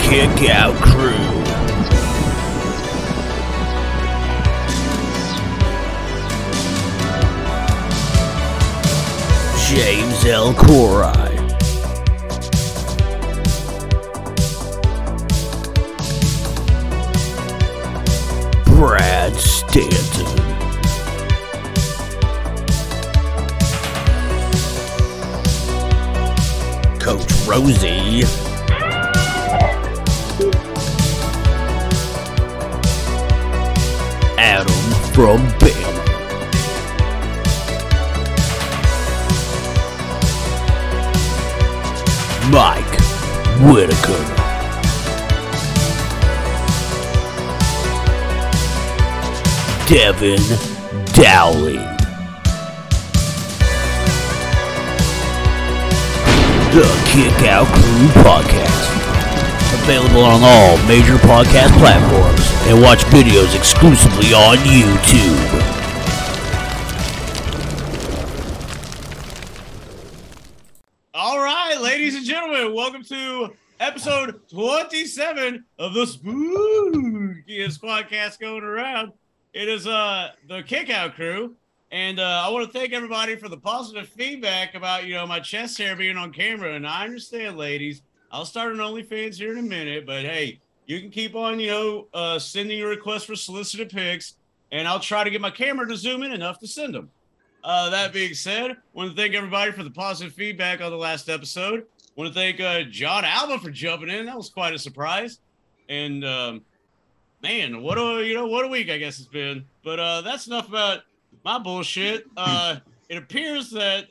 Kick Out Crew. James L. Cori. Brad Stanton. Coach Rosie. Adam from Bama. Mike Whitaker. Devin Dowling. The Kick Out Crew Podcast. Available on all major podcast platforms and watch videos exclusively on YouTube. All right, ladies and gentlemen, welcome to episode 27 of the spookiest podcast going around. It is uh the kickout crew, and uh, I want to thank everybody for the positive feedback about you know my chest hair being on camera. And I understand, ladies, I'll start an OnlyFans here in a minute, but hey, you can keep on you know uh, sending your requests for solicited pics, and I'll try to get my camera to zoom in enough to send them. Uh, that being said, want to thank everybody for the positive feedback on the last episode. Want to thank uh, John Alba for jumping in. That was quite a surprise. And um, man, what a you know what a week I guess it's been. But uh, that's enough about my bullshit. Uh, it appears that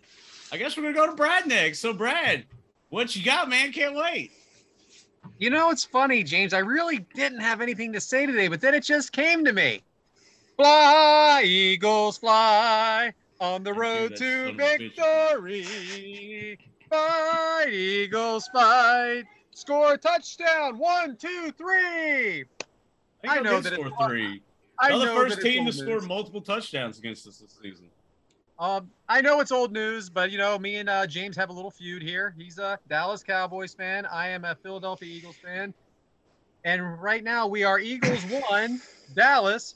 I guess we're gonna go to Brad next. So Brad, what you got, man? Can't wait. You know, it's funny, James. I really didn't have anything to say today, but then it just came to me. Fly, Eagles, fly on the Dude, road that to son of a victory. Fight, Eagles, fight. Score touchdown. One, two, three. I think know did that score it's on- three. I They're the know first that it's team to old score news. multiple touchdowns against us this season. Um, I know it's old news, but you know, me and uh, James have a little feud here. He's a Dallas Cowboys fan. I am a Philadelphia Eagles fan. And right now we are Eagles one, Dallas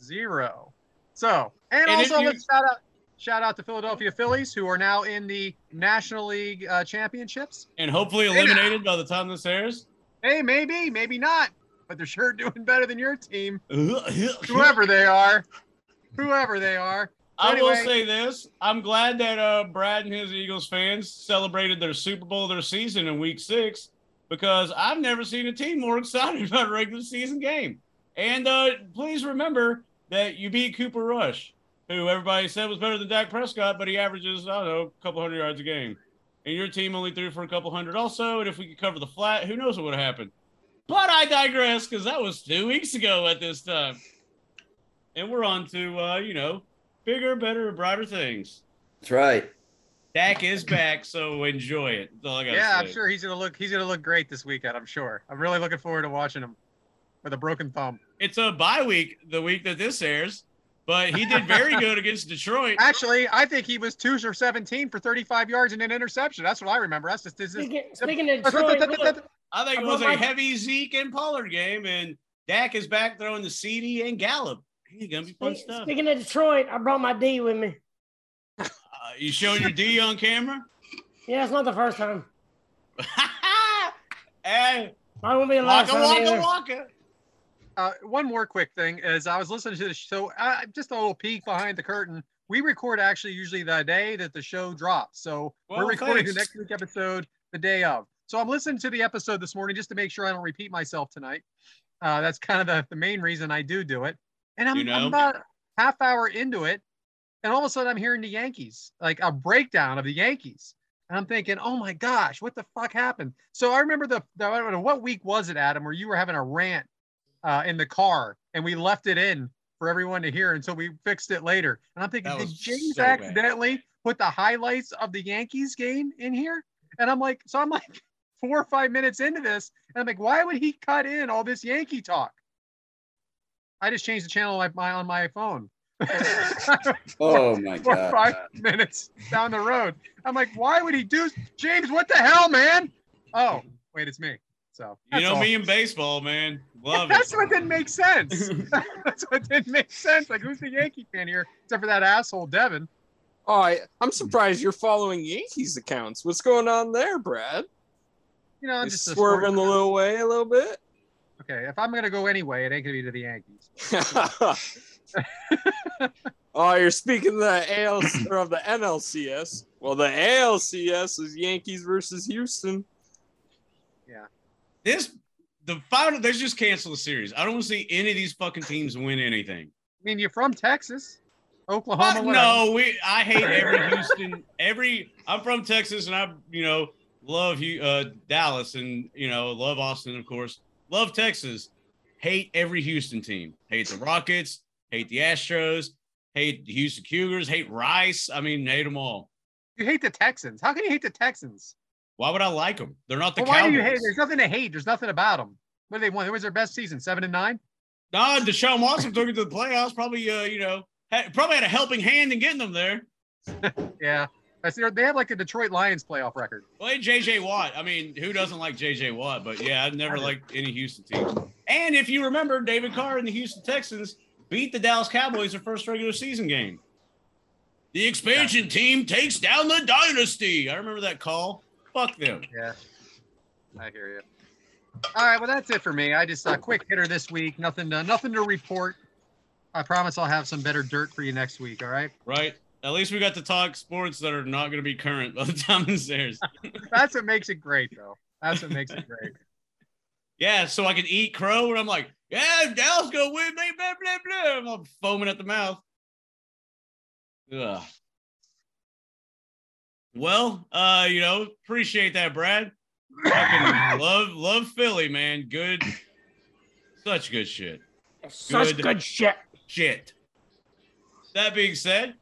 zero. So, and, And if also you- let's shout out shout out to Philadelphia Phillies who are now in the National League uh, championships. And hopefully And I- eliminated by the time this airs. Hey, maybe, maybe not, but they're sure doing better than your team, whoever they are, whoever they are. I will Anyway. say this: I'm glad that uh, Brad and his Eagles fans celebrated their Super Bowl, their season in Week Six, because I've never seen a team more excited about a regular season game. And uh, please remember that you beat Cooper Rush, who everybody said was better than Dak Prescott, but he averages I don't know a couple hundred yards a game, and your team only threw for a couple hundred. Also, and if we could cover the flat, who knows what would have happened. But I digress, because that was two weeks ago at this time, and we're on to uh, you know bigger, better, brighter things. That's right. Dak is back, so enjoy it. That's all I gotta Yeah, say. I'm sure he's gonna look he's gonna look great this weekend. I'm sure. I'm really looking forward to watching him with a broken thumb. It's a bye week, the week that this airs, but he did very good against Detroit. Actually, I think he was two for 17 for 35 yards and an interception. That's what I remember. That's just this is. Speaking, speaking of that's what- Detroit, that- that- look, that- I think it was a heavy Zeke and Pollard game, and Dak is back throwing the CD and Gallup. He's gonna be fun spe- stuff. speaking of Detroit, I brought my D with me. Uh, you showing your D on camera? Yeah, it's not the first time. hey, I won't be the last waka time. waka either. waka. Uh, one more quick thing is I was listening to the show. Uh, just a little peek behind the curtain. We record actually usually the day that the show drops. So Well, we're recording the thanks. next week episode the day of. So I'm listening to the episode this morning just to make sure I don't repeat myself tonight. Uh, that's kind of the, the main reason I do do it. And I'm, You I'm know? about half hour into it, and all of a sudden I'm hearing the Yankees, like a breakdown of the Yankees. And I'm thinking, oh my gosh, what the fuck happened? So I remember the, the I don't know what week was it, Adam, where you were having a rant uh, in the car and we left it in for everyone to hear until we fixed it later. And I'm thinking, That did was James so bad. accidentally put the highlights of the Yankees game in here? And I'm like, so I'm like four or five minutes into this, and I'm like, why would he cut in all this Yankee talk? I just changed the channel on my, on my phone. Oh my four or god. five minutes down the road. I'm like, why would he do James? What the hell, man? Oh, wait, it's me. So You that's know all. me and baseball, man. Love it. That's what didn't make sense. that's what didn't make sense. Like, who's the Yankee fan here except for that asshole Devin? Oh, I, I'm surprised you're following Yankees accounts. What's going on there, Brad? You know, I'm You just a swerving sport- the little way a little bit. Okay, if I'm gonna go anyway, it ain't gonna be to the Yankees. oh, you're speaking of the AL or of the NLCS. Well, the ALCS is Yankees versus Houston. This the final. They just cancel the series. I don't want to see any of these fucking teams win anything. I mean, you're from Texas, Oklahoma. Fuck whatever. no, we. I hate every Houston. Every I'm from Texas, and I you know love Hu- uh, Dallas, and you know love Austin, of course. Love Texas. Hate every Houston team. Hate the Rockets. Hate the Astros. Hate the Houston Cougars. Hate Rice. I mean, hate them all. You hate the Texans. How can you hate the Texans? Why would I like them? They're not the Well, why Cowboys. do you hate? There's nothing to hate. There's nothing about them. What did they win? It was their best season, seven and nine. Nah, Deshaun Watson took it to the playoffs. Probably, uh, you know, had, probably had a helping hand in getting them there. Yeah, I see. They have like the Detroit Lions playoff record. Well, and JJ Watt. I mean, who doesn't like JJ Watt? But yeah, I've never liked any Houston team. And if you remember, David Carr and the Houston Texans beat the Dallas Cowboys their first regular season game. The expansion team takes down the dynasty. I remember that call. Fuck them. Yeah, I hear you. All right, well that's it for me. I just uh, quick hitter this week. Nothing, to, nothing to report. I promise I'll have some better dirt for you next week. All right. Right. At least we got to talk sports that are not going to be current by the time this airs. That's what makes it great, though. That's what makes it great. Yeah, so I can eat crow, and I'm like, yeah, Dallas gonna win, me, blah blah blah. I'm foaming at the mouth. Ugh. Well, uh, you know, appreciate that, Brad. Fucking love, love Philly, man. Good, such good shit. Such Good. good shit. Shit. That being said,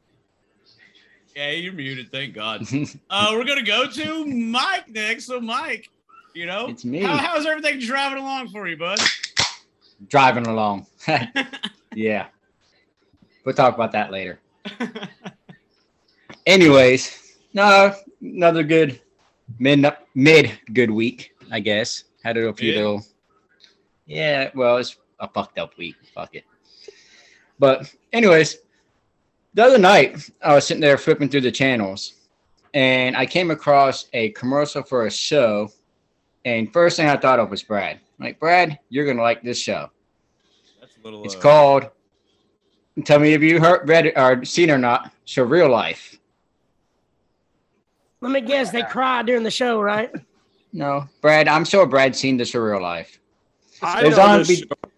yeah, you're muted. Thank God. Uh, we're gonna go to Mike next. So, Mike, you know, It's me. how- how's everything driving along for you, bud? driving along. yeah. We'll talk about that later. Anyways, no, another good mid mid good week, I guess. Had a few Yeah. little Yeah, well, it's a fucked up week. Fuck it. But anyways, the other night I was sitting there flipping through the channels and I came across a commercial for a show and first thing I thought of was Brad. Like, Brad, you're gonna like this show. That's a little. It's uh, called. Tell me if you heard, read it, or seen it or not. So real life. Let me guess, they cried during the show, right? No, Brad. I'm sure Brad's seen this for real life. I It was, know on this be- show.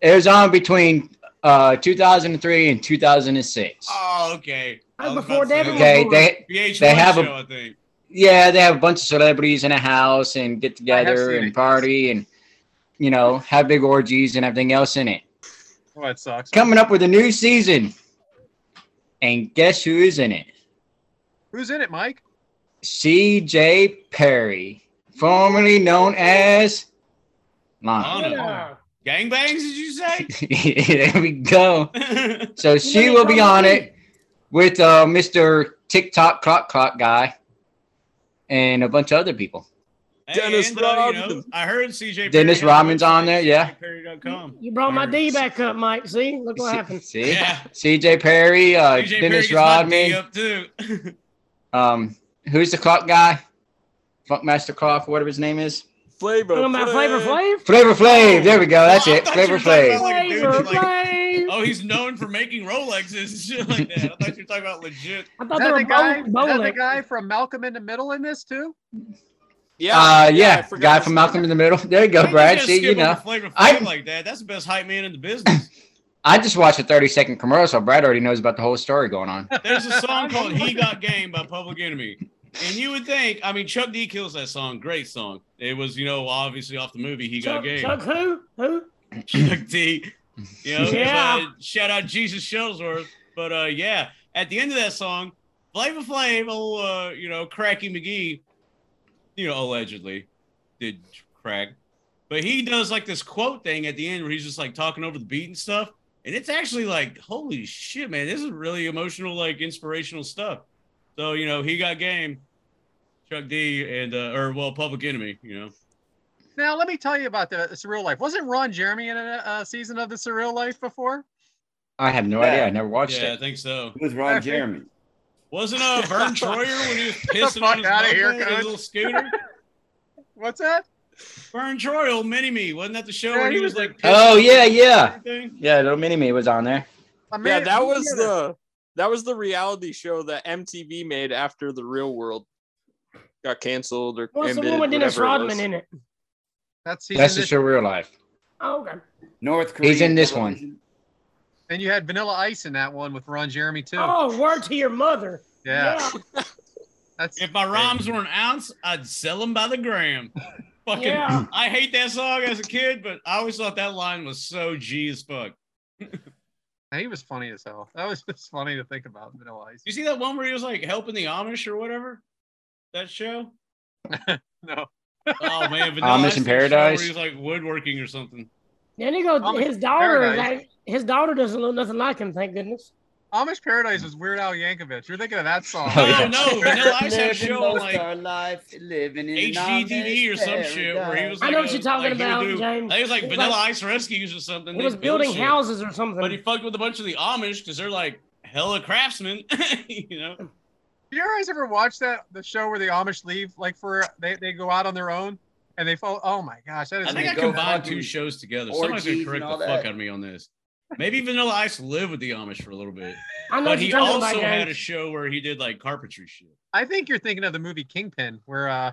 it was on between uh, 2003 and 2006. Oh, okay. That I was was before about to Devin say, okay, they VH1 They have show, a- I think. yeah they have a bunch of celebrities in a house and get together seen and it. party and you know have big orgies and everything else in it. Well, it sucks. Coming up with a new season, and guess who is in it? Who's in it, Mike? C.J. Perry, formerly known as Lana. Lana. Yeah. Gangbangs, did you say? there we go. So she know, will be on probably. it with uh, Mr. TikTok Clock Clock guy and a bunch of other people. Hey, Dennis and, uh, you Rodman. know, I heard CJ. Perry Dennis had a Rodman's on website, there, yeah. CJPerry.com. You brought my D Pirates. back up, Mike. See? Look what See- happened. See? Yeah. CJ Perry, uh, CJ Perry Dennis gets my D Rodman. Up too. Um, who's the clock guy? Funkmaster Clock, whatever his name is. Flavor, Talking about Flavor Flav? Flavor Flav. There we go. That's Oh, I it. thought you were talking Flavor Flav. about- like a dude Flavor who's like- Flav. oh, he's known for making Rolexes and shit like that. I thought you were talking about legit. I Is thought they that were the guy? bowl- Is that the bowling. guy from Malcolm in the Middle in this too? Yeah, Uh, I yeah, forgot guy his from name. Malcolm in the Middle. There you go, Why you Brad. gotta See, skip you over know. Flavor Flav I'm- like that. That's the best hype man in the business. I just watched a 30 second commercial. Brad already knows about the whole story going on. There's a song called "He Got Game" by Public Enemy, and you would think, I mean, Chuck D kills that song. Great song. It was, you know, obviously off the movie "He Got Chuck, Game." Chuck who? Who? Chuck D. You know, Yeah. but shout out Jesus Shuttlesworth. But uh, yeah, at the end of that song, Flavor Flav, old, uh, you know, Cracky McGee, you know, allegedly did crack, but he does like this quote thing at the end where he's just like talking over the beat and stuff. And it's actually like, holy shit, man, this is really emotional, like inspirational stuff. So, you know, he got game, Chuck D, and, uh, or well, Public Enemy, you know. Now let me tell you about the Surreal Life. Wasn't Ron Jeremy in a, a season of the Surreal Life before? I have no Yeah. idea. I never watched Yeah, I it. think so. It was Ron Okay. Jeremy. Wasn't uh Vern Troyer when he was pissing fuck on his, outta here, moped and his coach. little scooter? What's that? Vern Troyer, old mini me, wasn't that the show Yeah, where he he was was like? pissing Oh on yeah, yeah, everything? yeah. Little Mini Me was on there. I yeah, mean- that was the that was the reality show that MTV made after The Real World got canceled or Well, it's the ended, one with Dennis whatever it Rodman was. in it. that's season. That's That's just your real life. Oh, okay. North Korea. in this television. and you had Vanilla Ice in that one with Ron Jeremy too. Oh, word to your mother. yeah, that's If my rhymes were an ounce, I'd sell them by the gram. Yeah. Fucking, yeah. I hate that song as a kid, but I always thought that line was so G as fuck. he was funny as hell. That was just funny to think about Vanilla Ice. You see that one where he was like helping the Amish or whatever? That show? No. Oh man, but Amish in Paradise? He was like woodworking or something. Then he goes. I'm His daughter. is paradise. like- His daughter doesn't look nothing like him. Thank goodness. Amish Paradise was Weird Al Yankovic. You're thinking of that song. Oh, Oh, yeah. no, Vanilla Ice had a Living show on most like our life, living in an HGTV or some shit where he paradise. was I like know a- what you're talking like, he would about, do- I James. think it was like It was Vanilla like- Ice Rescues or something. He They was built building shit. houses or something. But he fucked with a bunch of the Amish because they're like hella craftsmen, you know? you guys ever watch that the show where the Amish leave like for they, they go out on their own and they fall? Oh my gosh, that is. I think I go combined two fucking shows together. Somebody's gonna orgies correct and the all fuck that. out of me on this. Maybe Vanilla Ice lived with the Amish for a little bit, I know but what he you're talking also about, had a James. show where he did like carpentry shit. I think you're thinking of the movie Kingpin, where uh,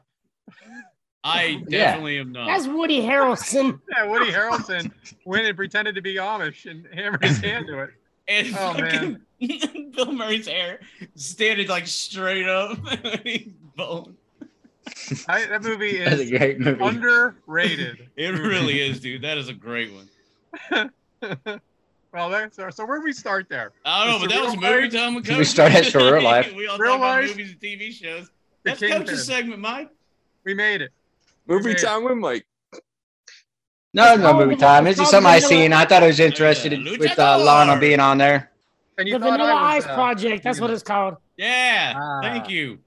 I Yeah. definitely am not. That's Woody Harrelson. yeah, Woody Harrelson went and pretended to be Amish and hammered his hand to it. and Oh, fucking Bill Murray's hair standing like straight up. He's bald. I, that movie That's a is great movie. underrated. it really is, dude. That is a great one. well, that's so. So where do we start there? I don't know, but that was Surreal movie time with We Coach. started at Surreal Life. we all Real talk about life. movies and TV shows. The That's Coach's Kingpin. segment, Mike. We made it. Movie Yeah. time with Mike. No, It's no called- movie time. It's it's just called something I Vanilla seen. I thought I was interested Yeah, in- with uh, Luchador. Lionel being on there. And you The thought Vanilla I was, Ice uh, Project. That's what it's called. Yeah. Ah. Thank you.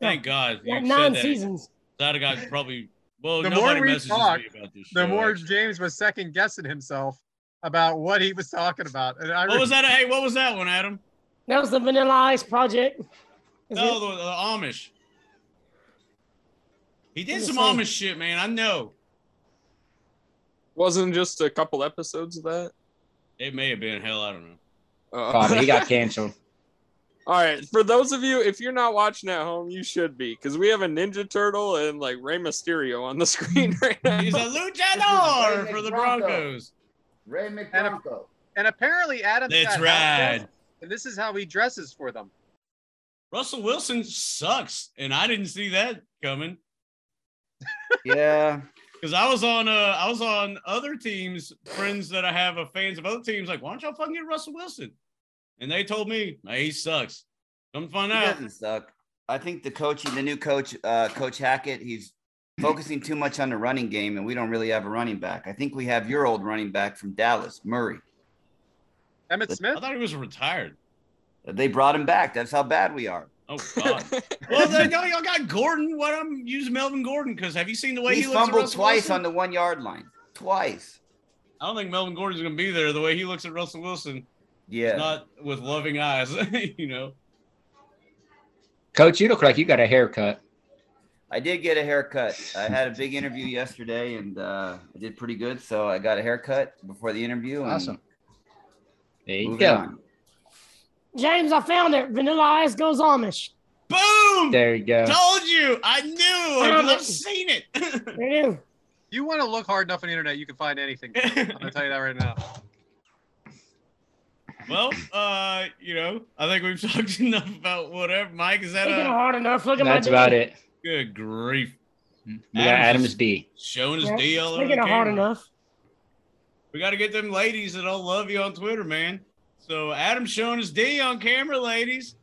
Thank God. You Like said nine that. seasons. That'd have got probably. Well, The nobody more we messages talk, me about this. the show, more actually. James was second guessing himself about what he was talking about. And I What was that? Hey, what was that one, Adam? That was the Vanilla Ice Project. Is Oh, it- the, the Amish. He did What some was it? Amish shit, man. I know. Wasn't just a couple episodes of that. It may have been hell. I don't know. Uh, Probably he got canceled. All right, for those of you, if you're not watching at home, you should be, because we have a Ninja Turtle and like Rey Mysterio on the screen right now. He's a luchador for the Broncos. Ray McBronco. And apparently Adam. That's got right. outdone, And this is how he dresses for them. Russell Wilson sucks, and I didn't see that coming Yeah. because I was on uh I was on other teams, friends that I have of fans of other teams. Like, why don't y'all fucking get Russell Wilson? And they told me "Nah, he sucks. Come to find He out. doesn't suck. I think the coaching, the new coach, uh, Coach Hackett, he's focusing too much on the running game, and we don't really have a running back. I think we have your old running back from Dallas, Murray. Emmett I Smith. thought he was retired. They brought him back. That's how bad we are. Oh God. well, then y'all, y'all got Gordon. Why don't use Melvin Gordon? Because have you seen the way he he, looks? fumbled twice on the one yard line. Twice. I don't think Melvin Gordon's gonna be there the way he looks at Russell Wilson. Yeah. Not with loving eyes, you know. Coach, you look like you got a haircut. I did get a haircut. I had a big interview yesterday, and uh, I did pretty good. So I got a haircut before the interview. And Awesome. There you moving go. on. James, I found it. Vanilla Ice goes Amish. Boom! There you go. Told you. I knew. Damn I've it. seen it. There it is. You want to look hard enough on the internet, you can find anything. I'm gonna tell you that right now. well, uh, you know, I think we've talked enough about whatever. Mike, is that Thinking a hard enough. Look at my That's about it. good grief? We got Adams D. Showing his Yeah, D all over the Thinking hard camera. enough. We got to get them ladies that all love you on Twitter, man. So Adam's showing his D on camera, ladies.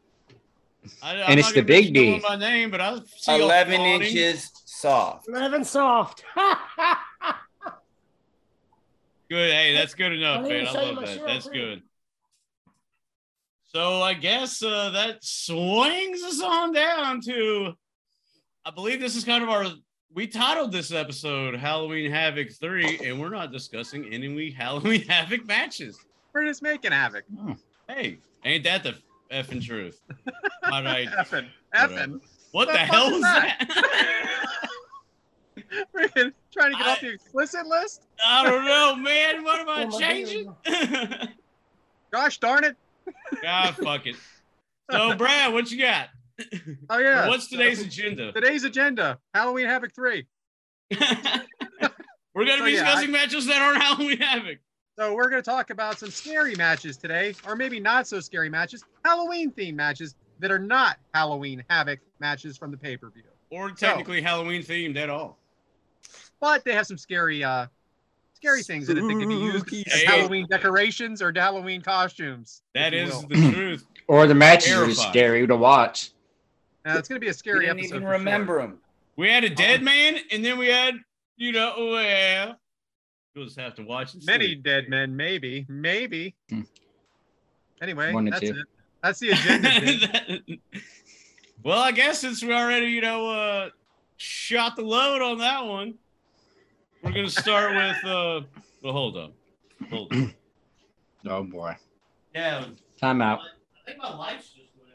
I, And it's the big D. My name, but I see y'all Eleven fawning. inches soft. Eleven soft. I Good. Hey, that's good enough, I need man. to I show you love my that. shirt, That's too. good. So I guess uh, that swings us on down to. I believe this is kind of our we titled this episode Halloween Havoc 3, and we're not discussing any Halloween Havoc matches. We're just making havoc. Hey, ain't that the effing truth? All right. Effing, effing. What The the, fuck hell is was that? that? Freaking trying to get I- off the explicit list. I don't know, man. What am I Oh, my changing? Gosh darn it! God, Ah, fuck it. So, Brad, what you got? Oh yeah. What's today's agenda? today's agenda? Halloween Havoc three. We're going to So, be yeah, discussing matches that aren't Halloween Havoc. So we're going to talk about some scary matches today, or maybe not so scary matches, Halloween themed matches that are not Halloween Havoc matches from the pay per view, Or technically Halloween themed at all. but they have some scary, uh, scary things that I think could be used Spooky as Hey. Halloween decorations or Halloween costumes. if That you is will. the truth. Or the matches are Terrifying. scary to watch. Now, Uh, it's going to be a You scary didn't episode. even for sure. remember him. We had a Uh-huh. dead man, and then we had, you know, well, you'll just have to watch and Many see. dead men, maybe, maybe. Hmm. Anyway, One or that's two. it. That's the agenda. Dave. well, I guess since we already, you know, uh, shot the load on that one, we're gonna start with. Uh, well, hold on, hold on. Oh boy. Yeah, Time out. I think my lights just went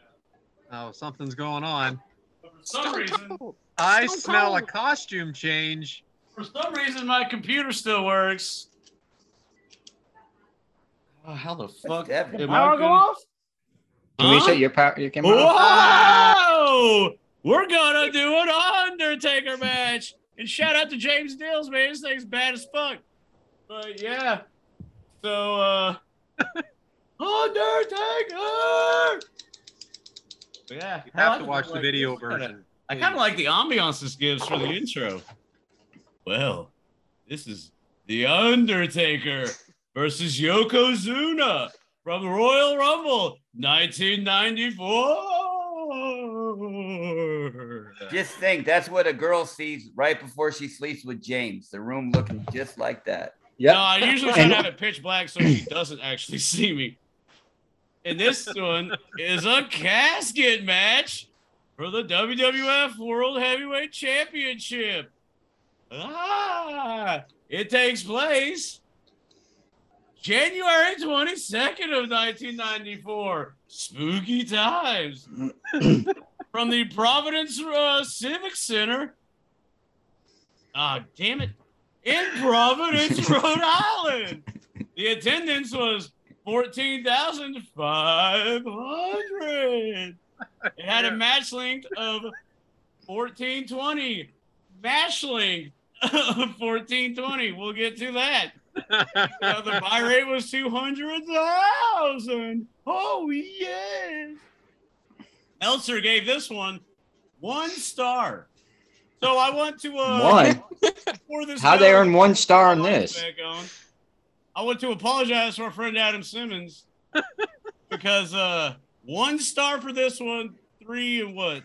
out. oh, something's going on. But for some reason, I Stone smell a Cold. costume change. for some reason, my computer still works. Oh, how the fuck? Devil. am I Power go gonna- off? Can we Huh? set your power your camera? off? Whoa! We're gonna do an Undertaker match. And shout out to James Dills, man. This thing's bad as fuck. But yeah. So uh Undertaker. Yeah. You have to watch the video version. I kind of like the ambiance this gives for the intro. Well, this is The Undertaker versus Yokozuna from the Royal Rumble 1994. Just think, that's what a girl sees right before she sleeps with James. The room looking just like that. Yep. No, I usually try to have it pitch black so she doesn't actually see me. And this one is a casket match for the WWF World Heavyweight Championship. Ah, it takes place January 22nd of 1994. Spooky times. From the Providence uh, Civic Center. Ah, damn it in Providence, Rhode Island. The attendance was 14,500. It had a match length of 1420. Match length of 1420. We'll get to that. Now, the buy rate was 200,000. Oh, yes. Elser gave this one one star. So I want to. Uh, One. before this How they goes- earn one star on this? Back on. I want to apologize to our friend Adam Simmons because uh one star for this one, three and what?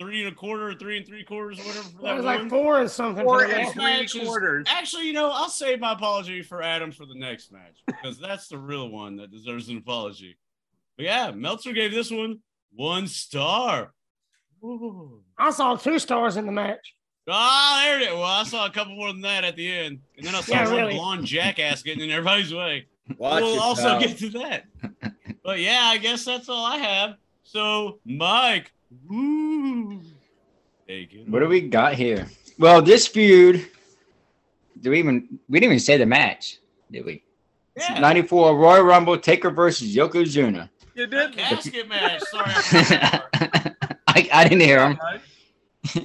Three and a quarter, three and three quarters, whatever for It that was one. like four and something. Four for the and last- three quarters. Actually, you know, I'll save my apology for Adam for the next match because that's the real one that deserves an apology. But yeah, Meltzer gave this one one star. Ooh. I saw two stars in the match. Ah, there it is. Well, I saw a couple more than that at the end. And then I saw Yeah, some really. blonde jackass getting in everybody's way. Watch we'll it, also pal. get to that. But yeah, I guess that's all I have. So, Mike, woo, take it. What do we got here? Well, this feud. Do we even? We didn't even say the match, did we? Yeah, 94 Royal Rumble Taker versus Yokozuna. You that did. casket match. Sorry. I forgot that part. I, I didn't hear him.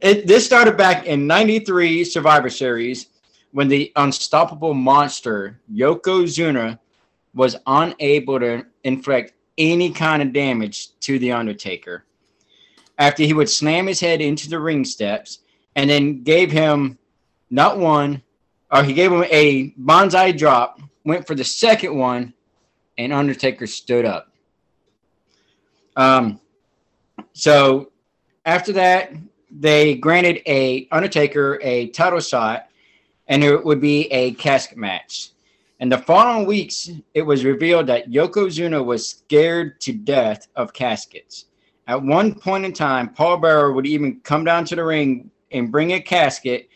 It, this started back in 93 Survivor Series when the unstoppable monster Yokozuna was unable to inflict any kind of damage to The Undertaker after he would slam his head into the ring steps and then gave him not one, or he gave him a bonsai drop, went for the second one, and Undertaker stood up. Um, so after that, they granted a Undertaker a title shot, and it would be a casket match. In the following weeks, it was revealed that Yokozuna was scared to death of caskets. At one point in time, Paul Bearer would even come down to the ring and bring a casket.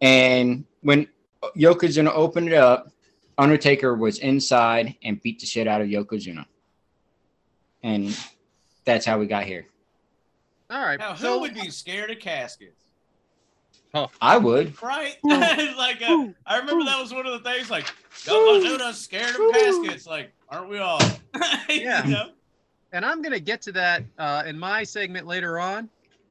And when Yokozuna opened it up, Undertaker was inside and beat the shit out of Yokozuna. And that's how we got here. All right. Now, who so, would be scared of caskets? I would. Right? Ooh. like, uh, Ooh. I remember Ooh. that was one of the things. Like, Ooh. Dumbledore's scared of Ooh. caskets. Like, aren't we all? You Yeah. know? and I'm going to get to that uh, in my segment later on.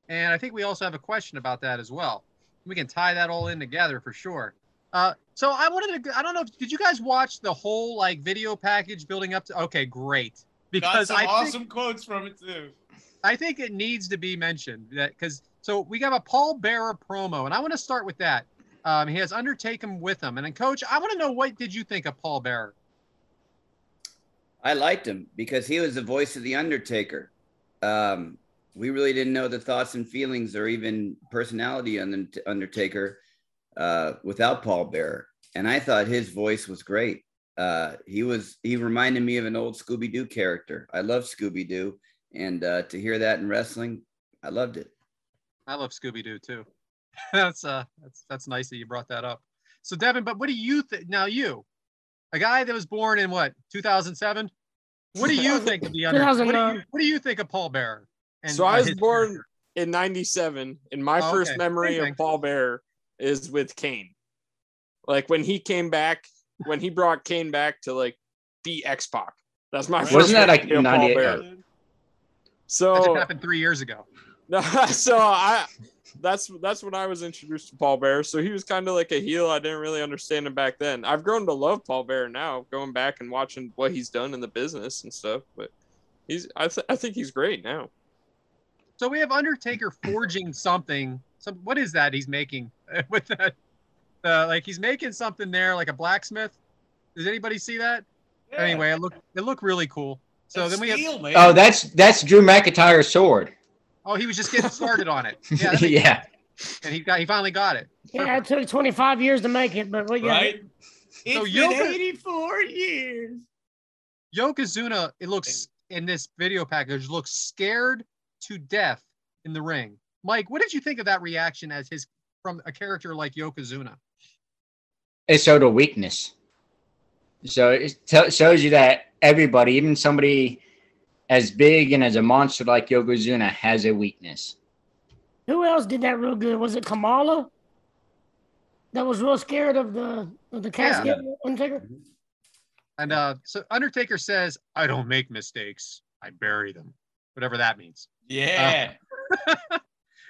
And I think we also have a question about that as well. We can tie that all in together for sure. Uh, so I wanted to, I don't know, if, did you guys watch the whole like video package building up to, okay, great. Got Because some I think, awesome quotes from it too. I think it needs to be mentioned that because so we got a Paul Bearer promo, and I want to start with that. Um, he has Undertaken with him, and then Coach, I want to know what did you think of Paul Bearer? I liked him because he was the voice of the Undertaker. Um, we really didn't know the thoughts and feelings or even personality on the Undertaker uh, without Paul Bearer, and I thought his voice was great. Uh, he was he reminded me of an old Scooby Doo character. I love Scooby Doo, and uh, to hear that in wrestling, I loved it. I love Scooby Doo too. that's uh, that's that's nice that you brought that up. So Devin, but what do you think now? You, a guy that was born in what 2007? What do you think of the Undertaker? What do you, 2009. what do you think of Paul Bearer? So I uh, was his born character? in 97 and my Oh, first okay. memory Same thing. of paul bear is with kane like when he came back when he brought kane back to like beat x-pac that's my Wasn't first that, like, memory of Paul 98? Bearer. That just so happened three years ago. so i that's that's when i was introduced to paul bear so he was kind of like a heel i didn't really understand him back then i've grown to love paul bear now going back and watching what he's done in the business and stuff but he's i, th- I think he's great now So we have Undertaker forging something. Some what is that he's making with that? Uh, like he's making something there, like a blacksmith. Does anybody see that? Yeah. Anyway, it looked it looked really cool. So It's then we have steel, man. Oh, that's that's Drew McIntyre's sword. oh he was just getting started on it. Yeah, Yeah. that makes- and he got he finally got it. Yeah, it took 25 years to make it, but we got it. right. It's So been Yoga- 84 years. Yokozuna, it looks in this video package looks scared to death in the ring. Mike, what did you think of that reaction as his from a character like Yokozuna? it showed a weakness. So it t- shows you that everybody, even somebody as big and as a monster like Yokozuna, has a weakness. Who else did that real good? Was it Kamala? That was real scared of the of the casket Undertaker. And uh, so Undertaker says, I don't make mistakes. I bury them. Whatever that means. Yeah. Uh, Jim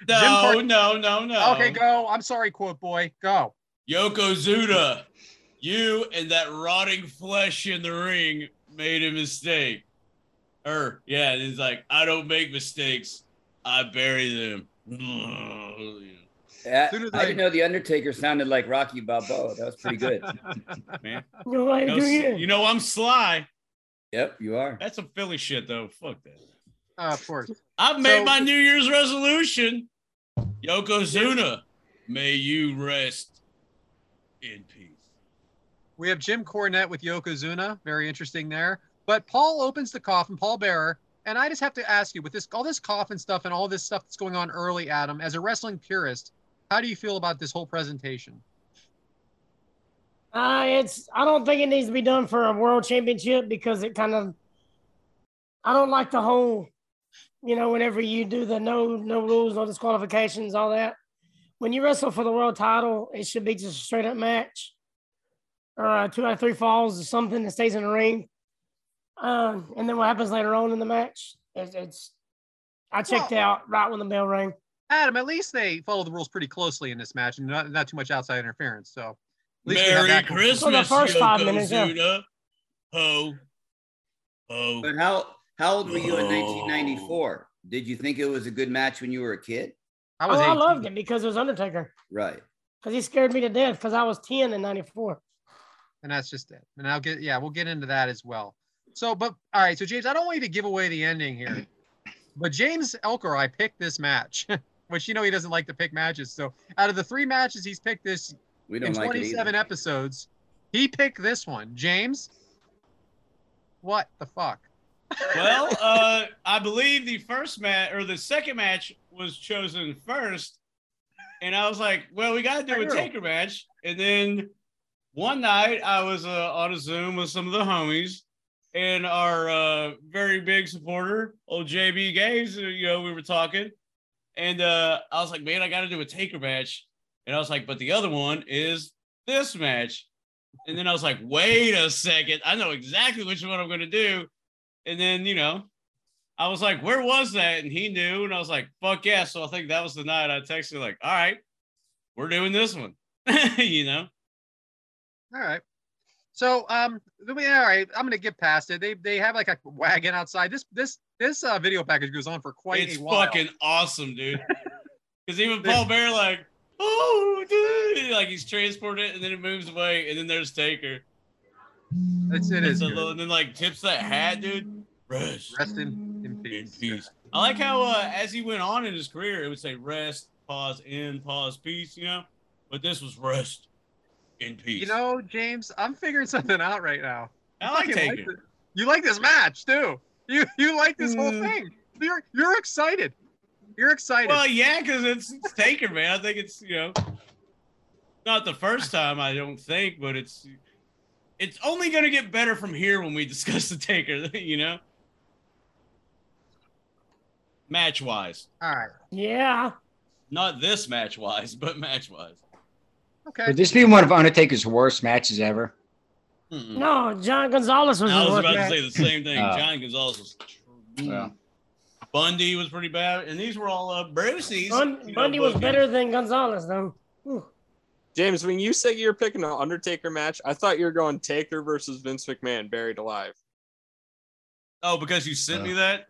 no, Park- no, no, no. Okay, go. I'm sorry, quote boy. Go. Yokozuna, you and that rotting flesh in the ring made a mistake. Or yeah, it's like I don't make mistakes. I bury them. Man, Uh, Soon as I I- didn't know the Undertaker sounded like Rocky Balboa. That was pretty good. Uh, You know, like, No, do you- you know I'm sly. yep, you are. That's some Philly shit though. Fuck that. Uh, of course. I've made So- my New Year's resolution. Yokozuna, may you rest in peace. We have Jim Cornette with Yokozuna. Very interesting there. But Paul opens the coffin, Paul Bearer. And I just have to ask you, with this all this coffin stuff and all this stuff that's going on early, Adam, as a wrestling purist, how do you feel about this whole presentation? Uh, it's I don't think it needs to be done for a world championship because it kind of I don't like the whole you know whenever you do the no no rules no disqualifications all that when you wrestle for the world title it should be just a straight up match or uh, two out of three falls or something that stays in the ring uh, and then what happens later on in the match it's, it's I checked out right when the bell rang Adam, at least they follow the rules pretty closely in this match and not, not too much outside interference. So at least we have Merry that going. Christmas, For the first five minutes, yeah. Yokozuna. Ho, Oh. ho. But how how old were you in 1994? Did you think it was a good match when you were a kid? I oh was I 18. loved it because it was Undertaker Right. because he scared me to death because I was ten in '94. and that's just it. And I'll get yeah, we'll get into that as well. So, but all right, so James, I don't want you to give away the ending here, but James Elker, I picked this match, which you know he doesn't like to pick matches. So, out of the three matches he's picked this We in don't like it either. 27 episodes, he picked this one. James, what the fuck? well, uh, I believe the first match or the second match was chosen first, and I was like, well, we got to do a taker match. And then one night I was uh, on a Zoom with some of the homies and our uh, very big supporter, old JB Gaze, uh, you know, we were talking. And uh, I was like, man, I got to do a taker match. And I was like, but the other one is this match. And then I was like, wait a second. I know exactly which one I'm going to do. And then, you know, I was like, where was that? And he knew. And I was like, fuck yeah. So I think that was the night I texted, like, all right, we're doing this one. you know? All right. So um, then we- all right. I'm gonna get past it. They they have like a wagon outside. This this this uh, video package goes on for quite it's a while. fucking awesome, dude. Because even Paul Bear, like, oh, dude. Like he's transported and then it moves away. And then there's Taker. It's, it And, is so- good. and then, like, tips that hat, dude. Rest Rest in, in in peace. peace. I like how, uh, as he went on in his career, it would say rest, pause, in, pause, peace, you know? But this was rest in peace. You know, James, I'm figuring something out right now. I like fucking Taker. this- you like this match too. You you like this whole Mm. thing. You're you're excited. You're excited. Well, yeah, because it's, it's Taker, man. I think it's you know not the first time I don't think, but it's it's only gonna get better from here when we discuss the Taker, you know. Match wise, All right. Yeah. not this match wise, but match wise. Okay. Would this be one of Undertaker's worst matches ever? No, John Gonzalez was. I the was one about to back. say the same thing. Uh, John Gonzalez was. Well, Bundy was pretty bad, and these were all uh, Brucey's. Bun- you know, Bundy was bookings. better than Gonzalez though. Ooh. James, when you said you were picking an Undertaker match, I thought you were going Taker versus Vince McMahon, buried alive. Oh, because you sent Uh. me that.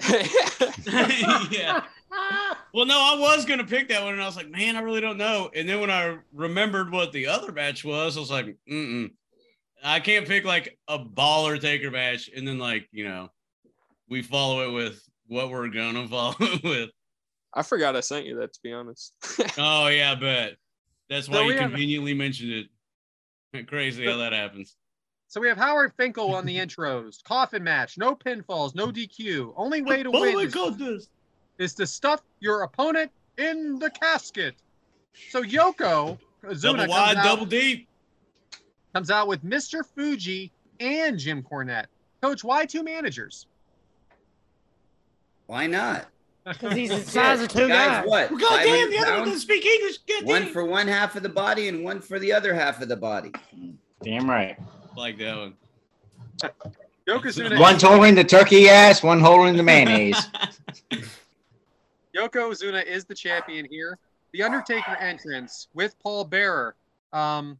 yeah. Ah, Well, no, I was gonna pick that one, and I was like, man, I really don't know. And then when I remembered what the other match was, I was like, mm, I can't pick like a baller taker match, and then like you know, we follow it with what we're gonna follow it with. I forgot I sent you that, to be honest. Oh yeah, I bet that's why So you we have- conveniently mentioned it. Crazy how that happens. So we have Howard Finkel on the intros. Coffin match. No pinfalls. No DQ. Only way to oh win my is, goodness! is to stuff your opponent in the casket. So Yoko Zuna Double comes, wide, out, double deep. comes out with Mr. Fuji and Jim Cornette. Coach, why two managers? Why not? Because he's the size of two Guys, guys. what? Well, Five goddamn, the hundred other one doesn't pounds? speak English. One Goddamn. for one half of the body and one for the other half of the body. damn right. like that one. Yokozuna One's holding the turkey ass, one holding the mayonnaise. Yoko Zuna is the champion here. The Undertaker entrance with Paul Bearer, um,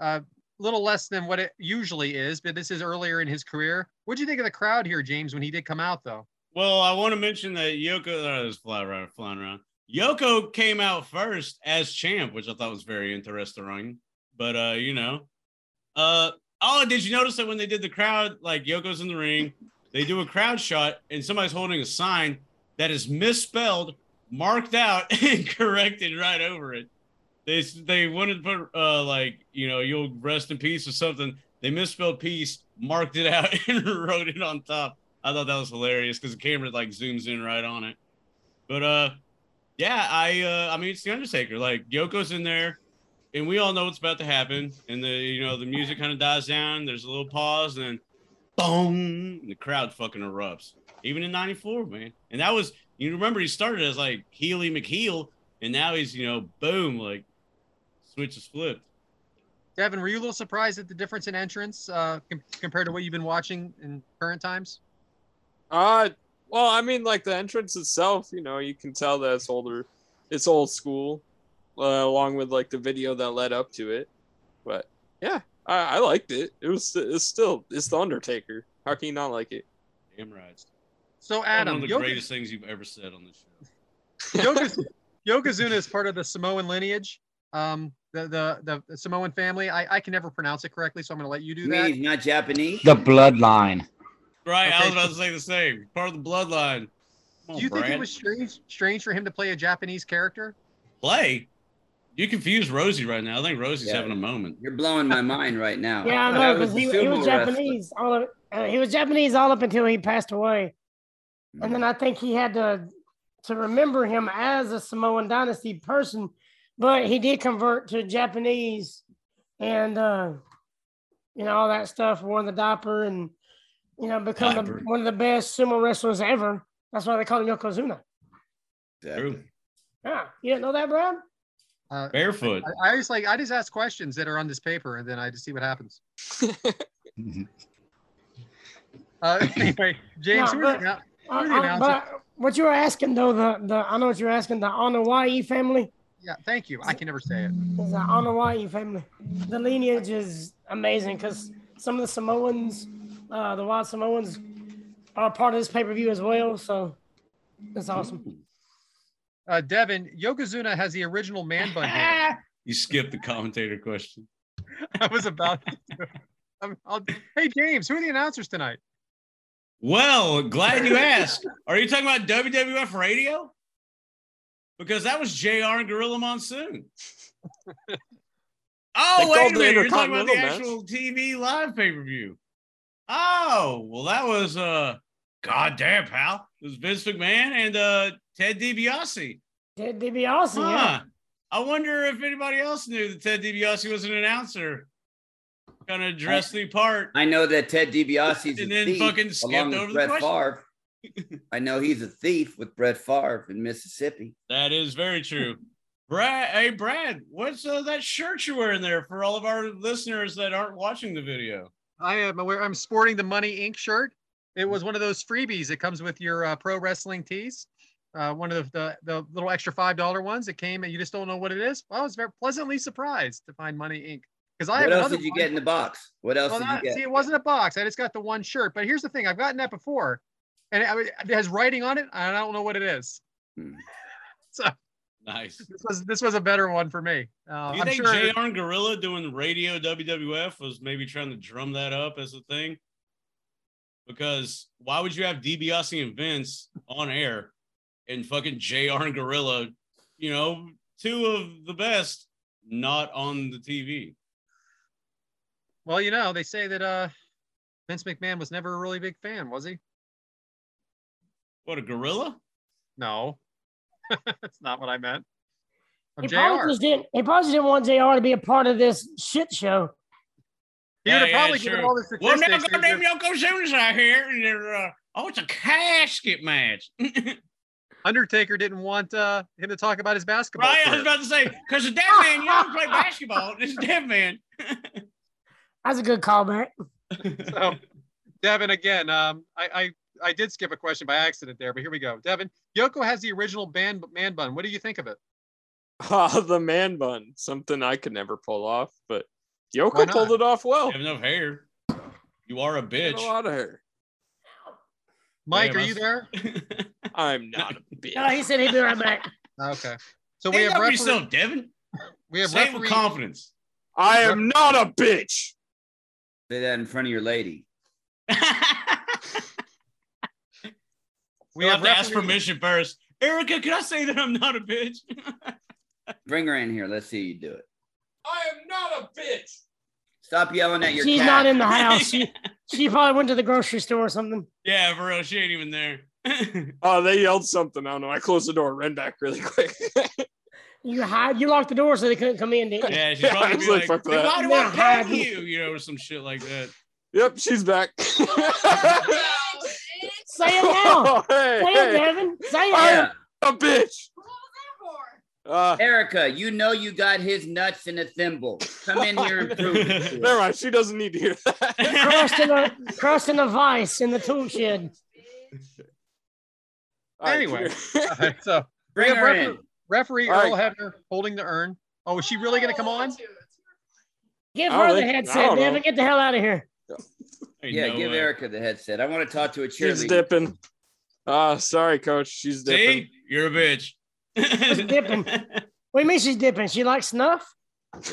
a little less than what it usually is, but this is earlier in his career. What'd you think of the crowd here, James, when he did come out though? Well, I want to mention that Yoko oh, there's fly around, flying around. Yoko came out first as champ, which I thought was very interesting. But uh, you know, uh, oh, did you notice that when they did the crowd, like Yoko's in the ring, they do a crowd shot, and somebody's holding a sign that is misspelled, marked out, and corrected right over it. They they wanted to put uh, like you know you'll rest in peace or something. They misspelled peace, marked it out, and wrote it on top. I thought that was hilarious because the camera like zooms in right on it. But uh, yeah, I uh, I mean it's the Undertaker. Like Yoko's in there, and we all know what's about to happen. And the you know the music kind of dies down. There's a little pause, and then boom, and the crowd fucking erupts. Even in '94, man. And that was you remember he started as like Healy McHeel, and now he's you know boom like switch is flipped. Devin, were you a little surprised at the difference in entrance uh, com- compared to what you've been watching in current times? uh, well, I mean, like the entrance itself, you know, you can tell that it's older, it's old school, uh, along with like the video that led up to it. But yeah, I, I liked it. It was, it's still, it's the Undertaker. How can you not like it? Damn right. So One Adam, of the Yoko- greatest things you've ever said on this show. Yokoz- Yokozuna is part of the Samoan lineage. Um, the, the the Samoan family. I, I can never pronounce it correctly, so I'm gonna let you do You mean that. he's not Japanese? the bloodline. Right, I Okay. was about to say the same. Part of the bloodline. Come Do you on, think it Brad. was strange strange for him to play a Japanese character? play? You confuse Rosie right now. I think Rosie's Yeah. having a moment. You're blowing my mind right now. Yeah, I That know because the he, he sumo was wrestler. Japanese all of, uh, he was Japanese all up until he passed away, and then I think he had to to remember him as a Samoan dynasty person, but he did convert to Japanese and uh you know all that stuff, won the diaper and you know, become the, Diaper. one of the best sumo wrestlers ever. That's why they call him Yokozuna. Exactly. Yeah, you didn't know that, Brad? Uh, Barefoot. I, I just like I just ask questions that are on this paper, and then I just see what happens. Uh, anyway, James, No, who are but- the annou- Uh, Pretty uh, announced but what you were asking though, the the I know what you're asking, the Onawai family yeah, thank you. I can never say it. is the Onawai family. The lineage is amazing because some of the Samoans, uh, the wild Samoans, are part of this pay per view as well. So that's awesome. Uh, Devin Yokozuna has the original man bun hair. you skipped the commentator question. I was about. To I'm, I'll, hey James, who are the announcers tonight? Well, glad you asked. Are you talking about WWF radio? Because that was JR and Gorilla Monsoon. They Oh, called wait a the minute. You're talking about the Intercontinental actual match. TV live pay per view. Oh, well, that was uh goddamn pal. It was Vince McMahon and uh Ted DiBiase. Ted DiBiase, Huh. yeah. I wonder if anybody else knew that Ted DiBiase was an announcer. Kind of dressed the part. I know that Ted DiBiase's And a then thief, fucking skipped along with over the Brett question. Favre. I know he's a thief with Brett Favre in Mississippi. That is very true. Brad, hey Brad, what's uh, that shirt you're wearing there for all of our listeners that aren't watching the video? I am aware. I'm sporting the Money Inc. shirt. It Mm-hmm. was one of those freebies that comes with your uh, pro wrestling tees. Uh, one of the, the the little extra five dollar ones that came, and you just don't know what it is. Well, I was very pleasantly surprised to find Money Inc. Because I have What else another did you one. get in the box? What else Well, did you not- get? see, it wasn't a box. I just got the one shirt. But here's the thing: I've gotten that before, and it, I mean, it has writing on it. and I don't know what it is. Hmm. so Nice. this was this was a better one for me. Uh, Do you I'm think sure. JR and Gorilla doing radio WWF was maybe trying to drum that up as a thing? Because why would you have DiBiase and Vince on air and fucking JR and Gorilla, you know, two of the best, not on the TV? well, you know, they say that uh, Vince McMahon was never a really big fan, was he? What a gorilla? No, that's not what I meant. Of He JR. probably just didn't. He probably just didn't want Jr. to be a part of this shit show. He would Yeah, have yeah, probably given sure. all the Well, now statistics. He goddamn would've- Yokozuna's out here, and they're uh, oh, it's a casket match, right? Undertaker didn't want uh, him to talk about his basketball. I was career. about to say because the dead man, you don't play basketball. This is dead man. That's a good callback. So, Devin, again, um, I, I I did skip a question by accident there, but here we go. Devin, Yoko has the original band man bun. What do you think of it? Ah, the man bun, something I could never pull off, but Why Yoko not? pulled it off well. You have enough hair. You are a Get bitch. a uh, lot of hair. Mike, Yeah, are you that's- there? I'm not a No, bitch. he said he'd be right back. Okay. So we Stand have up for referee, yourself, Devin. we have Say it with referee confidence. I am not a bitch. Say that in front of your lady. we You'll have have to ask referee, permission first. Erica, can I say that I'm not a bitch? Bring her in here. Let's see you do it. I am not a bitch. Stop yelling at your She's cat. not in the house. She, she probably went to the grocery store or something. yeah, for real, she ain't even there. Oh, they yelled something. I don't know. I closed the door, ran back really quick. You hide. You locked the door so they couldn't come in. Didn't you? yeah, she's Yeah, probably I was be like, like, fuck that. why do Nah, I hide. pay you? You know, or some shit like that. yep, she's back. Say Say it now. Oh, hey, Say it, hey, Devin. Say I it. am a bitch. Uh, Erica, you know you got his nuts in a thimble. Come in here and prove it. to never us. mind. She doesn't need to hear that. Crushed in a crushed in a vice in the tool shed. All right, Anyway. here- Uh, Alright, so Bring her referee, in. referee All Earl Hebner holding the urn. Oh, is she really going to come on? Give I don't her the think- Oh, I headset, don't know. Devin. Get the hell out of here. Ain't Yeah, no give way. Erica the headset. I want to talk to a she's cheerleader. dipping. Uh, sorry, coach. She's dipping. See, you're a bitch. dipping. What do you mean she's dipping? She likes snuff?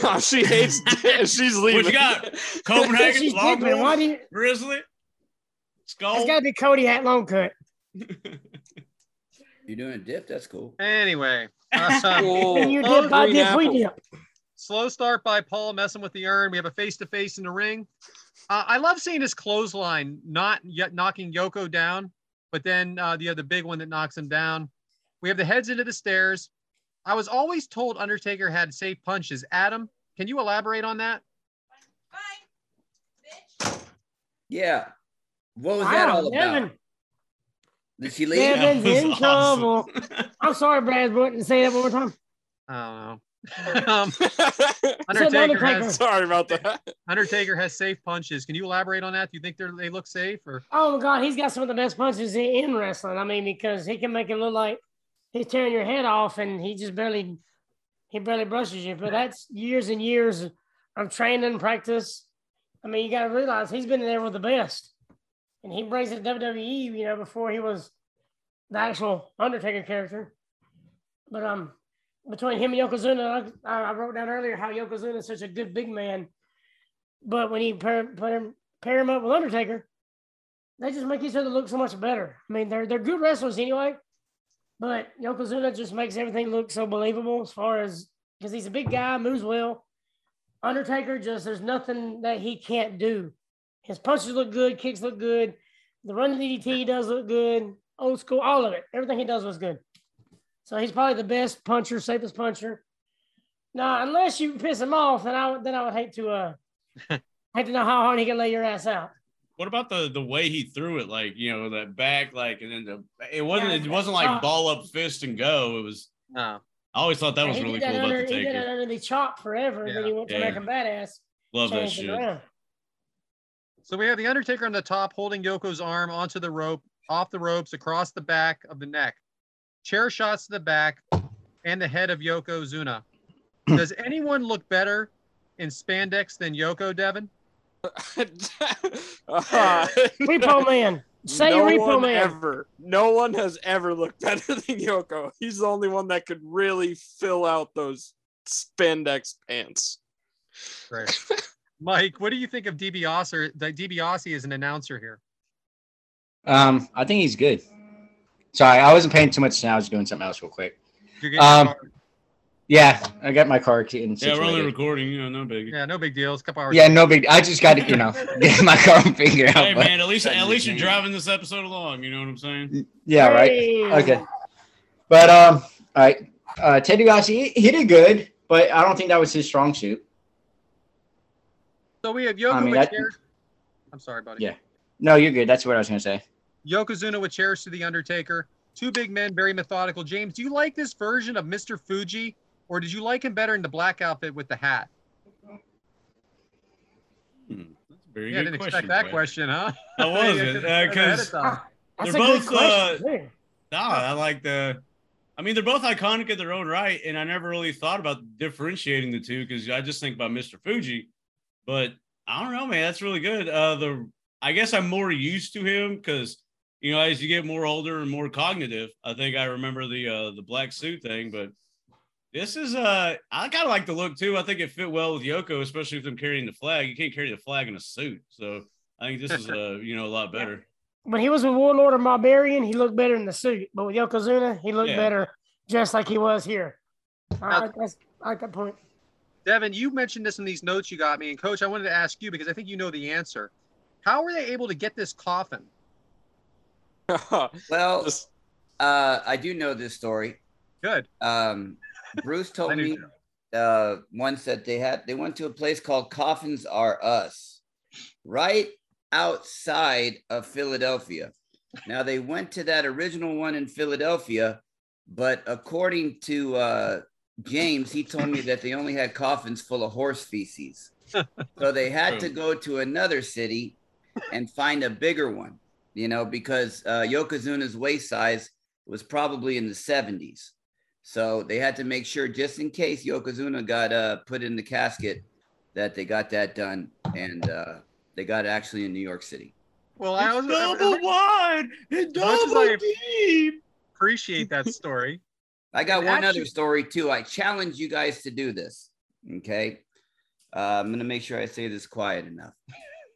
Oh, she hates. Dick. She's leaving. got? Yeah, Copenhagen, she's dipping. Why Longhorn, do you? Grizzly, Skull. It's got to be Cody hat long cut. You're doing a dip. That's cool. Anyway, uh, And Whoa. you Oh, dip, I green dip, we apple. dip. slow start by Paul messing with the urn. We have a face to face in the ring. Uh, I love seeing his clothesline not yet knocking Yoko down, but then uh, the other big one that knocks him down. We have the heads into the stairs. I was always told Undertaker had safe punches. Adam, can you elaborate on that? Yeah. What was that Wow, all about? Devin, Did she leave? Devin's That was in awesome. trouble. I'm sorry, Brad. Wouldn't say that one more time. I don't know. um, said Undertaker Undertaker. has Sorry about that. Undertaker has safe punches. Can you elaborate on that? Do you think they're, they look safe or? Oh my God, he's got some of the best punches in- in wrestling. I mean, because he can make it look like he's tearing your head off, and he just barely he barely brushes you. But that's years and years of training, practice. I mean, you got to realize he's been in there with the best, and he brings it to WWE. You know, before he was the actual Undertaker character. But um, between him and Yokozuna, I, I wrote down earlier how Yokozuna is such a good big man, but when he pair, put him pair him up with Undertaker they just make each other look so much better. I mean, they're they're good wrestlers anyway, but Yokozuna just makes everything look so believable as far as because he's a big guy, moves well. Undertaker just there's nothing that he can't do. His punches look good, kicks look good, the run DDT does look good, old school, all of it. Everything he does was good. So he's probably the best puncher, safest puncher. Now, unless you piss him off, then I would- then I would hate to uh hate to know how hard he can lay your ass out. What about the the way he threw it? Like you know that back, like and then the it wasn't Yeah, it wasn't like uh, ball up fist and go. It was No. I always thought that Yeah, was he really did cool that about under, the He did it taker. under the chop forever, and then Yeah. he went to Yeah. American Badass. Love that changed it shit. around. So we have the Undertaker on the top, holding Yoko's arm onto the rope, off the ropes, across the back of the neck. Chair shots to the back and the head of Yoko Zuna. Does anyone look better in spandex than Yoko, Devin? Uh, Repo Man. Say no Repo one Man. ever. No one has ever looked better than Yoko. He's the only one that could really fill out those spandex pants. Right. Mike, what do you think of DiBiase? That DiBiase is an announcer here. Um, I think he's good. Sorry, I wasn't paying too much attention. I was doing something else real quick. You're getting your Um, card. Yeah, I got my car key and Yeah, we're only situated. recording. You know, no big. yeah, no big deal. It's a couple hours. Yeah, no big. I just got to you know get my car figured out. Hey but- man, at least at That's least you're insane. driving this episode along. You know what I'm saying? yeah, right. Hey. Okay. But um, all right. Uh, Ted DiBiase, he, he did good, but I don't think that was his strong suit. So we have Yoko I mean, with that- chairs. I'm sorry, buddy. Yeah. No, you're good. That's what I was gonna say. Yokozuna with chairs to the Undertaker. Two big men, very methodical. James, do you like this version of Mr. Fuji, or did you like him better in the black outfit with the hat? That's a very yeah, I good didn't question. expect that Brad. question, huh? That was Yeah, it, uh, ahead of 'cause- time. That's They're a good both, uh, question, too. Nah, I like the. I mean, they're both iconic in their own right, and I never really thought about differentiating the two because I just think about Mr. Fuji. But I don't know, man. That's really good. Uh, the I guess I'm more used to him because you know as you get more older and more cognitive, I think I remember the uh, the black suit thing. But this is uh, I kind of like the look too. I think it fit well with Yoko, especially with them carrying the flag. You can't carry the flag in a suit, so I think this is uh, you know a lot better. When he was with Warlord and Barbarian, he looked better in the suit. But with Yokozuna, he looked Yeah. better just like he was here. I like, that's, I like that point. Devin, you mentioned this in these notes you got me, and Coach, I wanted to ask you because I think you know the answer. How were they able to get this coffin? Well, Just- uh, I do know this story. Good. Um, Bruce I told knew me uh, once that they had they went to a place called Coffins Are Us, right outside of Philadelphia. Now they went to that original one in Philadelphia, but according to uh, James, he told me that they only had coffins full of horse feces, so they had to go to another city and find a bigger one. You know, because uh, Yokozuna's waist size was probably in the 70s. So they had to make sure, just in case Yokozuna got uh, put in the casket, that they got that done, and uh, they got it actually in New York City. Well, I was I wide and much as I- deep. appreciate that story. I got And one actually- other story too. I challenge you guys to do this. Okay, uh, I'm gonna make sure I say this quiet enough.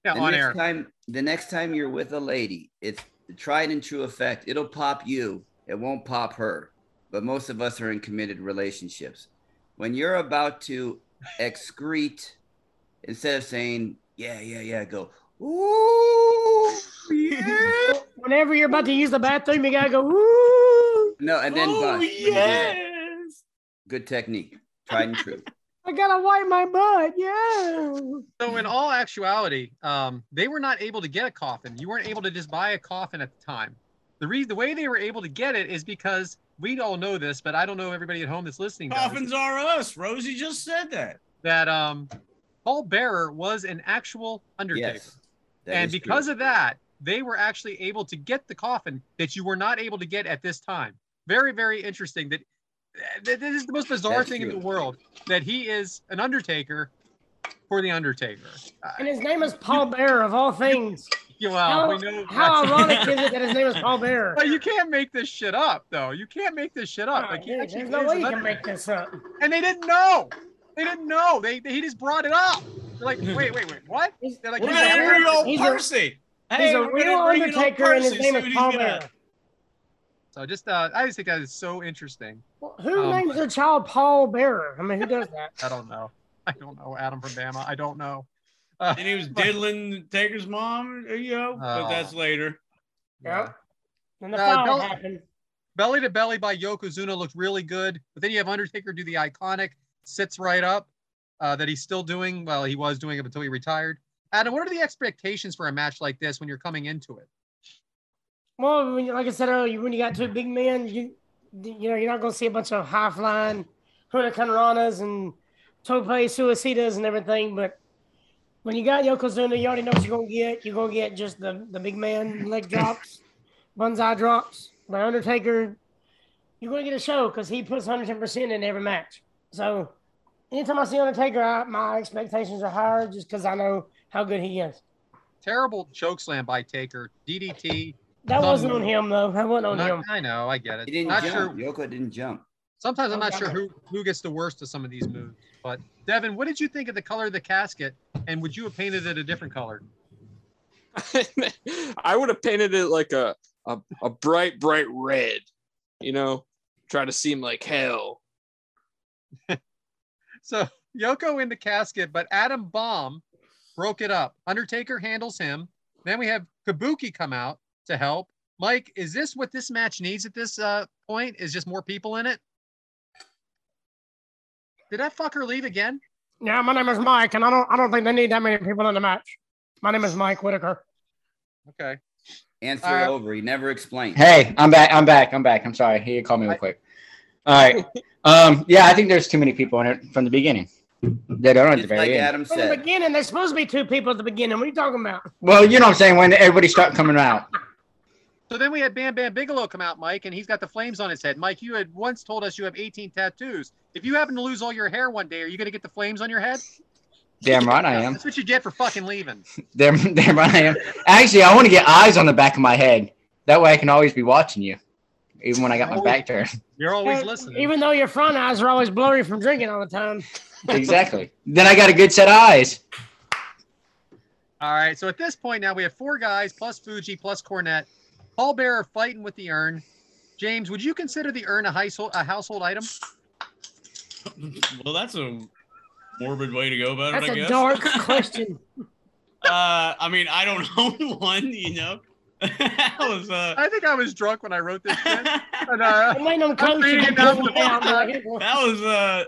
Yeah, the on next air. time, the next time you're with a lady, it's the tried and true effect. It'll pop you. It won't pop her. But most of us are in committed relationships. When you're about to excrete, instead of saying yeah, yeah, yeah, go ooh. Whenever you're about to use the bathroom, you gotta go, woo. No, and then uh, oh bust. yes. Good technique. Tried and true. I gotta wipe my butt. Yeah. So in all actuality, um, they were not able to get a coffin. You weren't able to just buy a coffin at the time. The re- the way they were able to get it is because we all know this, but I don't know if everybody at home that's listening does, Coffins are us. Rosie just said that. that um, Paul Bearer was an actual undertaker, Yes. That and is true. because of that, they were actually able to get the coffin that you were not able to get at this time. Very very interesting. That that- this is the most bizarre That's thing in true. the world that he is an undertaker for the undertaker. Uh, And his name is Paul Bear of all things. yeah, well, How, we know how that's- ironic is it that his name is Paul Bear? But you can't make this shit up, though. You can't make this shit up. Like, he Dude, actually Oh, there's no is way an you can under- make this up. and they didn't know. They didn't know. They, they- he just brought it up. They're like, wait, wait, wait, what? He's, They're like, We're He's "He's gonna a a- real- interview old he's a- Percy. he's a we're gonna real bring in old Undertaker, and his Percy, name see is what he's Paul gonna- Bear. so just uh, I just think that is so interesting. Who Um, names their child Paul Bearer? I mean, who does that? I don't know. I don't know Adam from Bama. I don't know. Uh, And he was diddling Taker's mom, you know, but Oh. that's later. Yep. And the Uh, fire don't- happened. Belly to Belly by Yokozuna looked really good, but then you have Undertaker do the iconic sits right up uh, that he's still doing. Well, he was doing it until he retired. Adam, what are the expectations for a match like this when you're coming into it? Well, when, you- like I said earlier, when you got two big men, you you know you're not gonna see a bunch of high flying hurricanranas and tope suicidas and everything. But when you got Yokozuna, you already know what you're gonna get. You're gonna get just the the big man leg drops, bonsai drops. By Undertaker, you're gonna get a show because he puts 110 percent in every match. So anytime I see Undertaker, I, my expectations are higher just because I know how good he is. Terrible chokeslam by Taker, DDT. That wasn't Thunder. on him though. That wasn't on Not- him. I know, I get it. he didn't not sure. jump. Yoko didn't jump. Sometimes I'm not Okay. sure who who gets the worst of some of these moves. But Devin, what did you think of the color of the casket? And would you have painted it a different color? I would have painted it like a, a a bright, bright red, you know, try to seem like hell. So Yoko in the casket, but Adam Bomb broke it up. Undertaker handles him. Then we have Kabuki come out to help. Mike, is this what this match needs at this uh, point? Is just more people in it? Did that fucker leave again? Yeah, my name is Mike, and I don't I don't think they need that many people in the match. My name is Mike Whitaker. Okay. Answer Uh, over. He never explained. Hey, I'm back. I'm back. I'm back. I'm sorry. He called me real quick. All right. Um, yeah, I think there's too many people in it from the beginning. They don't at the Just like very end. Adam From the said. beginning, there's supposed to be two people at the beginning. What are you talking about? Well, you know what I'm saying when everybody start coming out. So then we had Bam Bam Bigelow come out, Mike, and he's got the flames on his head. Mike, you had once told us you have 18 tattoos. If you happen to lose all your hair one day, are you going to get the flames on your head? Damn right I am. That's what you get for fucking leaving. Damn, damn right I am. Actually, I want to get eyes on the back of my head. That way I can always be watching you, even when I got my back turned. You're always Uh, listening. Even though your front eyes are always blurry from drinking all the time. exactly. Then I got a good set of eyes. All right. So at this point now we have four guys plus Fuji plus Cornette. Paul Bearer fighting with the urn. James, would you consider the urn a household a household item? Well, that's a morbid way to go about That's it, I a guess. dark question. uh, I mean, I don't own one, you know. that was uh, I think I was drunk when I wrote this. shit. that And, uh, It might not come to you. reading but off the yeah, book. I'm like, was uh,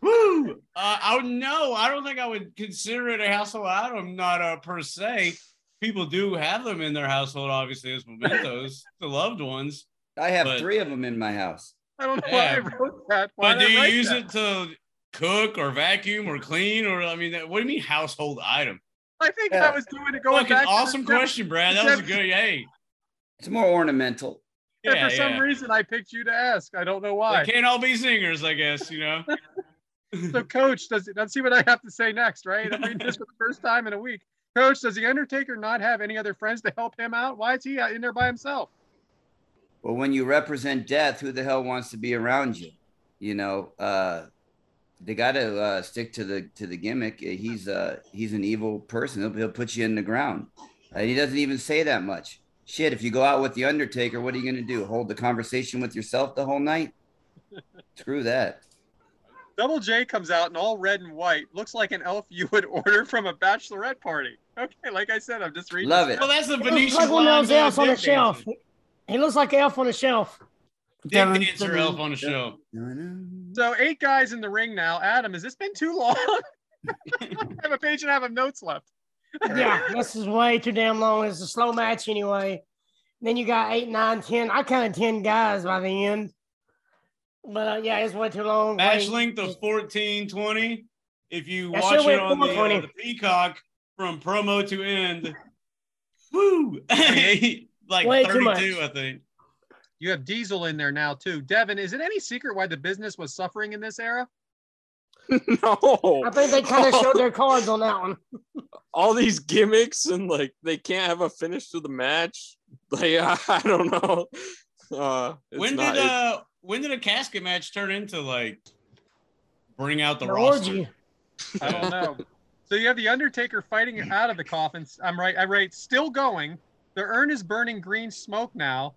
woo. Uh, I would no, I don't think I would consider it a household item, not uh, per se. People do have them in their household, obviously, as mementos, the loved ones. I have But- three of them in my house. I don't know Yeah. why I wrote that. Why But did do I you write use that? it to cook or vacuum or clean or I mean, that, what do you mean household item? I think Yeah. I was doing it going Fucking back. to the awesome script, question, Brad. That was a good hey. It's more ornamental. and Yeah, for some yeah. reason, I picked you to ask. I don't know They why. can't all be singers, I guess, you know. So, Coach, does it? Let's see what I have to say next, right? I'm reading this for the first time in a week. Coach, does the Undertaker not have any other friends to help him out? Why is he out in there by himself? Well, when you represent death, who the hell wants to be around you? You know, uh, they got to uh, stick to the to the gimmick. Uh, He's uh, he's an evil person. He'll, he'll put you in the ground. Uh, he doesn't even say that much. Shit, if you go out with the Undertaker, what are you going to do? Hold the conversation with yourself the whole night? Screw that. Double J comes out in all red and white. Looks like an elf you would order from a bachelorette party. Okay, like I said, I'm just reading. Love this. it. Well, that's the He looks Venetian like one of lines those elves uh, on a dip shelf. dances. He looks like Elf on a shelf. Dick dancer elf on the show. So eight guys in the ring now. Adam, has this been too long? I have a page and a half of notes left. yeah, this is way too damn long. It's a slow match anyway. Then you got eight, nine, ten. I counted ten guys by the end. But uh, yeah, it's way too long. Match Way- length of 1420. If you That watch shit it went on the, uh, 420. the Peacock from promo to end, woo, like Way 32, too much. I think. You have Diesel in there now too. Devin, is it any secret why the business was suffering in this era? no, I think they kind Oh. of showed their cards on that one. all these gimmicks and like they can't have a finish to the match. Like I, I don't know. Uh, it's when not- did it- uh when did a casket match turn into like bring out the, The roster? orgy. I don't know. so you have the Undertaker fighting out of the coffin. I'm right. I write still going. The urn is burning green smoke now.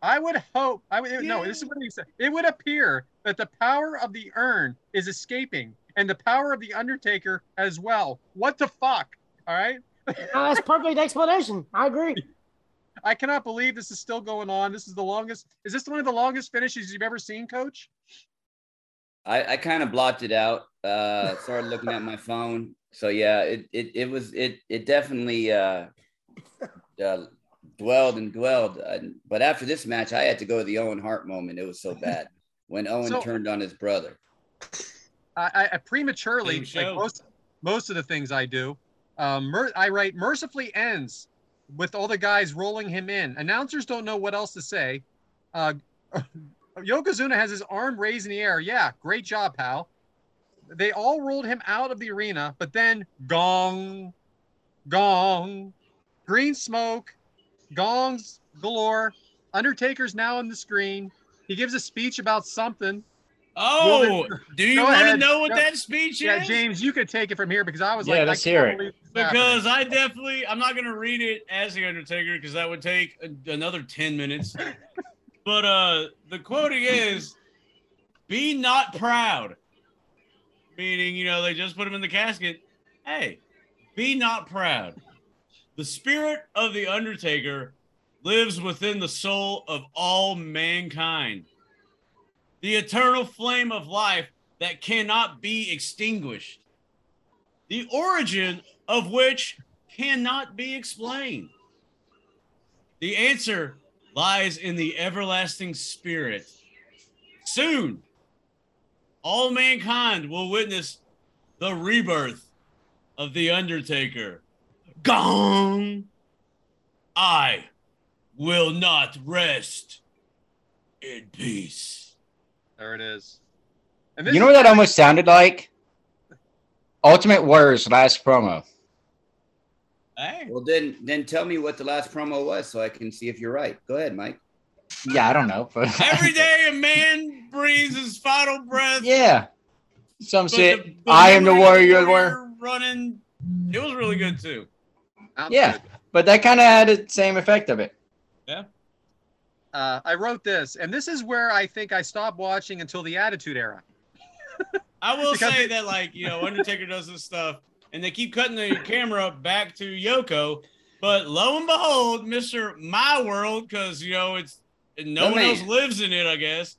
I would hope. I would no. This is what he said. It would appear that the power of the urn is escaping, and the power of the Undertaker as well. What the fuck? All right. Uh, that's perfect explanation. I agree. I cannot believe this is still going on. This is the longest. Is this one of the longest finishes you've ever seen, Coach? I, I kind of blocked it out. Uh, started looking at my phone. So yeah, it it, it was it it definitely uh, uh, dwelled and dwelled. Uh, but after this match, I had to go to the Owen Hart moment. It was so bad when Owen So- turned on his brother. I, I prematurely Same show. like most most of the things I do. Um, mer- I write mercifully ends with all the guys rolling him in. Announcers don't know what else to say. Uh, Yokozuna has his arm raised in the air. Yeah, great job, pal. They all rolled him out of the arena, but then gong, gong, green smoke, gongs galore. Undertaker's now on the screen. He gives a speech about something. Oh, do you Go want to ahead. know what Go- that speech Yeah, is? James, you could take it from here because I was Yeah, like, I let's can't hear it. believe this is Because happening. I definitely, I'm not going to read it as The Undertaker because that would take a- another 10 minutes. but uh the quoting is Be not proud. Meaning, you know, they just put him in the casket. Hey, be not proud. The spirit of The Undertaker lives within the soul of all mankind. The eternal flame of life that cannot be extinguished. The origin of which cannot be explained. The answer lies in the everlasting spirit. Soon, all mankind will witness the rebirth of the Undertaker. Gong! I will not rest in peace. there it is. And You know what that almost sounded like? Ultimate Warrior's last promo. Hey, Well, then then tell me what the last promo was so I can see if you're right. Go ahead, Mike. Yeah, I don't know, but every day a man breathes his final breath. yeah. Some but shit. the- I am the memory of warrior. warrior. Running, it was really good too. I'm Yeah, good. but that kind of had the same effect of it. Uh, I wrote this, and this is where I think I stopped watching until the Attitude Era. I will Because- say that, like, you know, Undertaker does this stuff, and they keep cutting the camera back to Yoko, but lo and behold, Mister My World, because you know it's no The one man. else lives in it, I guess.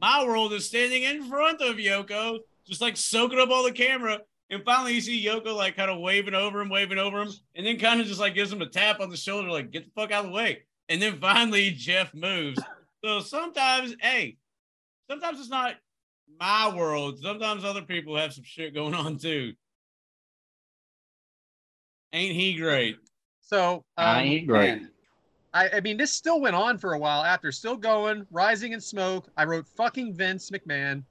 My World is standing in front of Yoko, just like soaking up all the camera. And finally, you see Yoko like kind of waving over him, waving over him, and then kind of just like gives him a tap on the shoulder, like get the fuck out of the way. And then finally, Jeff moves. So sometimes, hey, sometimes it's not my world. Sometimes other people have some shit going on too. Ain't he great? So I um, ain't great. Man, I, I mean, this still went on for a while after, still going, rising in smoke. I wrote fucking Vince McMahon.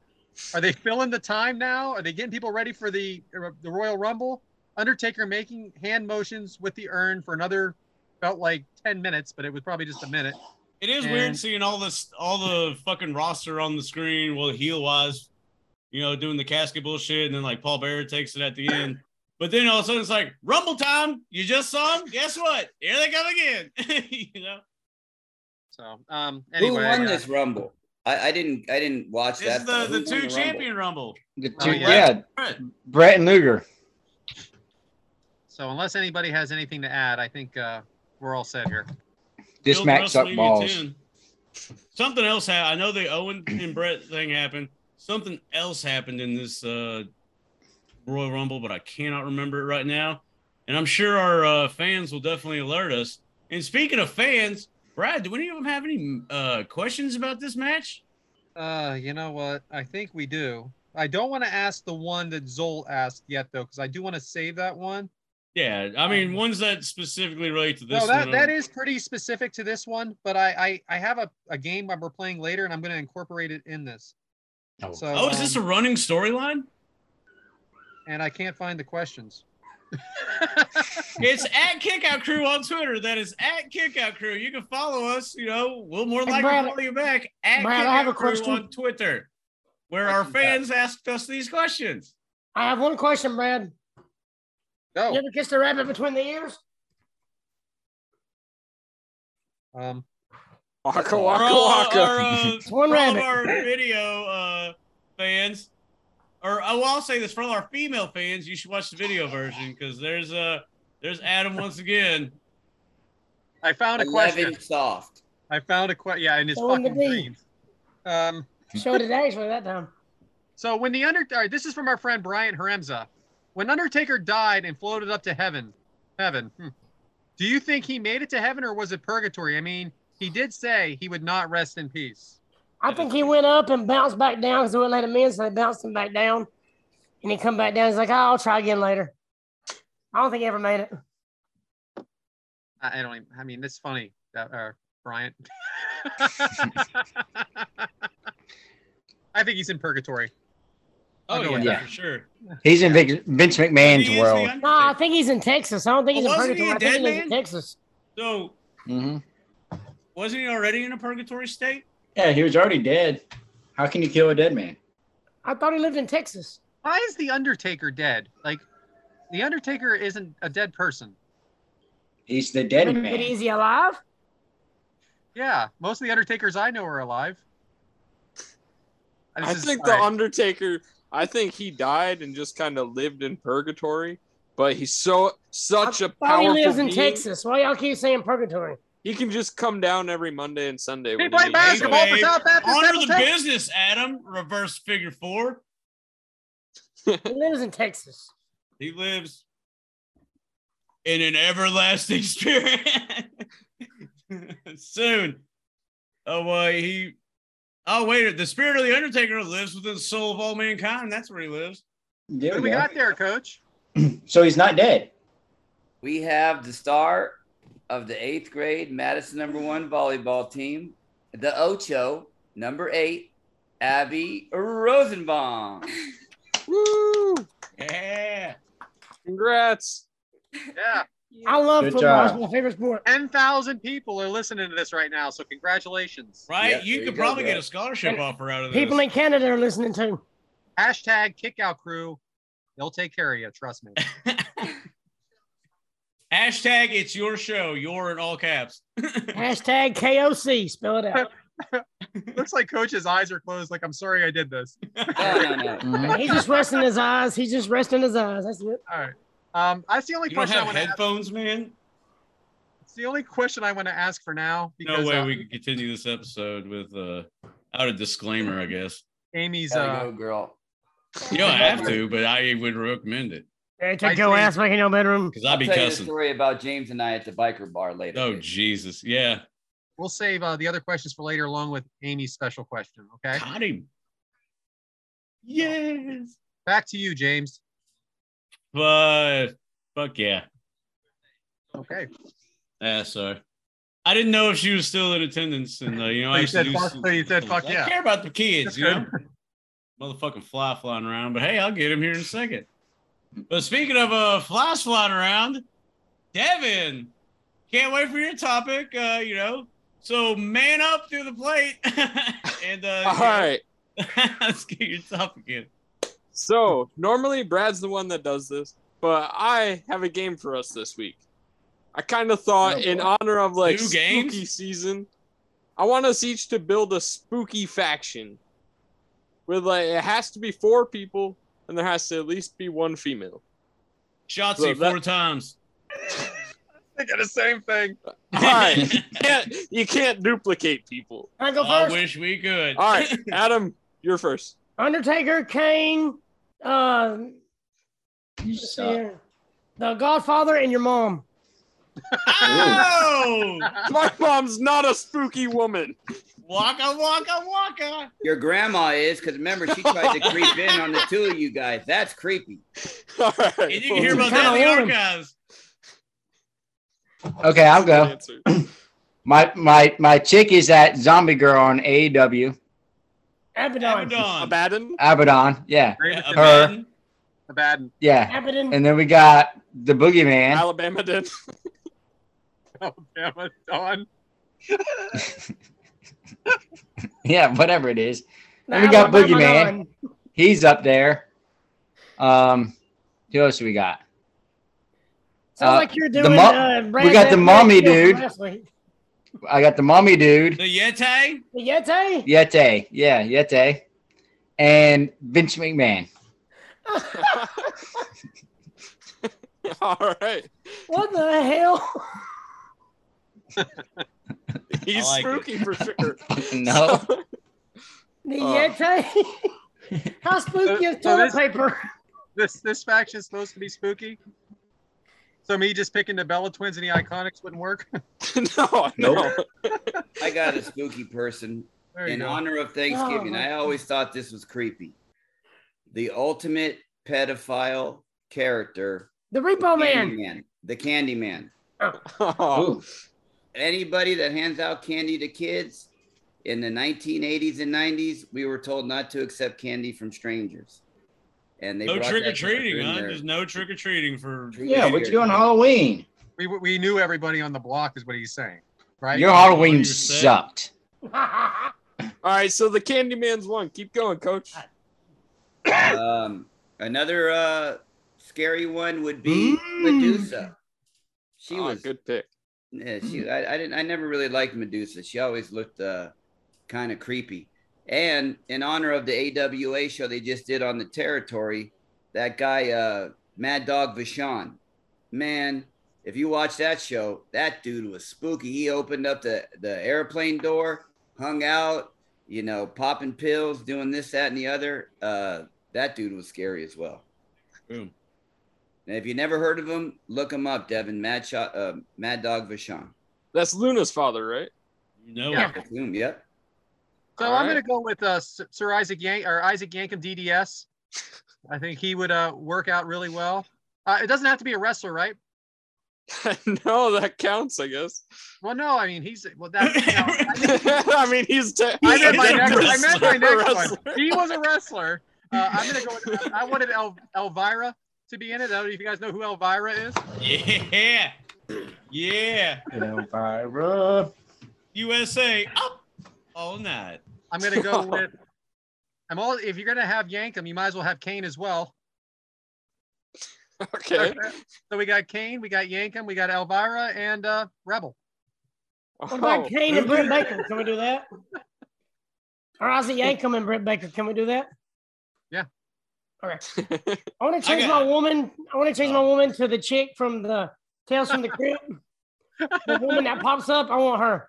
Are they filling the time now? Are they getting people ready for the uh, the Royal Rumble? Undertaker making hand motions with the urn for another felt like 10 minutes, but it was probably just a minute. It is weird And- seeing all this, all the fucking roster on the screen. Well, heel wise, you know, doing the casket bullshit, and then like Paul Bearer takes it at the end. But then all of a sudden it's like Rumble time. You just saw him. Guess what? Here they come again. you know, So um anyway. who won uh, this rumble? I, I didn't I didn't watch this that. is but the, who the won two Rumble? champion Rumble. The two, Oh, yeah. yeah. Brett. Brett and Luger. So unless anybody has anything to add, I think uh, we're all set here. This Bill match Russell, sucked Legion balls. 10. Something else happened. I know the Owen and Brett thing happened. Something else happened in this uh, Royal Rumble, but I cannot remember it right now. And I'm sure our uh, fans will definitely alert us. And speaking of fans, Brad, do any of them have any uh, questions about this match? Uh, you know what? I think we do. I don't want to ask the one that Zoll asked yet, though, because I do want to save that one. Yeah, I mean ones that specifically relate to this. Um, no, that, one. uh, that is pretty specific to this one, but I I, I have a, a game that we're playing later, and I'm going to incorporate it in this. Oh. So, Oh, is this a um, running storyline? and I can't find the questions. It's at Kickout Crew on Twitter. That is at Kickout Crew. You can follow us. You know, we'll more than Hey, likely Brad, follow you back at Brad, Kickout I have a Crew question. on Twitter, where our fans asked us these questions. I have one question, Brad. You Go. ever kissed a rabbit between the ears? Um, Waka For waka all waka. our, uh, It's one for all of rabbit. our video uh, fans, or I will say this for all our female fans, you should watch the video version because there's uh there's Adam once again. I found a Eleven question. soft. I found a question. Yeah, and it's Go on the fucking beat. green. Um, Showed it actually that time. So when the Undertaker, this is from our friend Brian Haremza. When Undertaker died and floated up to heaven, heaven, hmm, do you think he made it to heaven or was it purgatory? I mean, he did say he would not rest in peace. I think he went up and bounced back down because they wouldn't let him in, so they bounced him back down. And he come back down. He's like, oh, I'll try again later. I don't think he ever made it. I, I don't. Even, I mean, it's funny that uh, Brian. I think he's in purgatory. I'll Oh go yeah, with that. for sure. He's in Vic- Vince McMahon's He is the world. No, I Undertaker. think he's in Texas. I don't think he's in Oh, Wasn't purgatory. he a I think dead he lives in man? Texas. So hmm wasn't he already in a purgatory state? Yeah, he was already dead. How can you kill a dead man? I thought he lived in Texas. Why is the Undertaker dead? Like, the Undertaker isn't a dead person. He's the dead But, but man. is he alive? Yeah, most of the Undertakers I know are alive. I This is- think all the right. Undertaker. I think he died and just kind of lived in purgatory. But he's so such a I thought he powerful. lives in being, Texas. Why y'all keep saying purgatory? He can just come down every Monday and Sunday. Hey, when play he- basketball for babe. South Baptist Honor Temple the Tech. business, Adam. Reverse figure four. He lives in Texas. He lives in an everlasting spirit. Soon. Oh boy, he oh wait, the spirit of the Undertaker lives within the soul of all mankind. That's where he lives. There What do we we go. got there, Coach? So he's not dead. We have the star of the eighth grade Madison number one volleyball team, the Ocho number eight, Abby Rosenbaum. Woo! Yeah. Congrats. Yeah, I love Good football. job. It's my favorite sport. ten thousand people are listening to this right now, so congratulations. Right? Yeah, you there could you go, probably bro. get a scholarship And offer out of this. People in Canada are listening too. Hashtag Kickout Crew. They'll take care of you. Trust me. Hashtag it's your show. You're in all caps. Hashtag KOC. Spell it out. Looks like Coach's eyes are closed. Like I'm sorry I did this. No, no, no. Mhm. He's just resting his eyes. He's just resting his eyes. That's it. All right. Um, that's the only You don't question have I want to. Ask. headphones, man. It's the only question I want to ask for now No because way uh, we could continue this episode with uh out a disclaimer, I guess. Amy's. Gotta Uh, go, girl. You don't have to, but I would recommend it There, I take your see. ass back in your bedroom. because I'll I'd be tell you the cussing. story about James and I at the biker bar later. Oh Jesus, yeah, we'll save uh, the other questions for later, along with Amy's special question. Okay. caught him. Yes, Back to you, James. but fuck yeah. Okay. Yeah, sorry. I didn't know if she was still in attendance, and uh, you know, So I you used said to do fuck- some- so you said fuck I yeah. care about the kids, That's you know. Motherfucking fly flying around, but hey, I'll get him here in a second. But speaking of uh, flies flying around, Devin, can't wait for your topic. Uh, you know, so man up through the plate, and uh, All right. let's get your topic in. So normally Brad's the one that does this, but I have a game for us this week. I kind of thought, Oh, in boy. honor of like New spooky games? season, I want us each to build a spooky faction. With like, it has to be four people, and there has to at least be one female. Shotzi Look, that- four times. thinking the same thing. All right. you, can't, you can't duplicate people. Can I go I first? wish we could. All right, Adam, you're first. Undertaker, Kane, uh, You let's see suck. here. the Godfather, and your mom. Oh! My mom's not a spooky woman. waka, waka, waka. Your grandma is because remember she tried to creep in on the two of you guys. That's creepy. All right. And you can hear about Kinda that in the warm. archives. Okay, I'll Good go. answer. My my my chick is that zombie girl on E AEW, Abaddon. Abaddon. Abaddon. Abaddon. Yeah, Yeah, Raven, Her. Abaddon. Abaddon. yeah. Abaddon. And then we got the boogeyman. Alabama did. Alabama, Dawn. Yeah, whatever it is, the and we got Alabama Boogeyman. Nun. he's up there. Um, who else we got? Sounds Uh, like you're the doing. mo- uh, Brad got the Van Fleet mommy deal from dude. last week. I got the mummy dude. The Yeti. The Yeti. Yete, yeah, Yete, and Vince McMahon. All right. What the hell? He's I like spooky for sure. No. So- The Oh. Yeti. How spooky is So toilet this- paper? This this faction's supposed to be spooky. So me just picking the Bella Twins and the Iconics wouldn't work. no, no. I got a spooky person There you in go. honor of Thanksgiving. my I always thought this was creepy. The ultimate pedophile character, The Repo Man. Candyman, the Candyman. Oh, Ooh, Anybody that hands out candy to kids in the 1980s and 90s, we were told not to accept candy from strangers. And they No brought that trick or treating, character in huh? there. There's no trick or treating for. yeah, what you doing Halloween? We we knew everybody on the block is what he's saying, right? Your what you Halloween said. sucked. All right, so the Candyman's one. Keep going, Coach. Ah, um, another uh, scary one would be Hmm. Medusa. She Ah, was good pick. Yeah, she. I, I didn't. I never really liked Medusa. She always looked uh, kind of creepy. And in honor of the AWA show they just did on the territory, that guy uh, Mad Dog Vachon, man, if you watch that show, that dude was spooky. He opened up the the airplane door, hung out, you know, popping pills, doing this, that, and the other. Uh, that dude was scary as well. Boom. And if you never heard of him, look him up, Devin. Mad Shot, uh, Mad Dog Vachon. That's Luna's father, right? You know Yeah. it. Boom, yep. So I'm gonna go with uh, S- Sir Isaac Yank or Isaac Yankum DDS. I think he would uh, work out really well. Uh, it doesn't have to be a wrestler, right? no, that counts, I guess. Well, no, I mean he's well. That, you know, I mean, I mean, he's. Te- I meant my he's a next, I meant my wrestler. next one. He was a wrestler. Uh, I'm gonna go. With, I wanted El, Elvira to be in it. I don't know if you guys know who Elvira is. Yeah. Yeah. Elvira. USA up all night. I'm gonna go with. I'm all. If you're gonna have Yankum, you might as well have Kane as well. Okay. So we got Kane, we got Yankum, we got Elvira, and uh, Rebel. What about Oh, Kane and Britt Baker? Can we do that? Or Isaac Yankum and Britt Baker? Can we do that? Yeah. Okay. I want to change got- my woman. I want to change my Oh. woman to the chick from the Tales from the Crypt. the woman that pops up. I want her.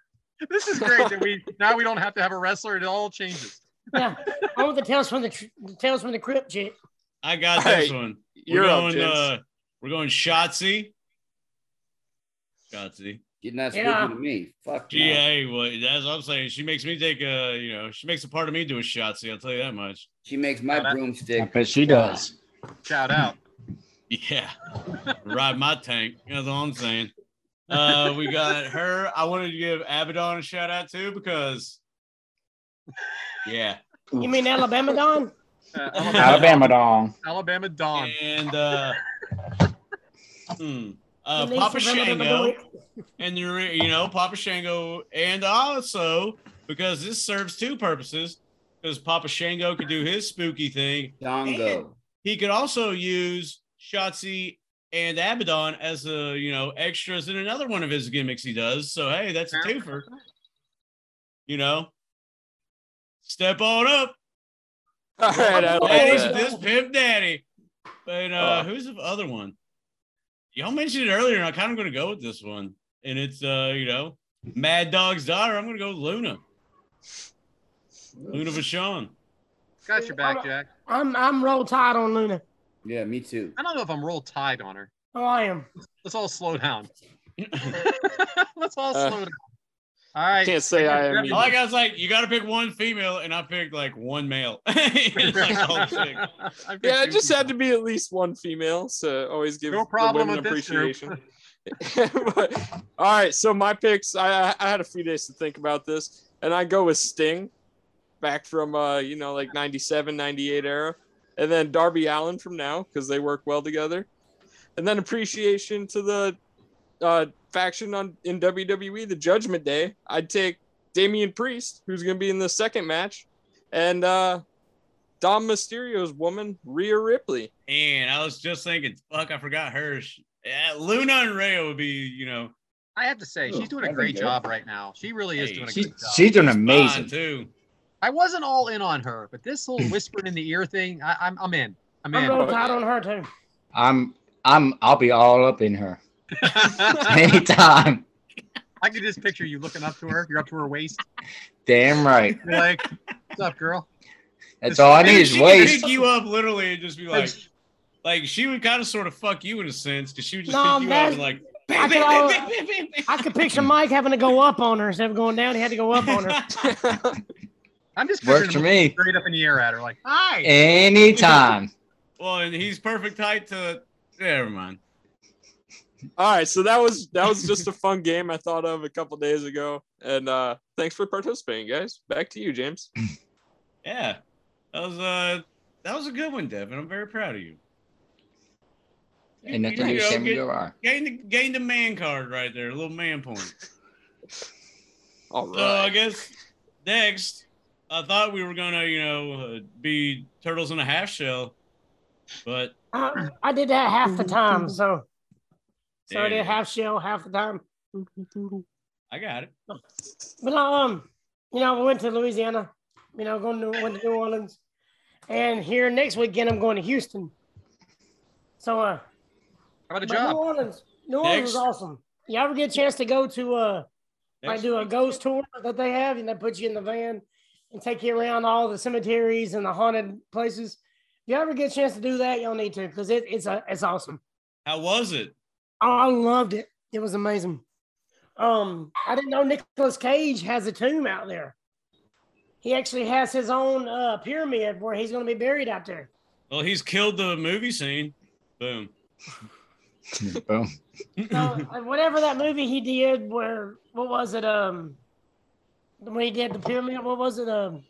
This is great that we now we don't have to have a wrestler. It all changes. Yeah. I want the Tales from the, Tr- Tales from the Crypt chick. I got All this right. one. We're you're up, going. James. uh, we're going Shotzi. Shotzi. You're not speaking Yeah. to me. Fuck no. Gee, hey, well, that's what I'm saying. She makes me take a, you know, she makes a part of me do a Shotzi. I'll tell you that much. She makes my Got it. I broomstick. bet she does. Shout out. Yeah, ride my tank. That's all I'm saying. Uh, we got her. I wanted to give Abaddon a shout out too because, yeah, You mean Alabama Don? Uh, Alabama, Alabama dong. Alabama Dawn. and uh, hmm, uh, The niece Papa of Alabama Shango. Don. and you re- you know Papa Shango, and also because this serves two purposes, because Papa Shango could do his spooky thing, Dongo. he could also use Shotzi and Abaddon as a you know extras in another one of his gimmicks he does. So hey, that's a twofer. You know, step on up, All right, I like ladies, that. with this pimp daddy. And uh, Oh. who's the other one? y'all mentioned it earlier, and I kind of going to go with this one. And it's uh, you know, Mad Dog's daughter. I'm going to go with Luna. Luna Vachon. Got your back, Jack. I'm I'm roll tide on Luna. Yeah, me too. I don't know if I'm roll tide on her. Oh, I am. Let's all slow down. Let's all Uh, slow down. All right. Can't say I am. I Like I was like, you got to pick one female, and I picked like one male. It's like, oh, shit. I've got Yeah, it two just had to people. be at least one female, so always give No the problem women with this group. appreciation. But- all right, so my picks. I I- I had a few days to think about this, and I go with Sting, back from uh you know like 97, 98 era, and then Darby Allen from now because they work well together, and then appreciation to the uh, faction on in WWE, the Judgment Day. I'd take Damian Priest, who's going to be in the second match, and uh, Dom Mysterio's woman Rhea Ripley. And I was just thinking, fuck, I forgot her. She- yeah, Luna and Rhea would be, you know, I have to say, she's doing a That'd be great good. job right now. She really is Hey, doing a She's good job. she's doing fine amazing. too. I wasn't all in on her, but this little whispering in the ear thing, I, I'm I'm in. I'm I'm roll in. tide on her too. I'm I'm I'll be all up in her I anytime. could just picture you looking up to her. You're up to her waist. Damn right. You're like, "What's up, girl?" That's all I need is she could waist. pick you up literally and just be like, Like, like she would kind of sort of fuck you in a sense because she would just No, pick you man. up and like, I could, al- I could picture Mike having to go up on her instead of going down. He had to go up on her. I'm just Works picturing for him me. straight up in the air at her, like, "Hi." Anytime. well, and he's perfect height to. Never mind. All right, so that was that was just a fun game I thought of a couple days ago, and uh thanks for participating, guys. Back to you, James. Yeah, that was uh that was a good one, Devin. I'm very proud of you. And nothing You new know, Sammy get- Guevara. Gained the, gained the man card right there, a little man point. All So Uh, I right. guess next, I thought we were gonna, you know, uh, be turtles in a half shell, but I, I did that half the time, so so I Yeah. did half shell half the time. I got it. But I, um, you know, I went to Louisiana. You know, going to went to New Orleans, and here next weekend I'm going to Houston. So, How uh, about a but New job? Orleans, New Orleans Next. is awesome. You ever get a chance to go to uh, like Next do a week. ghost tour that they have, and they put you in the van and take you around all the cemeteries and the haunted places. If you ever get a chance to do that, y'all need to because it, it's a it's awesome. How was it? I loved it. It was amazing. Um, I didn't know Nicolas Cage has a tomb out there. He actually has his own uh, pyramid where he's going to be buried out there. Well, he's killed the movie scene. Boom. Boom. So uh, whatever that movie he did, where what was it? Um, when he did the pyramid, what was it? Um,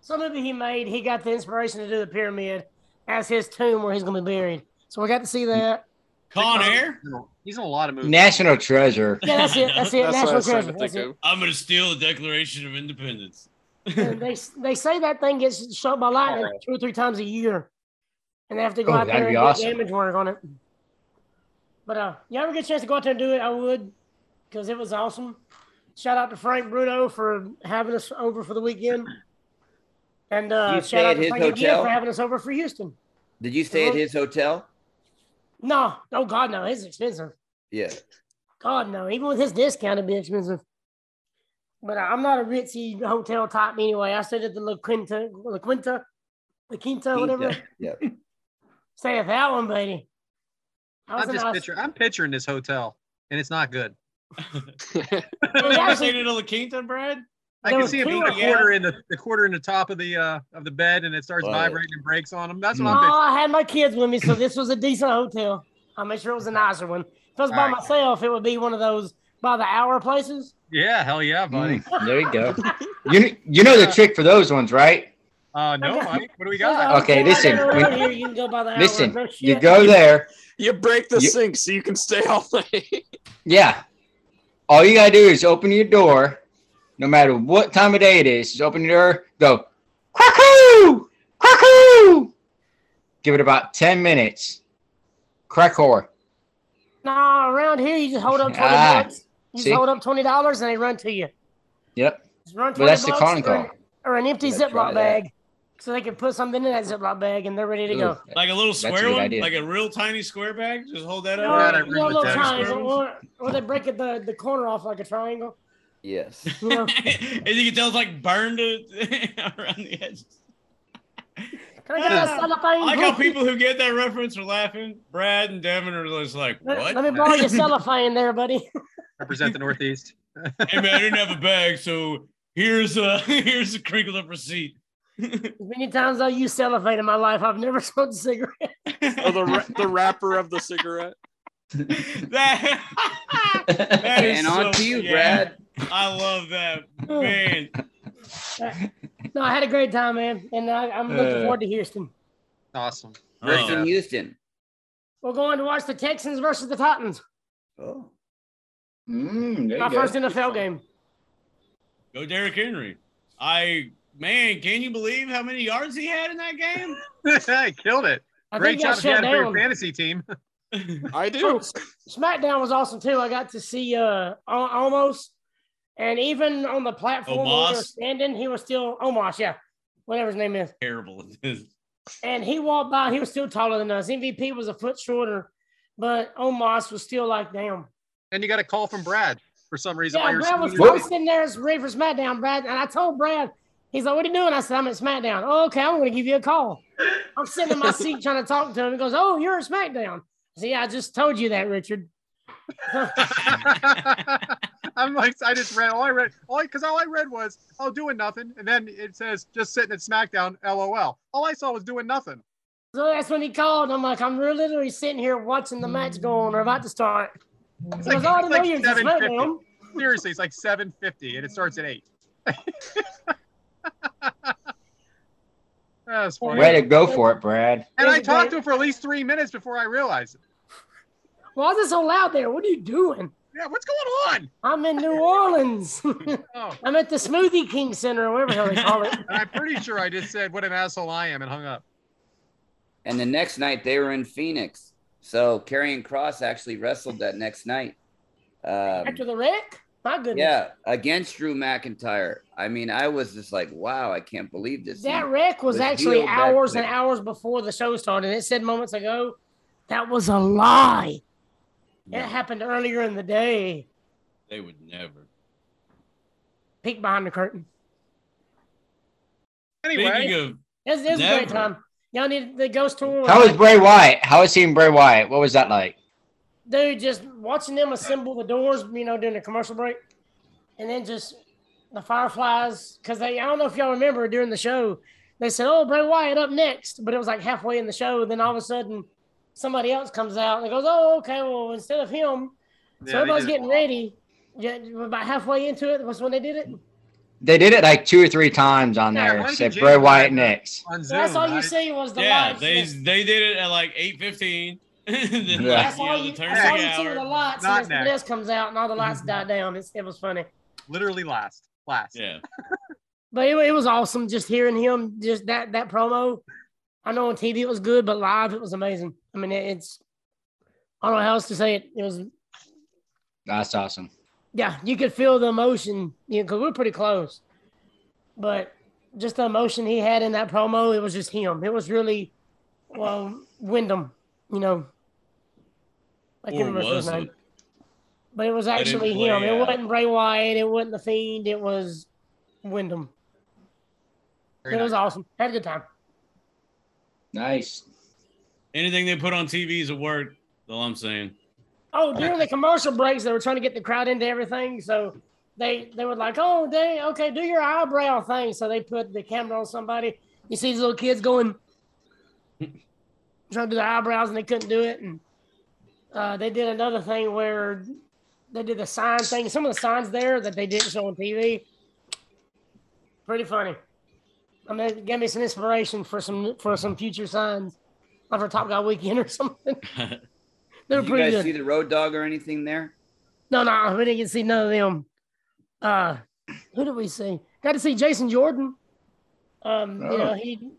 some movie he made, he got the inspiration to do the pyramid as his tomb where he's going to be buried. So we got to see that. Con Air. He's in a lot of movies. National treasure. Yeah, that's it. That's it. That's what I National was trying treasure. to think That's it. of. I'm gonna steal the Declaration of Independence. And they they say that thing gets shot by Oh, lightning two or three times a year, and they have to go Oh, out that'd there and be do awesome. damage work on it. But uh, you ever get a chance to go out there and do it, I would, because it was awesome. Shout out to Frank Bruno for having us over for the weekend, and uh, You shout stay out at to his Frank again hotel? for having us over for Houston. Did you stay at his hotel? No, oh God, no, it's expensive. Yeah. God, no. Even with his discount, it'd be expensive. But I- I'm not a ritzy hotel type anyway. I stayed at the La Quinta, La Quinta, La Quinta, whatever. Yeah. Stayed at that one, baby. That was I'm a just nice- picturing. I'm picturing this hotel, and it's not good. Have you ever actually- seen it La Quinta, Brad? I There can was see him two put a of 'em. quarter in the, the quarter in the top of the uh of the bed, and it starts Right. vibrating and breaks on him. That's what No, I'm picturing. Oh, I had my kids with me, so this was a decent hotel. I made sure it was a nicer one. If I was by Alright. myself, it would be one of those by the hour places. Yeah, hell yeah, buddy. Mm, there you go. You you know the trick for those ones, right? Uh, no, Okay. Mike, what do we There's a got? hotel Okay, right listen, there we- around here, you can go by the hour. Listen, No you shit. go there. You break the You- sink so you can stay all night. Yeah. All you gotta do is open your door, no matter what time of day it is. Just open your door, go crackoo, crackoo. Give it about ten minutes. Crack whore. Nah, around here you just hold up twenty Ah, bucks. You see? just hold up twenty dollars and they run to you. Yep. Just run But twenty that's the bucks con or- call. or an empty Yeah, try Ziploc that. bag. so they can put something in that Ziploc bag and they're ready to Ooh, go. Like a little a square good one, idea. like a real tiny square bag. Just hold that Or, up. I agree you know, with little that. triangles, Square ones? or, or they break it the, the corner off like a triangle. Yes. You know, and you can tell it's like burned uh, around the edges. can I get a I cellophane? like how cookie? people who get that reference are laughing. Brad and Devin are just like, Let, what? let me borrow your cellophane there, buddy. Represent the Northeast. hey man, I didn't have a bag, so here's a here's a crinkled up receipt. As many times I use cellophane in my life, I've never smoked a cigarette. Or Oh, the ra- the wrapper of the cigarette. that, that is and on so- to you, yeah, Brad. I love that man. No, I had a great time, man, and I, I'm looking Uh. forward to Houston. Awesome. Versus Oh. Houston. We're going to watch the Texans versus the Titans. Oh. Mm, there My you go. first NFL game. Go Derrick Henry. I man, can you believe how many yards he had in that game? I killed it. I Great think I job you shut had for your down. fantasy team. I do. SmackDown was awesome too. I got to see uh Al- almost, and even on the platform where we were Omos? standing, he was still Omos, yeah, whatever his name is. Terrible. And he walked by. He was still taller than us. MVP was a foot shorter, but Omos was still like, damn. And you got a call from Brad for some reason. while Yeah, you're Brad was sitting there. I'm sitting there as ready for SmackDown, Brad. And I told Brad, he's like, What are you doing? I said, I'm at SmackDown. Oh, okay, I'm gonna give you a call. I'm sitting in my seat trying to talk to him. He goes, Oh, you're at SmackDown. I said, Yeah, I just told you that, Richard. I'm like, I just read all I read, all because all I read was, oh, doing nothing, and then it says just sitting at SmackDown, LOL. All I saw was doing nothing. So that's when he called. I'm like, I'm really literally sitting here watching the match go on or about to start. He It's goes, Oh, I didn't it's know you were 7:50. at SmackDown. Seriously, it's like 7:50, and it starts at eight. That's funny. Way to go for it, Brad. And I There's a talked great- to him for at least three minutes before I realized it. Why is it so loud there? What are you doing? Yeah, what's going on? I'm in New Orleans. Oh, I'm at the Smoothie King Center or whatever the hell they call it. and I'm pretty sure I just said what an asshole I am and hung up. And the next night they were in Phoenix. So Karrion Cross actually wrestled that next night. Um, After the wreck? My goodness. yeah, against Drew McIntyre. I mean, I was just like, wow, I can't believe this. That wreck was was actually healed that hours and quick. hours before the show started. It said moments ago that was a lie. It happened earlier in the day. they would never. Peek behind the curtain. Anyway, Speaking of It was, it was a great Never. time. Y'all need the ghost tour. was How was like- Bray Wyatt? How was seeing Bray Wyatt? What was that like? dude just watching them assemble the doors? You know, during the commercial break, and then just the fireflies because they. I don't know if y'all remember during the show they said, "Oh, Bray Wyatt up next," but it was like halfway in the show. Then all of a sudden, somebody else comes out and goes, "Oh, okay. Well, instead of him, Yeah, they so everybody's did it. getting ready. Yeah, about halfway into it was when they did it. They did it like two or three times on Yeah, there. Mike and Said Jay Bray were Wyatt like, next. on Zoom, That's all you right? see was the yeah, lights. they and- they did it at like eight fifteen. then Yeah. like, that's you all know, the you, turning that's all you see were the hour. lights, Not and then somebody next. else comes out, and all the lights die down. It's, it was funny. literally last, last. Yeah. But it, it was awesome just hearing him just that that promo. I know on TV it was good, but live it was amazing. I mean, it, it's I don't know how else to say it. It was That's awesome. yeah, you could feel the emotion, you know, because we're pretty close. But just the emotion he had in that promo, it was just him. It was really well Wyndham, you know. I can't Or remember his was name. it? But it was didn't actually play him. It out. wasn't Bray Wyatt. It wasn't the Fiend. It was Wyndham. Very it was nice. awesome. Had a good time. Nice. Anything they put on TVs at work, that's all I'm saying. Oh, during the commercial breaks, they were trying to get the crowd into everything. So they they were like, "Oh, they okay, do your eyebrow thing." So they put the camera on somebody. You see these little kids going trying to do their eyebrows, and they couldn't do it. And uh, they did another thing where they did the sign thing. Some of the signs there that they didn't show on TV. Pretty funny. I mean, it gave me some inspiration for some for some future signs, like for Top Guy Weekend or something. They were Did you pretty guys good. see the road dog or anything there? No, no, we didn't get to see none of them. Uh, who did we see? Got to see Jason Jordan. Um, you know, Oh. he.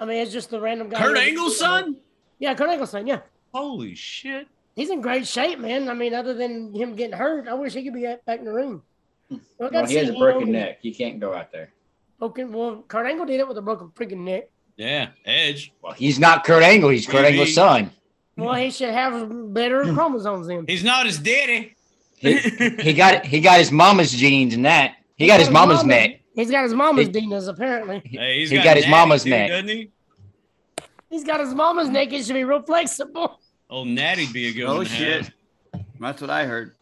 I mean, it's just the random guy. Kurt Angle's son? Yeah, Kurt Angle's son. Yeah, Holy shit. he's in great shape, man. I mean, other than him getting hurt, I wish he could be at- back in the ring. Well, I got Well, to he has see a broken him. neck. He can't go out there. broken. Well, Kurt Angle did it with a broken freaking neck. Yeah, Edge. Well, he's not Kurt Angle. He's Kurt Maybe. Angle's son. Well, he should have better chromosomes then. He's not his daddy. He, he got he got his mama's genes and that. He got his mama's neck. He's got his mama's He- dinas apparently. Hey, he's He got his natty, mama's too, neck. doesn't he? He's got his mama's neck. It should be real flexible. Old Natty'd be a good one. Oh to have. shit. That's what I heard.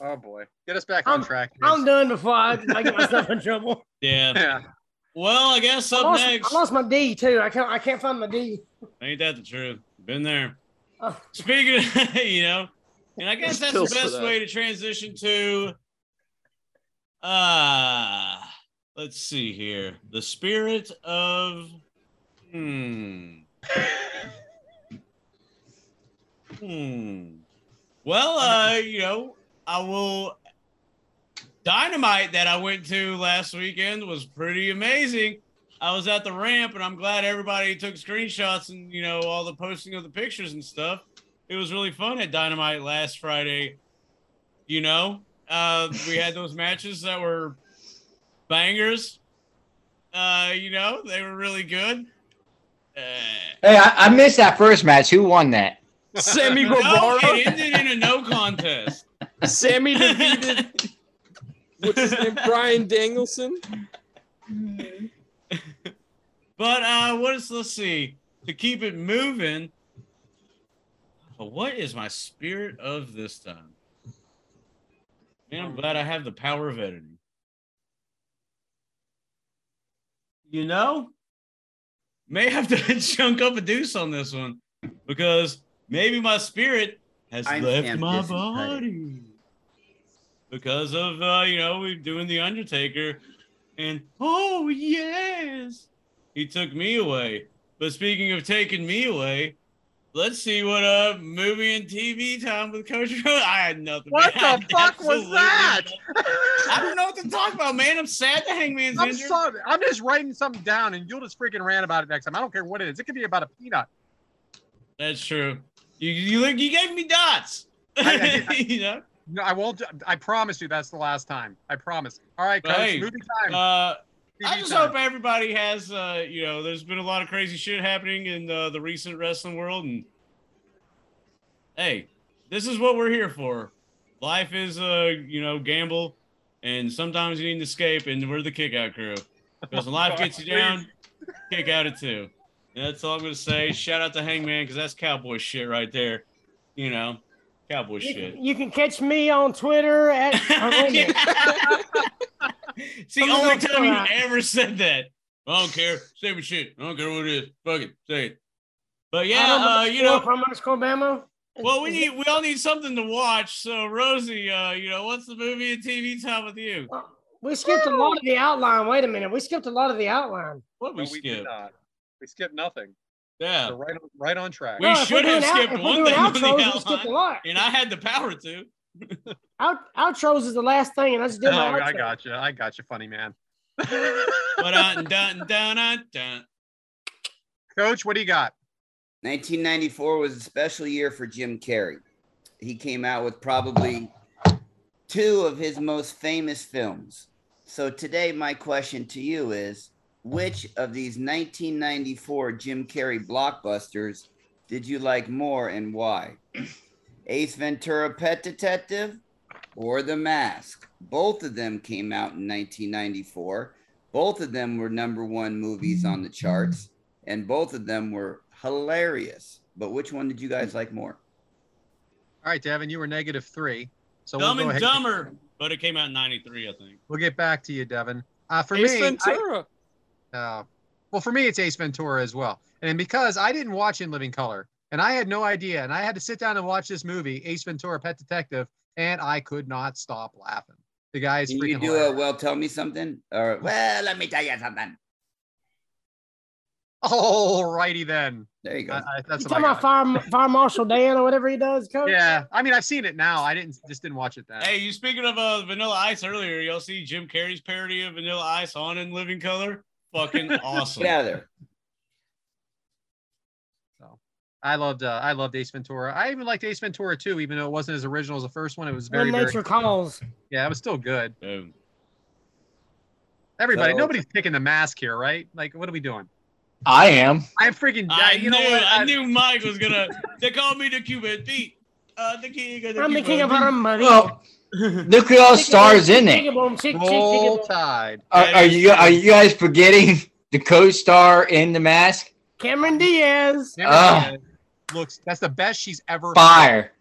Oh boy, get us back on I'm- track. I'm Vince. done before I, I get myself in trouble. Yeah. Yeah. Well, I guess I up lost, next. I lost my D too. I can't. I can't find my D. Ain't that the truth? Been there. Oh. Speaking of, you know, and I guess that's the Pills for best that. way to transition to uh let's see here. The spirit of hmm. hmm. Well, uh, you know, I will Dynamite that I went to last weekend was pretty amazing. I was at the ramp, and I'm glad everybody took screenshots and you know all the posting of the pictures and stuff. It was really fun at Dynamite last Friday. You know, uh, we had those matches that were bangers. Uh, you know, they were really good. Uh, Hey, I, I missed that first match. Who won that? Sammy no, Guevara. it ended in a no contest. Sammy defeated what's his name? Brian Danielson. But uh, what is? Let's see. To keep it moving, what is my spirit of this time? Man, I'm glad I have the power of editing. You know, may have to chunk up a deuce on this one because maybe my spirit has I left can't my disentangle. body because of uh, you know we're doing the Undertaker, and oh yes, he took me away. But speaking of taking me away, let's see what uh movie and TV time with Coach. Ro- I had nothing. What man. I the had fuck was absolutely that? nothing. I don't know what to talk about, man. I'm sad the Hangman's I'm injured. sorry. I'm just writing something down, and you'll just freaking rant about it next time. I don't care what it is. It could be about a peanut. That's true. You you look- you gave me dots. I- I- I- you know. No, I won't. I promise you, that's the last time. I promise. All right, coach. Hey, movie time. Uh, TV I just time. hope everybody has, uh, you know, there's been a lot of crazy shit happening in uh, the recent wrestling world, and hey, this is what we're here for. Life is a, you know, gamble, and sometimes you need an escape, and we're the kick out crew. Because when life gets you down, kick out it too. And that's all I'm gonna say. Shout out to Hangman because that's cowboy shit right there. You know, cowboy You, shit. you can catch me on Twitter at. oh, wait a minute. It's the I'm only not time you sure. ever said that. I don't care. Say my shit. I don't care what it is. Fuck it. Say it. But Adam yeah, uh, you know, from underscore Bama. well, we need we all need something to watch. So Rosie, uh, you know, what's the movie and TV time with you? We skipped a lot of the outline. Wait a minute, we skipped a lot of the outline. What No, we did skip? not. We skipped nothing. Yeah, So right, on, right on track. We if we're should have doing out- skipped if we're one doing thing on the outros, we skipped a outline. lot. and I had the power to. Out, outros is the last thing, and I just did Oh, my I outro. got you. I got you, funny man. But uh, dun dun dun dun. Coach, what do you got? 1994 was a special year for Jim Carrey. He came out with probably two of his most famous films. So today, my question to you is which of these 1994 Jim Carrey blockbusters did you like more and why? Ace Ventura Pet Detective or The Mask? Both of them came out in 1994. Both of them were number one movies on the charts and both of them were hilarious. But which one did you guys like more? All right, Devin, you were negative three. So Dumb we'll go and ahead. Dumber, but it came out in '93, I think. We'll get back to you, Devin. Uh, for Ace me, I- Ventura. Uh, well, for me, it's Ace Ventura as well. And because I didn't watch In Living Color and I had no idea, and I had to sit down and watch this movie, Ace Ventura Pet Detective, and I could not stop laughing. The guy is Can you freaking do a hilarious. well, tell me something, or well, let me tell you something. All righty then. There you go. I, I, that's you what I talking about got. Fire, Fire Marshal Dan or whatever he does, coach? Yeah, I mean, I've seen it now. I didn't just didn't watch it then. Hey, you speaking of uh, Vanilla Ice earlier, y'all see Jim Carrey's parody of Vanilla Ice on In Living Color? Fucking awesome. Get out of there. I loved uh, I loved Ace Ventura. I even liked Ace Ventura too, even though it wasn't as original as the first one. It was very, When very nature calls. yeah, it was still good. Boom. Everybody, So- nobody's picking the mask here, right? Like, what are we doing? I am. I'm freaking. I knew, you know what? I, knew Mike was gonna. They called me the Cuban beat. Uh, the king of the I'm the king of Cuban Haram, buddy. Well, look who else stars in it. Roll it. Tide. Are, are you are you guys forgetting the co-star in the mask? Cameron Diaz. Cameron Ah. Diaz looks. That's the best she's ever. Fire,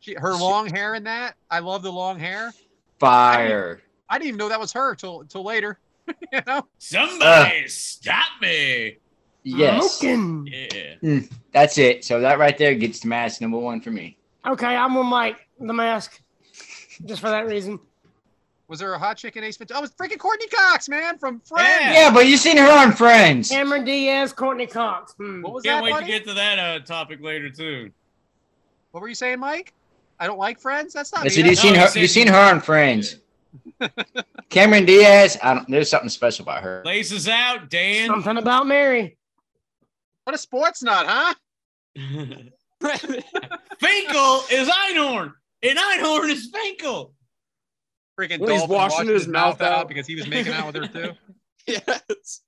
She, her long hair in that. I love the long hair. fire. I didn't even know that was her till till later. you know. beat. Somebody stop me! Yes, Moken. Yeah. that's it. So that right there gets the mask number one for me. Okay, I'm with Mike. The mask. Just for that reason. Was there a hot chick in Ace Ventura? Oh, it's freaking Courtney Cox, man, from Friends. Yeah. Yeah, but you seen her on Friends. Cameron Diaz, Courtney Cox. Hmm. What was Can't that, wait buddy? to get to that uh, topic later too. What were you saying, Mike? I don't like Friends. That's not I me. said That's- you seen No, her. it's You it. seen her on Friends. Cameron Diaz. I don't. There's something special about her. Laces out, Dan. Something about Mary. What a sports nut, huh? Finkel is Einhorn, and Einhorn is Finkel. Freaking When he's Dolphin washing washed his mouth out. because he was making out with her too. yes.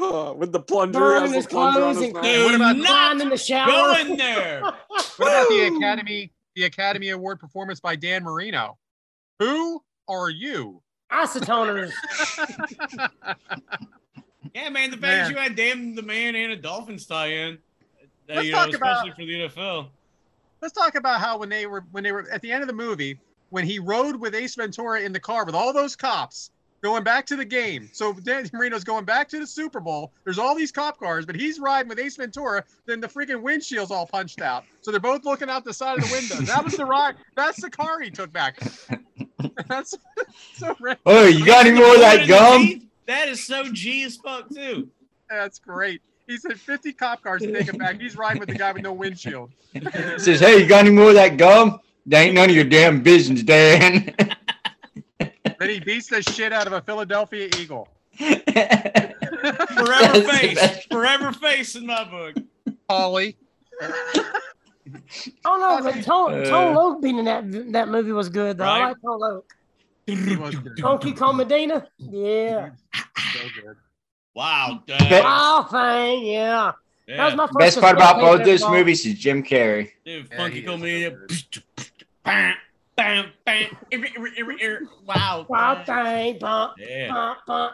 Oh, with the plunger, Burning as the his plunger on clothes and his mouth. clothes. What about- Not Crying in the shower. Go in there. What about the Academy the Academy Award performance by Dan Marino? Who are you? Isotoners. Yeah, man. The fact Man. that you had damn the man and a Dolphins tie-in, uh, Let's you know, talk about- especially for the NFL. Let's talk about how when they were when they were at the end of the movie when he rode with Ace Ventura in the car with all those cops going back to the game. So Dan Marino's going back to the Super Bowl. There's all these cop cars, but he's riding with Ace Ventura. Then the freaking windshield's all punched out. So they're both looking out the side of the window. That was the rock. That's the car he took back. That's so. ra- Oh, you got any more of Put it that in the gum? teeth? That is so G as fuck too. That's great. He said 50 cop cars to take him back. He's riding with the guy with no windshield. Says, hey, you got any more of that gum? That ain't none of your damn business, Dan. Then he beats the shit out of a Philadelphia Eagle. Forever That's the face, best. forever face in my book. Polly. Oh no, but Uh. Tone, Tone Loc being in that that movie was good though. Right. I like Tone Loc. He was good. Funky Comedina, yeah. So good. Wow. uh, Wow thing, yeah. That was yeah. my first Best part about Ghostbusters both those involved. movies is Jim Carrey. Dude, Yeah, funky he is comedian. so Bam, bam, bam. Ir- ir- ir- ir- Wow. Wow thing, bump, Yeah. bump, bump.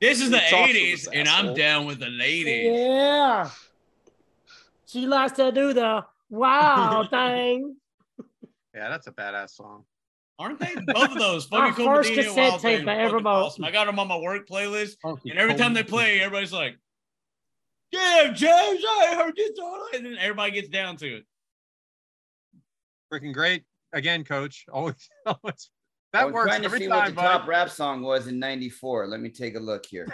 This is He the talks with eighties, his and I'm asshole. down with the ladies. Yeah. She likes to do the wow thing. Yeah, that's a badass song. Aren't they? Both of those. My Funky first comedian, cassette Wild tape Thing, I fucking ever bought. awesome. I got them on my work playlist, Funky and every time they play, everybody's like, "Yeah, James, I heard you talk," and then everybody gets down to it. freaking great. Again, coach. Always, always. I That was works trying to every see what time, the bud. top rap song was in '94. Let me take a look here.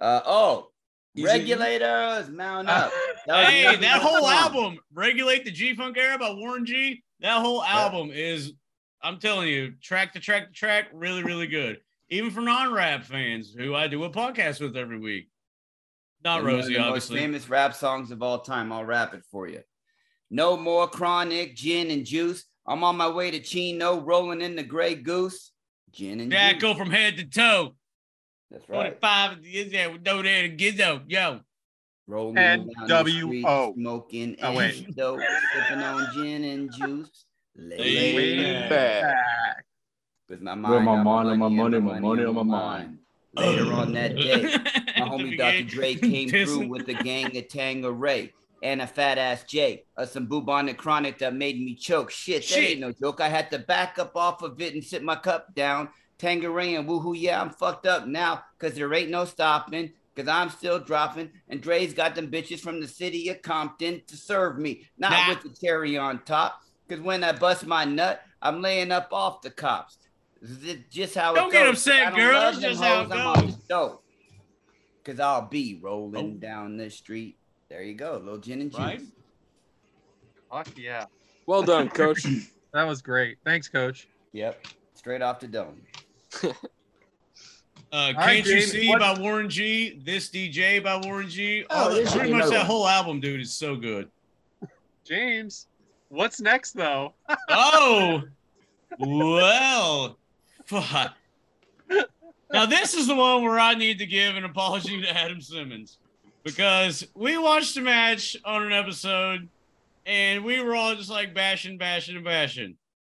Uh, oh, Easy. regulators mount Uh, up. That was Hey, another that good whole song. album, "Regulate the G Funk Era" by Warren G. That whole album is, I'm telling you, track to track to track, really, really good. Even for non-rap fans, who I do a podcast with every week. Not And one of Rosie, the most obviously. famous rap songs of all time. I'll rap it for you. No more chronic gin and juice. I'm on my way to Chino, rolling in the Grey Goose. Gin and juice. Jacko from head to toe. That's right. 25 is that with no there to gizzo. Yo. Rolling And down the W street, O. smoking Oh, and wait. dope, sipping on gin and juice. Hey, Laid man. Bad. Ah, With my Where mind, my on mind, on my and money, my money, on my mind. Later on that day, my homie Dr. Dre Drake came through with a gang of Tangeray and a fat ass J, uh, some bubonic chronic that made me choke. Shit, that Shit. ain't no joke. I had to back up off of it and sit my cup down. Tangeray and woohoo, yeah, I'm fucked up now, cause there ain't no stopping. Cause I'm still dropping, and Dre's got them bitches from the city of Compton to serve me, not Nah. with the cherry on top. Cause when I bust my nut, I'm laying up off the cops. Th- just how Don't it get goes. upset, I don't girl. love That's them just how it hoes. I'm on goes. the dope. Cause I'll be rolling Oh. down the street. There you go, little gin and juice. Right? Fuck yeah. Well done, coach. That was great. Thanks, coach. Yep, straight off the dome. Uh, Can't All right, You James, See what- by Warren G, This DJ by Warren G. Oh, All the- this is pretty much another that one. whole album, dude, is so good. James, what's next, though? Oh, well, fuck. Now this is the one where I need to give an apology to Adam Simmons because we watched a match on an episode and we were all just like bashing, bashing, and bashing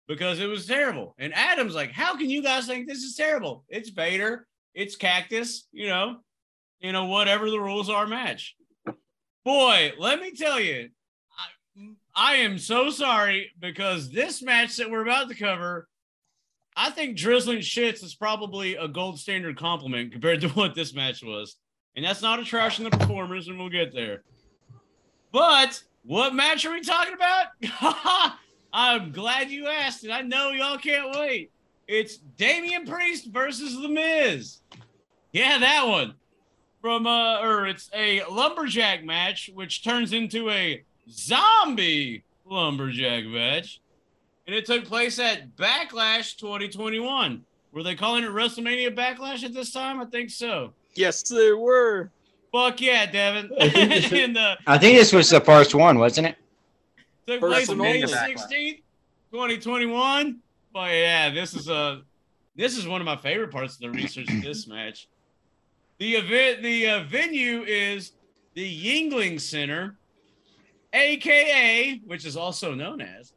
because it was terrible. And Adam's like, "How can you guys think this is terrible? It's Vader, it's Cactus, you know, you know whatever the rules are match." Boy, let me tell you, I, I am so sorry because this match that we're about to cover. I think drizzling shits is probably a gold standard compliment compared to what this match was. And that's not a trash in the performers, and we'll get there. But what match are we talking about? I'm glad you asked, and I know y'all can't wait. It's Damian Priest versus The Miz. Yeah, that one. From uh or it's a lumberjack match, which turns into a zombie lumberjack match and it took place at Backlash 2021. Were they calling it WrestleMania Backlash at this time? I think so. Yes, they were. Fuck yeah, Devin. I think this is- and uh, I think this was the first one, wasn't it? took First place on May WrestleMania Backlash. 16th, 2021. But yeah, this is a this is one of my favorite parts of the research of this match. The event, the uh, venue is the Yingling Center, aka, which is also known as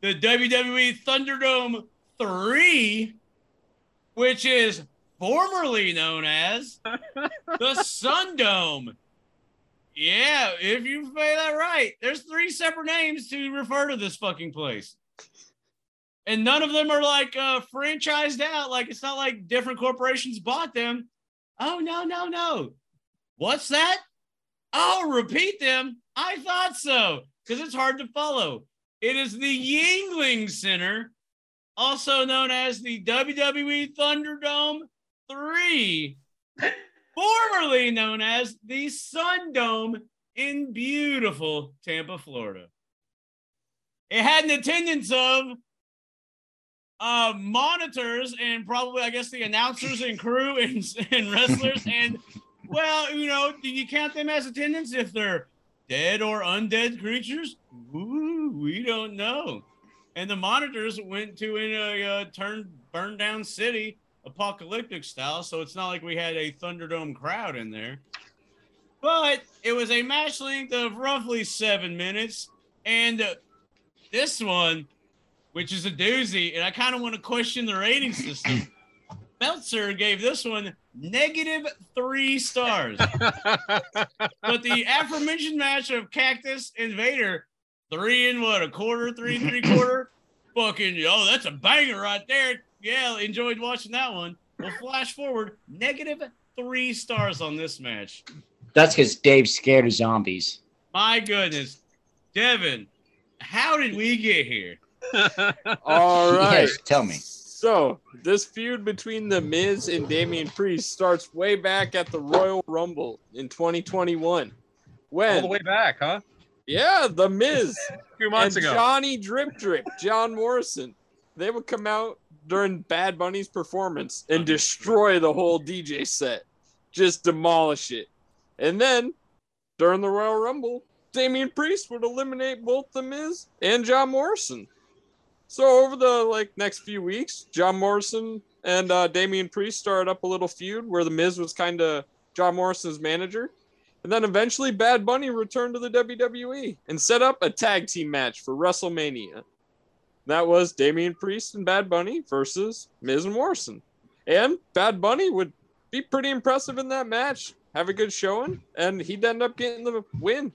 the WWE Thunderdome 3, which is formerly known as the Sundome. Yeah, if you say that right, there's three separate names to refer to this fucking place. And none of them are like uh, franchised out. Like it's not like different corporations bought them. Oh, no, no, no. What's that? I'll repeat them. I thought so because it's hard to follow. It is the Yingling Center, also known as the WWE Thunderdome 3 formerly known as the Sundome in beautiful Tampa, Florida. It had an attendance of uh, monitors and probably, I guess, the announcers and crew and, and wrestlers. And, well, you know, do you count them as attendance if they're dead or undead creatures? Ooh, we don't know. And the monitors went to in a uh, turned burned down city apocalyptic style, so it's not like we had a Thunderdome crowd in there. But it was a match length of roughly seven minutes, and uh, this one, which is a doozy, and I kind of want to question the rating system. Meltzer gave this one negative three stars, but the aforementioned match of Cactus and Vader, three and what a quarter, three and three quarter, fucking yo, that's a banger right there. Yeah, enjoyed watching that one. We'll flash forward. Negative three stars on this match. That's because Dave's scared of zombies. My goodness, Devin, how did we get here? All right. Yes, tell me. So, this feud between The Miz and Damian Priest starts way back at the Royal Rumble in 2021. All the When, way back, huh? yeah, The Miz Two months and ago. Johnny Drip Drip, John Morrison, they would come out during Bad Bunny's performance Uh-huh. and destroy the whole DJ set, just demolish it. And then during the Royal Rumble, Damian Priest would eliminate both The Miz and John Morrison. So over the like next few weeks, John Morrison and uh, Damian Priest started up a little feud where The Miz was kind of John Morrison's manager. And then eventually Bad Bunny returned to the WWE and set up a tag team match for WrestleMania. That was Damian Priest and Bad Bunny versus Miz and Morrison. And Bad Bunny would be pretty impressive in that match, have a good showing, and he'd end up getting the win.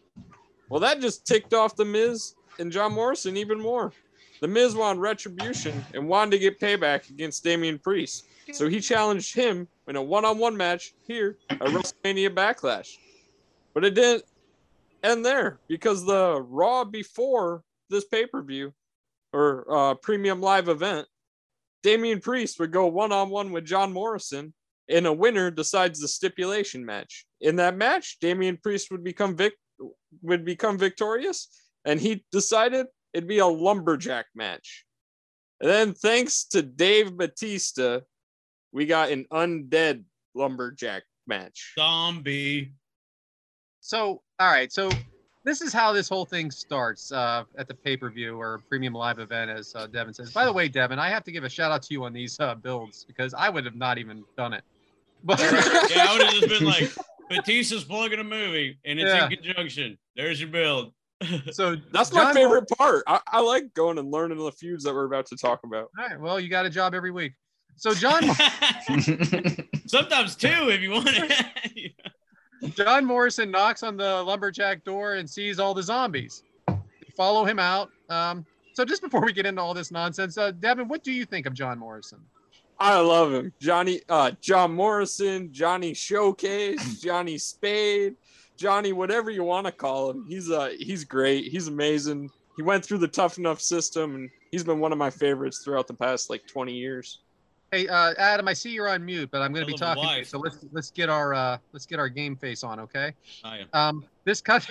Well, that just ticked off The Miz and John Morrison even more. The Miz wanted retribution and wanted to get payback against Damian Priest. So he challenged him in a one on one match here at WrestleMania Backlash. But it didn't end there because the Raw before this pay per view or uh, premium live event, Damian Priest would go one on one with John Morrison, and a winner decides the stipulation match. In that match, Damian Priest would become vic- would become victorious, and he decided it'd be a lumberjack match. And then, thanks to Dave Batista, we got an undead lumberjack match. Zombie. So, all right. So, this is how this whole thing starts uh, at the pay per view or premium live event, as uh, Devin says. By the way, Devin, I have to give a shout out to you on these uh, builds because I would have not even done it. But yeah, I would have just been like, Batista's plugging a movie and it's Yeah. in conjunction. There's your build. so That's my John- favorite part. I, I like going and learning the feuds that we're about to talk about. All right, well, you got a job every week. So John Sometimes two, if you want it. John Morrison knocks on the lumberjack door and sees all the zombies. They follow him out. Um, so just before we get into all this nonsense, uh, Devin, what do you think of John Morrison? I love him. Johnny uh John Morrison, Johnny Showcase, Johnny Spade, Johnny whatever you want to call him. He's uh he's great. He's amazing. He went through the tough enough system and he's been one of my favorites throughout the past like 20 years. Hey, uh, Adam, I see you're on mute, but I'm going to be Hell of a talking. To you, life. so let's let's get our uh, let's get our game face on, okay? I am. Um, this cut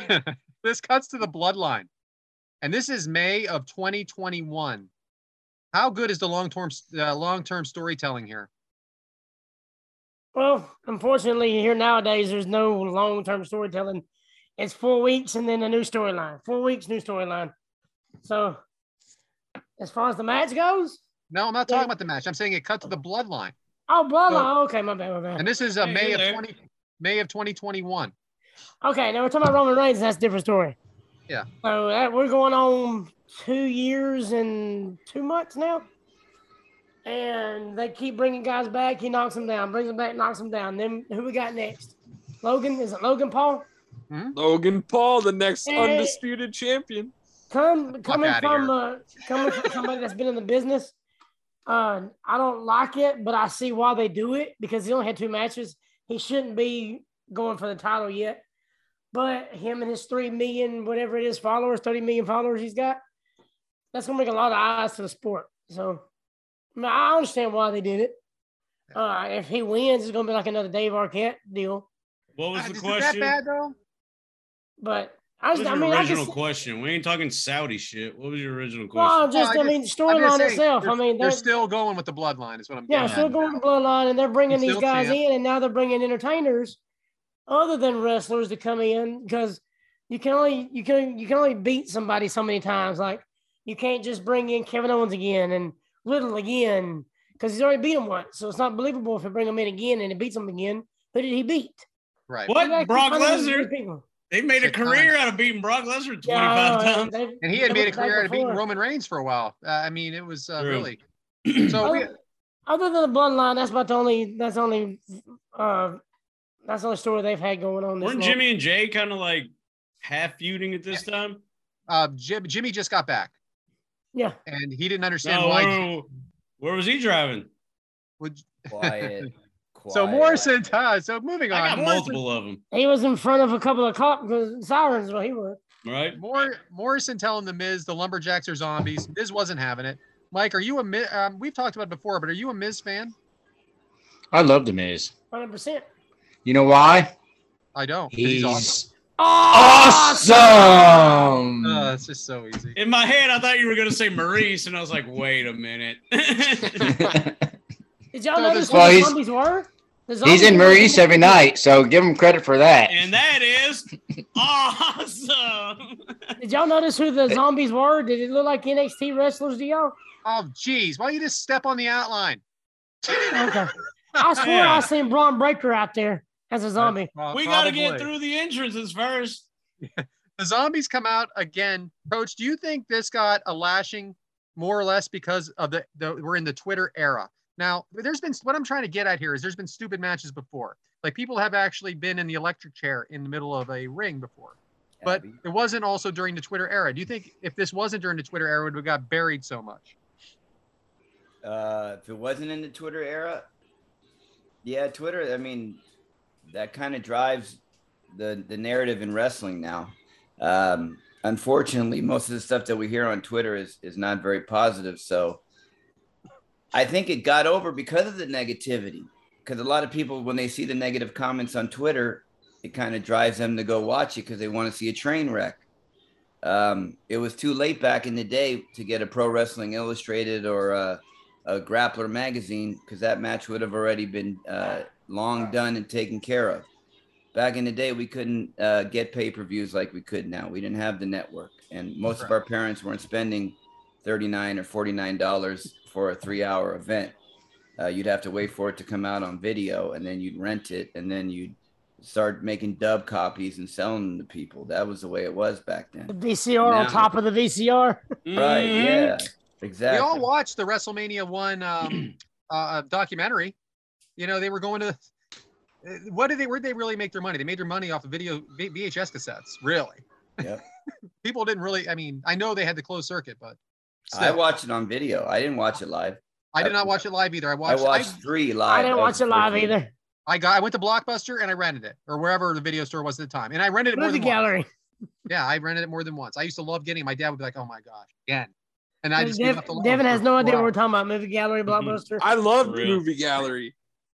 this cuts to the bloodline, and this is May of 2021. How good is the long term uh, long term storytelling here? Well, unfortunately, here nowadays, there's no long term storytelling. It's four weeks and then a new storyline. Four weeks, new storyline. So, as far as the match goes, No, I'm not talking about the match. I'm saying it cut to the bloodline. oh, blah, blah. Okay, my bad, my bad. And this is uh, Hey, May hey of there. 20 May of 2021. Okay, now we're talking about Roman Reigns. That's a different story. Yeah. So that, we're going on two years and two months now, and they keep bringing guys back. He knocks them down, brings them back, knocks them down. Then who we got next? Logan is it Logan Paul? Logan Paul, the next Hey. undisputed champion. Come coming outta from here. uh, coming from somebody that's been in the business. Uh, I don't like it, but I see why they do it because he only had two matches. He shouldn't be going for the title yet. But him and his three million, whatever it is, followers, thirty million followers he's got, that's gonna make a lot of eyes to the sport. So, I, mean, I understand why they did it. Uh, if he wins, it's gonna be like another Dave Arquette deal. What was Ah, the is it question? that bad though? But I What just, was I your mean, I original just, question? We ain't talking Saudi shit. What was your original question? well, just, No, I I mean, I'm just storyline saying, itself. they're- I mean, they're there's still going with the bloodline. Is what I'm Yeah, getting. still at. going to bloodline, and they're bringing Still these guys champ. in, and now they're bringing entertainers other than wrestlers to come in because you can only you can you can only beat somebody so many times. Like you can't just bring in Kevin Owens again and Riddle again because he's already beat him once, so it's not believable if you bring him in again and he beats him again. Who did he beat? right. What? Who did Brock he beat? Lesnar? People. They've made a Good time. career out of beating Brock Lesnar 25 Yeah, times. they- And he they had made a went back career out and of beating forth. Roman Reigns for a while. Uh, I mean, it was uh, True. really. So we, Other, other than the bloodline, that's about the only that's the only uh that's the only story they've had going on. This Weren't long. Jimmy and Jay kind of like half feuding at this time? uh, Jim, Jimmy just got back, Yeah. and he didn't understand No, why. where, where was he driving? would- Quiet. quiet. so Morrison. Uh, so moving on. I got Morrison- multiple of them, He was in front of a couple of cop sirens, but he was. right? Mor- Morrison telling the Miz the Lumberjacks are zombies. Miz wasn't having it. Mike, are you a Miz? Um, we've talked about it before, but are you a Miz fan? I love the Miz. 100%. You know why? I don't. 'cause He's awesome. awesome. Uh, it's just so easy. In my head, I thought you were going to say Maurice, and I was like, wait a minute. Did y'all So this- notice who Well, the he's- zombies were? The He's zombies in were- Maurice every night, so give him credit for that. and that is awesome. Did y'all notice who the zombies were? Did it look like NXT wrestlers to y'all? Oh, geez. Why don't you just step on the outline? Okay. I swear Yeah. I seen Braun Breaker out there as a zombie. Pro- We got to get probably. through the entrances first. The zombies come out again. Coach, do you think this got a lashing more or less because of the, the we're in the Twitter era? Now, there's been what I'm trying to get at here is there's been stupid matches before. Like people have actually been in the electric chair in the middle of a ring before. But Abby. it wasn't also during the Twitter era. Do you think if this wasn't during the Twitter era, it would have got buried so much? Uh, if it wasn't in the Twitter era, yeah, Twitter. I mean, that kind of drives the the narrative in wrestling now. Um, unfortunately, most of the stuff that we hear on Twitter is is not very positive. So, I think it got over because of the negativity. Because a lot of people, when they see the negative comments on Twitter, it kind of drives them to go watch it because they want to see a train wreck. Um, it was too late back in the day to get a Pro Wrestling Illustrated or. Uh, a Grappler magazine because that match would have already been uh, long done and taken care of. Back in the day, we couldn't uh, get pay per views like we could now. We didn't have the network, and most of our parents weren't spending thirty nine or forty nine dollars for a three hour event. Uh, you'd have to wait for it to come out on video, and then you'd rent it, and then you'd start making dub copies and selling them to people. That was the way it was back The then. VCR on Now- top of the VCR. Mm. Right? Mm-hmm. Mhm. Yeah. We Exactly. all watched the WrestleMania one um, uh, documentary. You know, they were going to. uh, What did they? Where would they really make their money? They made their money off of video V- VHS cassettes. Really? Yep. People didn't really. I mean, I know they had the closed circuit, but I still, I, watched it on video. I didn't watch it live. did not watch it live either. I I watched. I, watched three live. I didn't That watch was it live fortunate. either. I got. I went to Blockbuster and I rented it, or wherever the video store was at the time, and I rented it more Movie than once. gallery. Yeah, I rented it more than once. I used to love getting. it. My dad would be like, "Oh my gosh, again," and I Dev- just gave Devin, up the loan has for Mm-hmm. no four idea what we're hours. talking about. Movie gallery, blockbuster. I loved For real. Movie Gallery.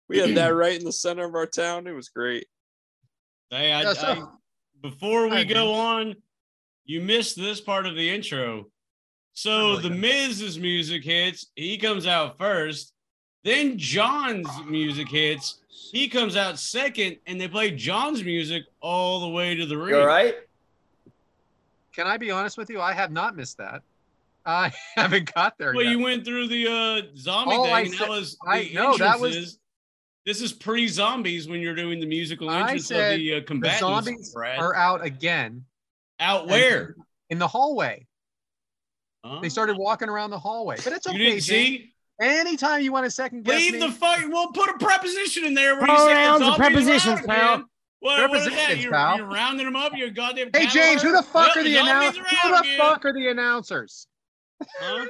We had that right in the center of our town. It was great. Hey, I, Yeah, so- I- before I we agree. go on, you missed this part of the intro. So really the didn't. Miz's music hits, he comes out first. Then John's music hits, he comes out second, and they play John's music all the way to the ring. You all right? Can I be honest with you? I have not missed that. I haven't got there Well, yet. you went through the uh, zombie All thing, I and said- that was I- the no, that was- entrances. This is pre-zombies when you're doing the musical I entrance of said the uh, the combatants. zombies Brad. are out again out where? in the hallway. Huh? They started walking around the hallway, but it's Oh. You okay. didn't Jake. see? Anytime you want to second guess Leave me, Oh, the fuck. We'll put a preposition in there. Where you say Pronouns the and zombies are prepositions, out pal. again. What, what is that? Prepositions, You're, pal. you're rounding them up. You're goddamn. hey cattle James, who the herd? fuck Well, are the zombies announcers? are Who out the again. fuck are the announcers? Huh?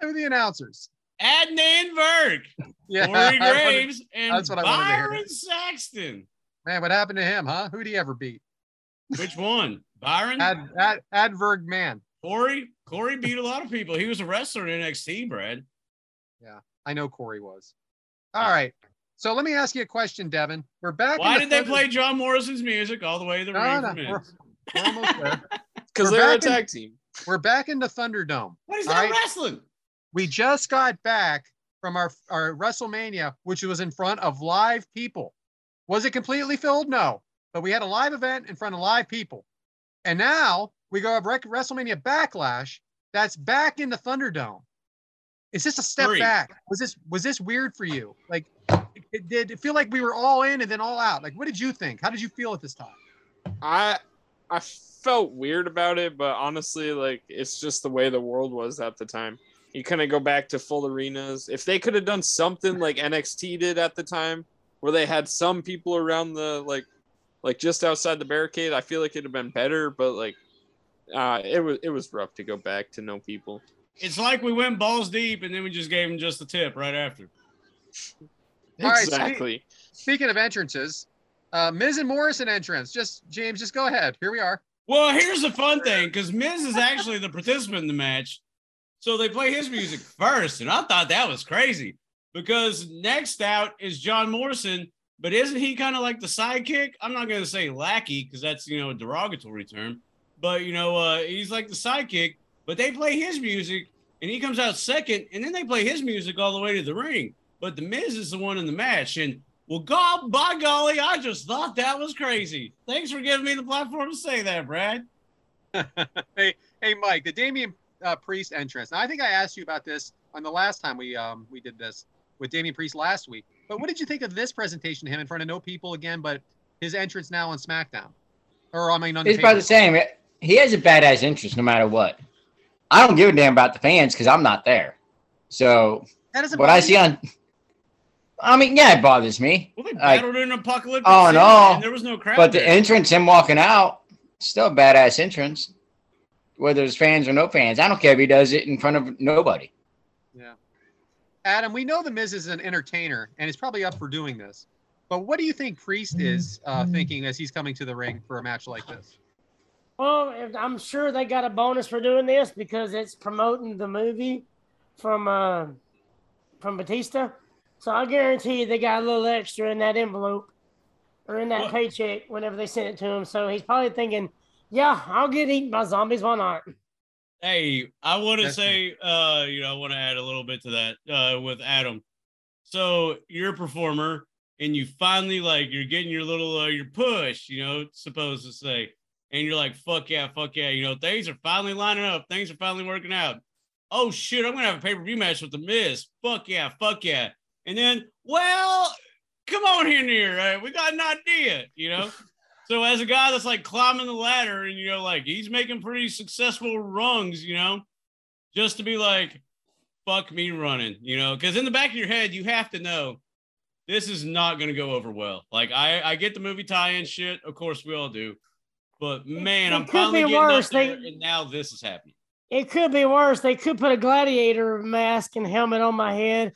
Who are the announcers? Adnan Verk, Yeah, Corey I wonder- Graves, and that's what I wanted to hear. Byron Saxton. man, what happened to him, huh? Who'd he ever beat? Which one? Byron, Ad, ad, adverg man. Corey. Corey beat a lot of people. He was a wrestler in NXT, Brad. I know Corey was. All right. So let me ask you a question, Devin. We're back. in Why the did they front- play John Morrison's music all the way to the No, ring? no, for we're- Miz? we're almost there. We're Because they were a back in- tag team. We're back into Thunderdome. What is All that right. wrestling? We just got back from our, our WrestleMania, which was in front of live people. Was it completely filled? No. But we had a live event in front of live people. And now we go have Rec- WrestleMania Backlash. That's back in the Thunderdome. Is this a step Three. back? Was this was this weird for you? Like, it, did it feel like we were all in and then all out? Like, what did you think? How did you feel at this time? I I felt weird about it, but honestly, like it's just the way the world was at the time. You couldn't go back to full arenas. If they could have done something like NXT did at the time, where they had some people around the like like just outside the barricade, I feel like it'd have been better, but like uh it was it was rough to go back to no people. It's like we went balls deep and then we just gave him just the tip right after. All right, so we- exactly. Speaking of entrances, uh, Miz and Morrison entrance. Just James, just go ahead. Here we are. Well, here's the fun thing because Miz is actually the participant in the match. So they play his music first. And I thought that was crazy because next out is John Morrison. But isn't he kind of like the sidekick? I'm not going to say lackey because that's, you know, a derogatory term. But, you know, uh, he's like the sidekick. But they play his music and he comes out second. And then they play his music all the way to the ring. But the Miz is the one in the match. And well, God, by golly, I just thought that was crazy. Thanks for giving me the platform to say that, Brad. Hey, Mike, the Damian uh, Priest entrance. Now, I think I asked you about this on the last time we um, we did this with Damian Priest last week. But what did you think of this presentation of him in front of no people again, but his entrance now on SmackDown? Or I mean, on It's about the same. He has a badass interest no matter what. I don't give a damn about the fans because I'm not there. So That doesn't what bother I see you? on, I mean, yeah, it bothers me. Well, they Like, battled in an apocalyptic. oh, city, no. and there was no crowd. But the there. entrance, him walking out, still a badass entrance. Whether it's fans or no fans, I don't care if he does it in front of nobody. Adam, we know the Miz is an entertainer and is probably up for doing this. But what do you think Priest is uh, thinking as he's coming to the ring for a match like this? Well, Oh, if- I'm sure they got a bonus for doing this because it's promoting the movie from uh, from Batista. So I guarantee you they got a little extra in that envelope or in that What? paycheck whenever they sent it to him. So he's probably thinking, "Yeah, I'll get eaten by zombies. Why not?" Hey, I want to That's- say, uh, you know, I want to add a little bit to that uh, with Adam. So you're a performer, and you finally like you're getting your little uh, your push, you know, supposed to say, and you're like, fuck yeah, fuck yeah, you know, things are finally lining up, things are finally working out. Oh shit, I'm gonna have a pay per view match with the Miz. Fuck yeah, fuck yeah. And then, well, come on here, near right? We got an idea, you know. so as a guy that's like climbing the ladder, and you know, like he's making pretty successful rungs, you know, just to be like, fuck me running, you know, because in the back of your head, you have to know this is not going to go over well. Like I, I get the movie tie-in shit, of course we all do, but man, it I'm could finally be getting worse. worse. up They- there, and now this is happening. It could be worse. They could put a gladiator mask and helmet on my head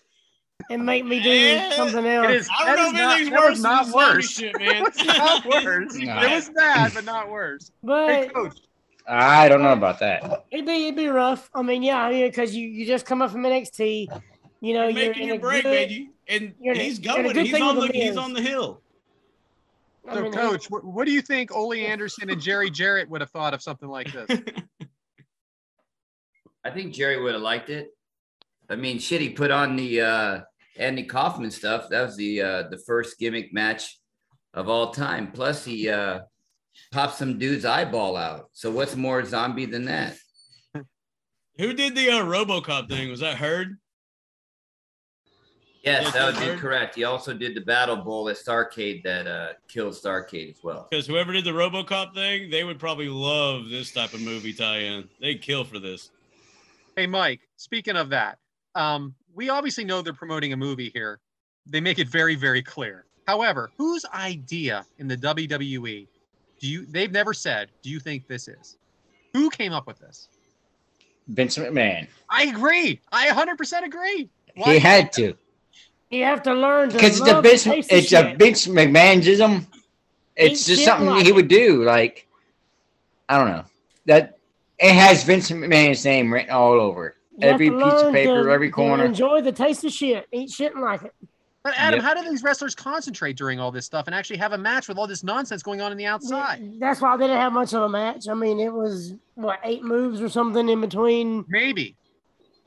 and make me do Yeah, something It else. is. I that don't know is if not- anything's worse than that was not the zombie worse. shit, man. It was not worse. Nah. It was bad, but not worse. Hey, But coach. I don't know about that. it'd be it'd be rough. I mean, yeah, I mean, because you you just come up from NXT, you know, You're you're, making in your a break, good- baby, and you're in a- he's you're in a going. good He's thing on the with the he's biz. on the hill. I So, mean, coach, what, what do you think Ole Anderson and Jerry Jarrett would have thought of something like this? I think Jerry would have liked it. I mean, shit, he put on the uh, Andy Kaufman stuff. That was the uh, the first gimmick match of all time. Plus, he uh, popped some dude's eyeball out. So, what's more zombie than that? Who did the uh, RoboCop thing? Was that Heard? Yes, that would be correct. He also did the Battle Bowl at Starcade that uh, killed Starcade as well. Because whoever did the RoboCop thing, they would probably love this type of movie tie-in. They'd kill for this. hey, Mike, speaking of that, um, we obviously know they're promoting a movie here. They make it very, very clear. However, whose idea in the WWE do you, they've never said, do you think this is? Who came up with this? Vince McMahon. I agree. I 100% agree. He had to. you have to learn to Because it's a love Vince, the taste of it's a shit. Vince McMahonism. It's Ain't just shit something like he it. would do. Like, I don't know. That it has Vince McMahon's name written all over it. You have every to piece of learn paper, to- every to corner. Enjoy the taste of shit. Eat shit and like it. But Adam, Yep. how do these wrestlers concentrate during all this stuff and actually have a match with all this nonsense going on in the outside? That's why they didn't have much of a match. I mean, it was what eight moves or something in between Maybe.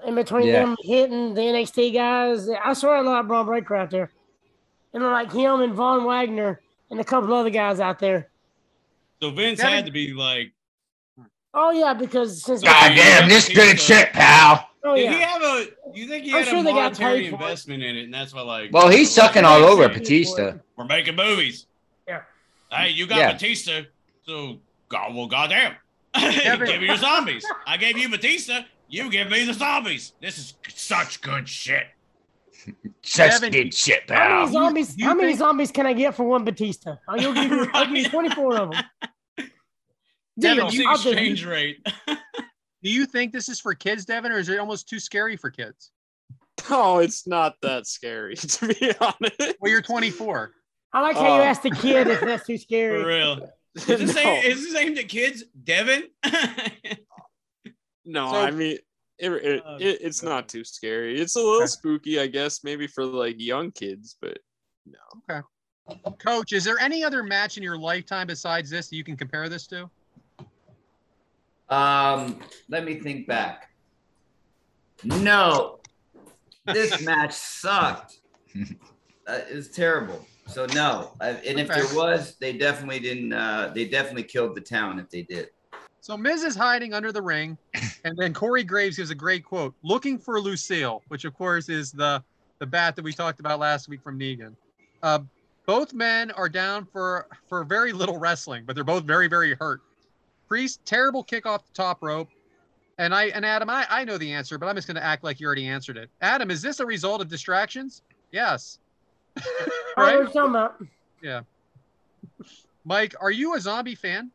in between Yeah. them hitting the NXT guys. I swear I love Braun Breaker out there. And they're like him and Von Wagner and a couple other guys out there. So Vince Devin- had to be like, Oh yeah, because since God damn, this good shit, pal. oh did yeah, he have a? You think he I'm had sure a they got monetary paid for it. investment in it, and that's why like. Well, he's they're like, sucking all "Hey, over Vince, Batista. We're making movies. Yeah. Hey, you got Yeah. Batista, so God, well, goddamn. Devin- give me your zombies. I gave you Batista. You give me the zombies. This is such good shit. Just Devin- good shit, how many pal. zombies? you how many think- zombies can I get for one Batista? Oh, you'll give me, I'll give you Right. twenty-four of them. Devin, Deal. It's the I'll do it. exchange rate. Do you think this is for kids, Devin, or is it almost too scary for kids? Oh, it's not that scary to be honest. Well, you're 24. I like how you Oh. asked the kid if that's too For scary. real. Is this, no, aimed, is this aimed at kids, Devin? no, So- Um, I mean it, it, Oh, it- it's God. not too scary. It's a little spooky, I guess, maybe for like young kids, but Coach, is there any other match in your lifetime besides this that you can compare this to? Um, let me think back. No, this match sucked. Uh, it was terrible. So no, I, and if there Okay. was, they definitely didn't. Uh, they definitely killed the town if they did. So Miz is hiding under the ring, and then Corey Graves gives a great quote, looking for Lucille, which of course is the the bat that we talked about last week from Negan. Uh, both men are down for for very little wrestling, but they're both very very hurt. Priest terrible kick off the top rope, and I and Adam I I know the answer, but I'm just going to act like you already answered it. Adam, is this a result of distractions? Yes. I know what right, you're talking about. Mike, are you a zombie fan?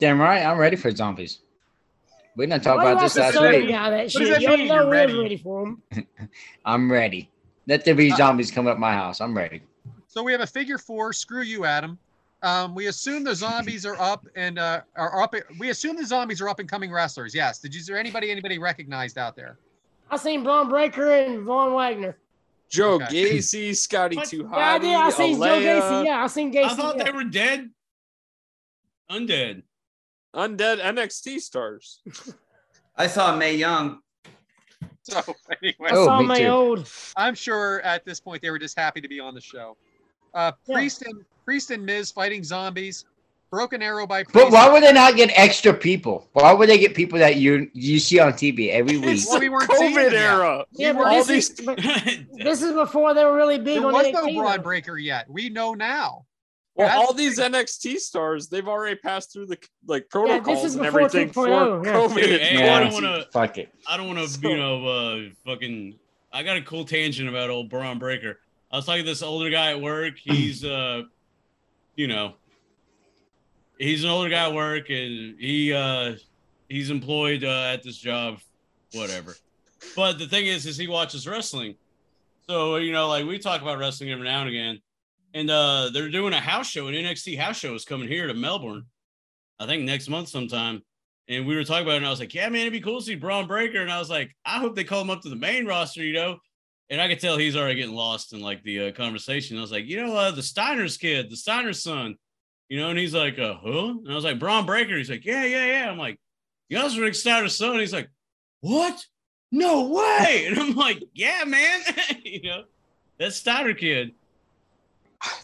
Damn right, I'm ready for zombies. We didn't talk Why you about like this to last sell the week. guy that does shit? that You already mean? know You're we're ready. ready for him. I'm ready. Let there be Uh, zombies come up my house. I'm ready. So we have a figure four. Screw you, Adam. Um, we assume the zombies are up and uh, are up. We assume the zombies are up and coming wrestlers. Yes. Did you? Is there anybody anybody recognized out there? I seen Braun Breaker and Von Wagner. Joe Okay. Gacy, Scotty What? Too Yeah, I Hot, did. I seen Joe Gacy. Alea, Yeah, I seen I Gacy. thought yeah. they were dead. Undead. Undead NXT stars. I saw May Young. So anyway, I Oh, saw me my too. old. I'm sure at this point they were just happy to be on the show. Uh, Yeah. Priest and Priest and Miz fighting zombies. Broken Arrow by But Priest. why would they not get extra people? Why would they get people that you you see on TV every week? It's Well, the we weren't seeing COVID them yet. era. Yeah, but all this, these- is, but this is before they were really big There on was NXT. no though. Braun Breaker yet. We know now. Well, That's all these NXT stars, they've already passed through the like is protocols and before everything 2.0, for yeah. COVID. Dude, hey, I don't wanna- Fuck it. I don't want to, So- you know, uh, fucking. I got a cool tangent about old Braun Breaker. I was talking to this older guy at work. He's, uh, you know, he's an older guy at work, and he uh, he's employed uh, at this job, whatever. But the thing is, is he watches wrestling. So you know, like we talk about wrestling every now and again, and uh, they're doing a house show. An NXT house show is coming here to Melbourne, I think next month sometime and we were talking about it, and I was like, "Yeah, man, it'd be cool to see Braun Breaker." And I was like, "I hope they call him up to the main roster," you know. And I could tell he's already getting lost in like the uh, conversation. I was like, "You know, uh, the Steiner's kid, the Steiner's son," you know. And he's like, "Uh, huh?" And I was like, "Braun Breaker." He's like, "Yeah, yeah, yeah." I'm like, "You know, it's Rick Steiner's son." He's like, "What? No way!" And I'm like, "Yeah, man, you know, that Steiner kid.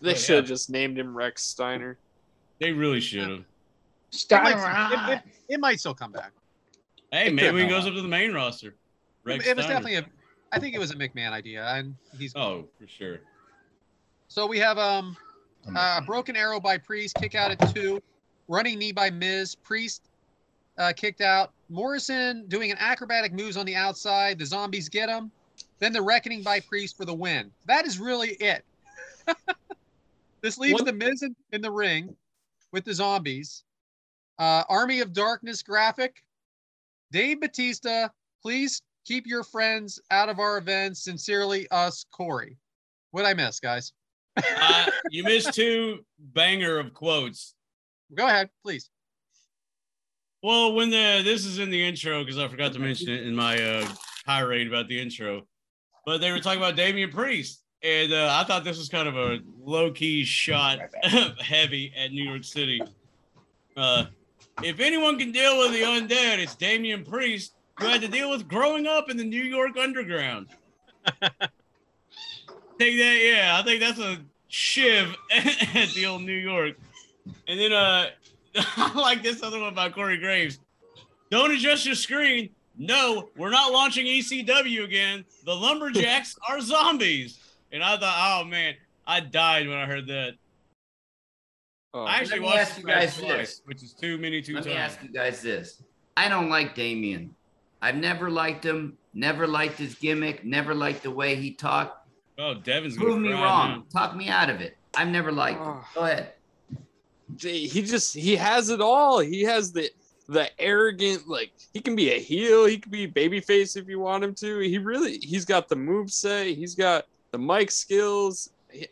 They Yeah. should have just named him Rex Steiner. They really should have." It Stop. might, it, it- it might still come back. Hey, It maybe he could. goes up to the main roster. Rex it was Steiner. definitely a. I think it was a McMahon idea, and he's. Oh, for sure. So we have um, uh, broken arrow by Priest, kick out at two, running knee by Miz, Priest uh, kicked out, Morrison doing an acrobatic moves on the outside, the zombies get him, then the reckoning by Priest for the win. That is really it. this leaves What- the Miz in, in the ring with the zombies. Uh, Army of Darkness graphic. Dave Batista, please keep your friends out of our events. Sincerely, us, Corey. What I miss, guys? uh, you missed two banger of quotes. Go ahead, please. Well, when the this is in the intro because I forgot to mention it in my uh, tirade about the intro, but they were talking about Damian Priest, and uh, I thought this was kind of a low key shot heavy at New York City. Uh, if anyone can deal with the undead, it's Damian Priest, who had to deal with growing up in the New York underground. Take that, yeah. I think that's a shiv at the old New York. And then uh, I like this other one by Corey Graves. Don't adjust your screen. No, we're not launching ECW again. The lumberjacks are zombies. And I thought, oh man, I died when I heard that. Oh. I actually Let me watched ask this you match guys twice, this. which is too many two Let me times. ask you guys this. I don't like Damien. I've never liked him, never liked his gimmick, never liked the way he talked. Oh, Devin's gonna Prove me cry wrong. now. Talk me out of it. I've never liked him. Go ahead. Gee, he just he has it all. He has the the arrogant like he can be a heel, he can be babyface if you want him to. He really he's got the move set, he's got the mic skills. He-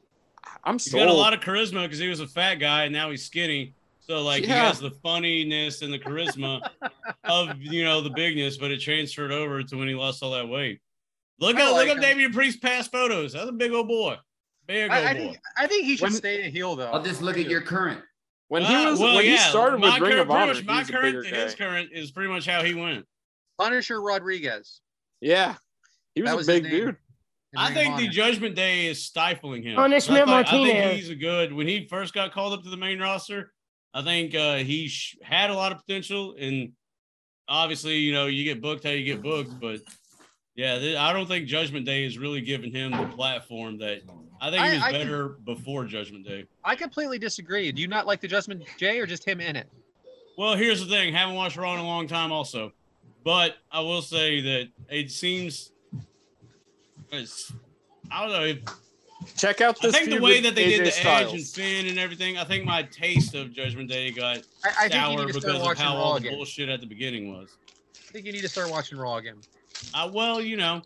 I'm He's sold. got a lot of charisma because he was a fat guy and now he's skinny. So like he Yeah. has the funniness and the charisma of you know the bigness, but it transferred over to when he lost all that weight. Look I up, like look up him. Damian Priest past photos. That's a big old boy. Big I, I old boy. think I think he should When- stay a heel though. I'll just look at your current. when he Ah, was well, when he yeah, started with my Ring current- of pretty Honor, much he my was a current bigger to guy. his current is pretty much how he went. Punisher Rodriguez. Yeah. He was, That a his big name dude. in I Ring think of the Honor. Judgment Day is stifling him. Punishment I thought- I think Martinez. he's a good. When he first got called up to the main roster, I think uh, he sh- had a lot of potential, and obviously, you know, you get booked how you get booked. But yeah, th- I don't think Judgment Day is really giving him the platform that I think I- he was I can- better before Judgment Day. I completely disagree. Do you not like the Judgment Jay or just him in it? Well, here's the thing: haven't watched Raw in a long time, also. But I will say that it seems. It's, I don't know. It Check out I this think the feud way with that they AJ did the Styles. Edge and Finn and everything, I think my taste of Judgment Day got I, I think you sour need to start because of watching how Raw all the again. bullshit at the beginning was. I think you need to start watching Raw again. I, well, you know, I'm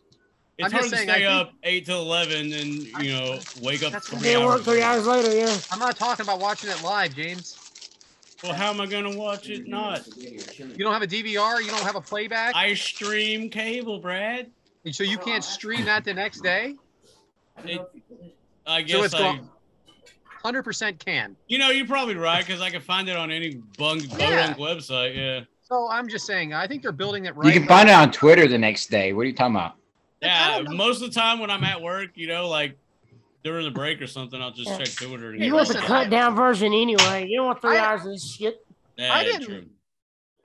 it's just hard to saying, stay I think- up eight to eleven and you know wake up That's what three They work hours. three later. hours later, yeah. I'm not talking about watching it live, James. Well, how am I gonna watch it? Not You don't have a DVR. You don't have a playback, I stream cable, Brad. and so you can't stream that the next day. I So guess it's I, gone. Hundred percent can. you know, you're probably right because I can find it on any bung Yeah. bunk website. Yeah, So I'm just saying. I think they're building it right. You can find it on Twitter the next day. What are you talking about? yeah. Most of the time when I'm at work, you know, like during the break or something, I'll just Yeah. check Twitter. And You get want the all- cut down version anyway. You don't want three I- hours of this shit. Yeah, I didn't- true.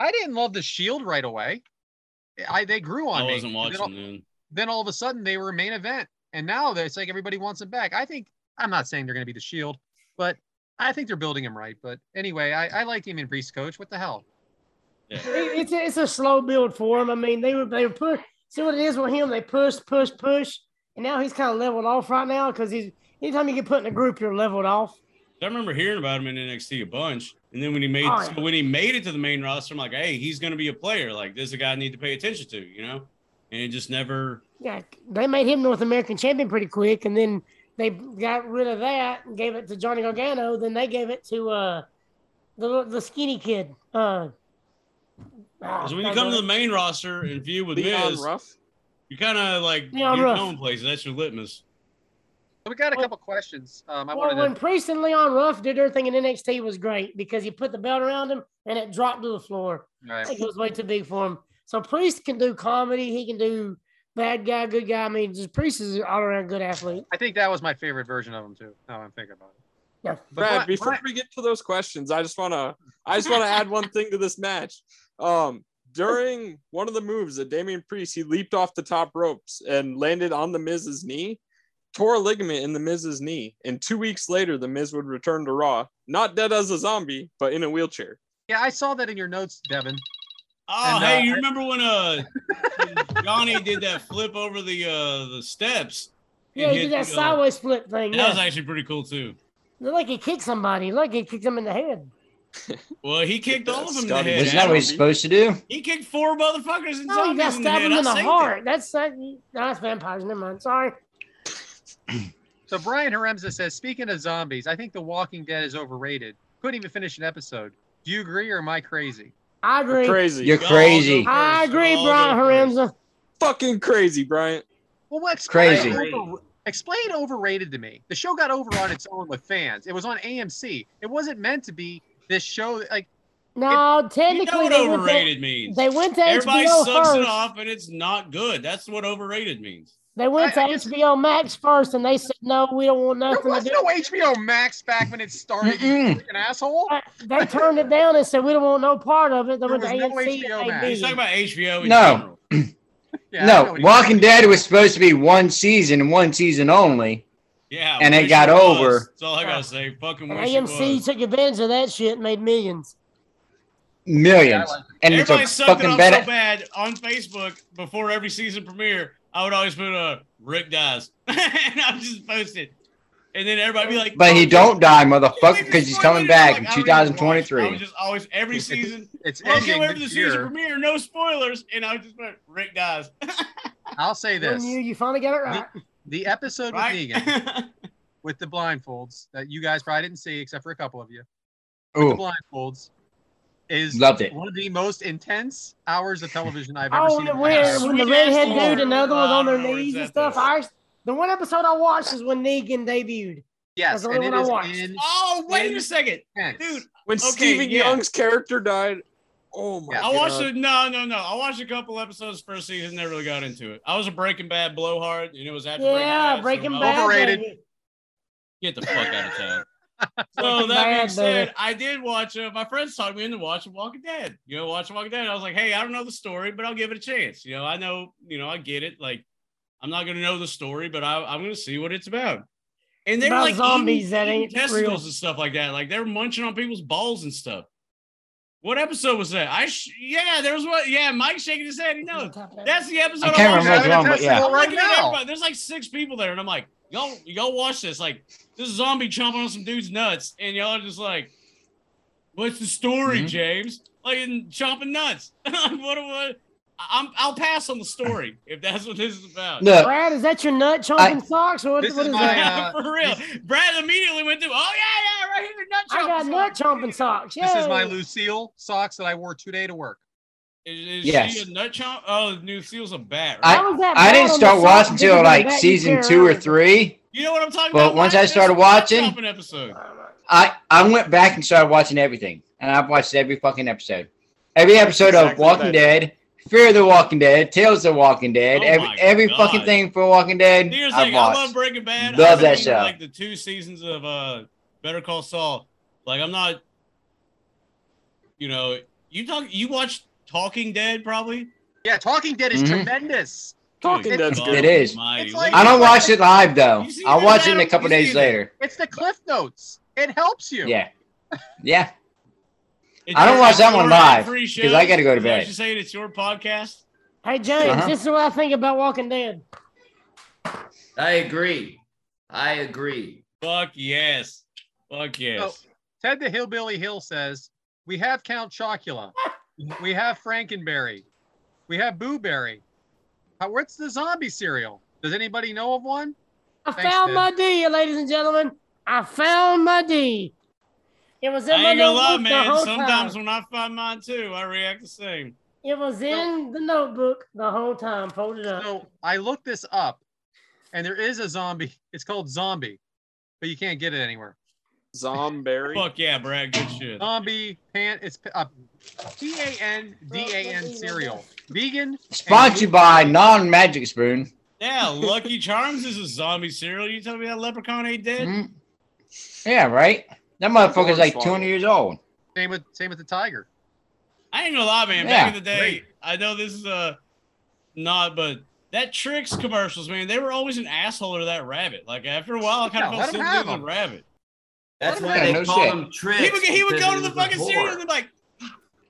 I didn't love the Shield right away. I they grew on I me. wasn't And then all- watching then. then all of a sudden they were a main event, and now that it's like everybody wants them back. I think I'm not saying they're going to be the Shield, but I think they're building him right. But anyway, I, I like Damian Priest, coach. What the hell? It- It's a, it's a slow build for him. I mean, they were they were push. See what it is with him? They push, push, push, and now he's kind of leveled off right now because he's anytime you get put in a group, you're leveled off. I remember hearing about him in NXT a bunch, and then when he made Oh, yeah. so when he made it to the main roster, I'm like, hey, he's gonna be a player. Like this is a guy I need to pay attention to, you know. And it just never. Yeah, they made him North American champion pretty quick, and then they got rid of that and gave it to Johnny Gargano. Then they gave it to uh the little- the skinny kid. Uh, ah, So when you God come to the damn main roster and feud with Leon Miz, Ruff. you kind of like Leon you're Ruff. going places. That's your litmus. So we got a Well- couple questions. Um, I it. well, wanted to. when Priest and Leon Ruff did their thing in NXT was great because he put the belt around him and it dropped to the floor. all right. I think it was way too big for him. So Priest can do comedy. He can do bad guy, good guy. I mean, just Priest is an all around good athlete. I think that was my favorite version of him too. Now I'm thinking about it. Yeah. But Brad, Bri- before Bri- we get to those questions, I just wanna I just wanna add one thing to this match. Um during one of the moves that Damian Priest, he leaped off the top ropes and landed on the Miz's knee, tore a ligament in the Miz's knee, and two weeks later the Miz would return to Raw, not dead as a zombie, but in a wheelchair. yeah, I saw that in your notes, Devin. Oh, And, hey, uh, you I- remember when uh Johnny did that flip over the uh the steps? and Yeah, he hit did that the, uh, sideways flip thing. That was Yeah. actually pretty cool too. Looked like he kicked somebody. Looked Like he kicked him in the head. Well, he kicked all of them in the Scotty, head. was Isn't that what Adam. he's supposed to do? He kicked four motherfuckers and No, zombies in he got the stabbed head. him in I the saved it. heart. That's that. No, that's vampires. Never mind. Sorry. So Brian Haremza says, speaking of zombies, I think The Walking Dead is overrated. Couldn't even finish an episode. Do you agree or am I crazy? I agree. Crazy. You're Y'all crazy. go I first. agree, Y'all go Brian first. Haremza. fucking crazy, Bryant. Well, what's Crazy. Over, explain overrated to me. The show got over on its own with fans. It was on AMC. It wasn't meant to be this show. Like, No, You know technically what they went, overrated to, means. they went to Everybody HBO sucks first. it off and it's not good. That's what overrated means. They went to I- I guess- HBO Max first, and they said no, we don't want there nothing to was do. no HBO Max back when it started. you Mm-mm. freaking asshole. But they turned it down and said we don't want no part of it. They There went to was no AMC HBO and Max. they He's talking did. about HBO in No. general. Yeah, I know no, what he- Walking Dead was supposed to be one season and one season only. Yeah. And it wish got was. over. That's all I gotta say. Fucking And wish it AMC was. took advantage of that shit and made millions. Millions. And it's Everybody a sucked it fucking up bad. so bad on Facebook before every season premiere. I would always put uh, Rick dies, and I would just post it, and then everybody be like, But he "Oh, don't die, you motherfucker, just because he's spoiled coming it." back I'm in like, I don't even watch. I was 2023. just always every season. It's Well, get ending away from the this season year. premiere, no spoilers, and I would just put Rick dies, I'll say One this: year you finally got it right. the episode with right? Negan with the blindfolds that you guys probably didn't see, except for a couple of you. The Ooh, blindfolds is loved it. one of the most intense hours of television I've ever Oh, seen. when, in my life. when the Sweet-ass redhead Lord. dude and the other was on their I don't know where it's knees and at, stuff. though. I, the one episode I watched is when Negan debuted. Yes, That's the and only it one I is watched. intense. oh, wait a second, dude. When Okay, Stephen yeah. Young's character died, oh my Yeah. I god. watched it. No, no, no. I watched a couple episodes first season. Never really got into it. I was a Breaking Bad blowhard, and it was after Yeah, Breaking Bad. Breaking so I was Bad. Overrated. baby. Get the fuck out of town. So Breaking that being Bad, said, baby. I did watch. Uh, my friends talked me into watching Walking Dead. You know, watching Walking Dead. I was like, hey, I don't know the story, but I'll give it a chance. You know, I know. You know, I get it. Like, I'm not gonna know the story, but I, I'm gonna see what it's about. And they were About like zombies that ain't testicles real. and stuff like that. Like they were munching on people's balls and stuff. What episode was that? I sh- yeah, there was what? Yeah, Mike shaking his head. He knows. That's the episode. I can't watched. remember what's wrong, but yeah. I'm right looking at now. everybody. There's like six people there, and I'm like, y'all, y'all watch this. Like, this zombie chomping on some dude's nuts, and y'all are just like, what's the story, Mhm. James? Like, and chomping nuts. Like, what, what? I'm, I'll pass on the story if that's what this is about. Look, Brad, is that your nut chomping socks? Or what, This what is is my, that? uh, For real, Brad immediately went through. Oh yeah, yeah, right here, nut chomping. I got nut chomping socks. Yeah. This is my Lucille socks that I wore today to work. Is, is Yes. she a nut chomp? Oh, New Seal's a bat. Right? I- I didn't start watching until like season two or three. you know what I'm talking Well, about. once Ryan? I This started is a nut watching- chomping episode. I I went back and started watching everything, and I've watched every fucking episode, every episode of exactly Walking that. Dead, Fear the Walking Dead, Tales of Walking Dead, Oh every my every God. fucking thing for Walking Dead. Here's the I've thing, I watched. love Breaking Bad. Love I've that seen, show. Like the two seasons of uh, Better Call Saul. Like I'm not, you know, you talk, you watch Talking Dead probably. Yeah, Talking Dead is Mhm. tremendous. Talking Good Dead's God good. good. It is. almighty, It's what like- the- I don't watch it live though. You seen I'll it, watch it in a Adam? couple You days seen it? later. It's the Cliff Notes. It helps you. Yeah, yeah. It's I don't your- watch it's that one your live, ad-free 'cause show? I gotta go to Is that what bed. You're saying it's your podcast. Hey James, Uh-huh. this is what I think about Walking Dead. I agree. I agree. Fuck yes. Fuck yes. Ted the Hillbilly Hill says, We have Count Chocula. we have Frankenberry. We have Boo Berry. How- What's the zombie cereal? Does anybody know of one? I Thanks, found Ted. my D, ladies and gentlemen. I found my D. It was in I my ain't gonna lie, notebook the man. whole Sometimes time. when I find mine too, I react the same. It was in the notebook the whole time, folded up. So I looked this up, and there is a zombie. It's called Zombie, but you can't get it anywhere. Zombie. Fuck yeah, Brad. Good shit. Oh. Zombie pan. It's a P A N D A N cereal. Vegan. Sponsored by Non Magic Spoon. Yeah, Lucky Charms is a zombie cereal. You tell me that Leprechaun ain't dead? Mm. Yeah, right. That motherfucker's like 200 years old. Same with same with the tiger. I ain't gonna lie, man. Yeah, Back in the day, I know this is uh not, but that tricks commercials, man. They were always an asshole to that rabbit. Like after a while, I kind Yeah, of let felt 'em sympathy have for the 'em. rabbit. That's Yeah, why they no call shit. him Trix. He would he would because go he to the was a fucking whore. cereal and be like,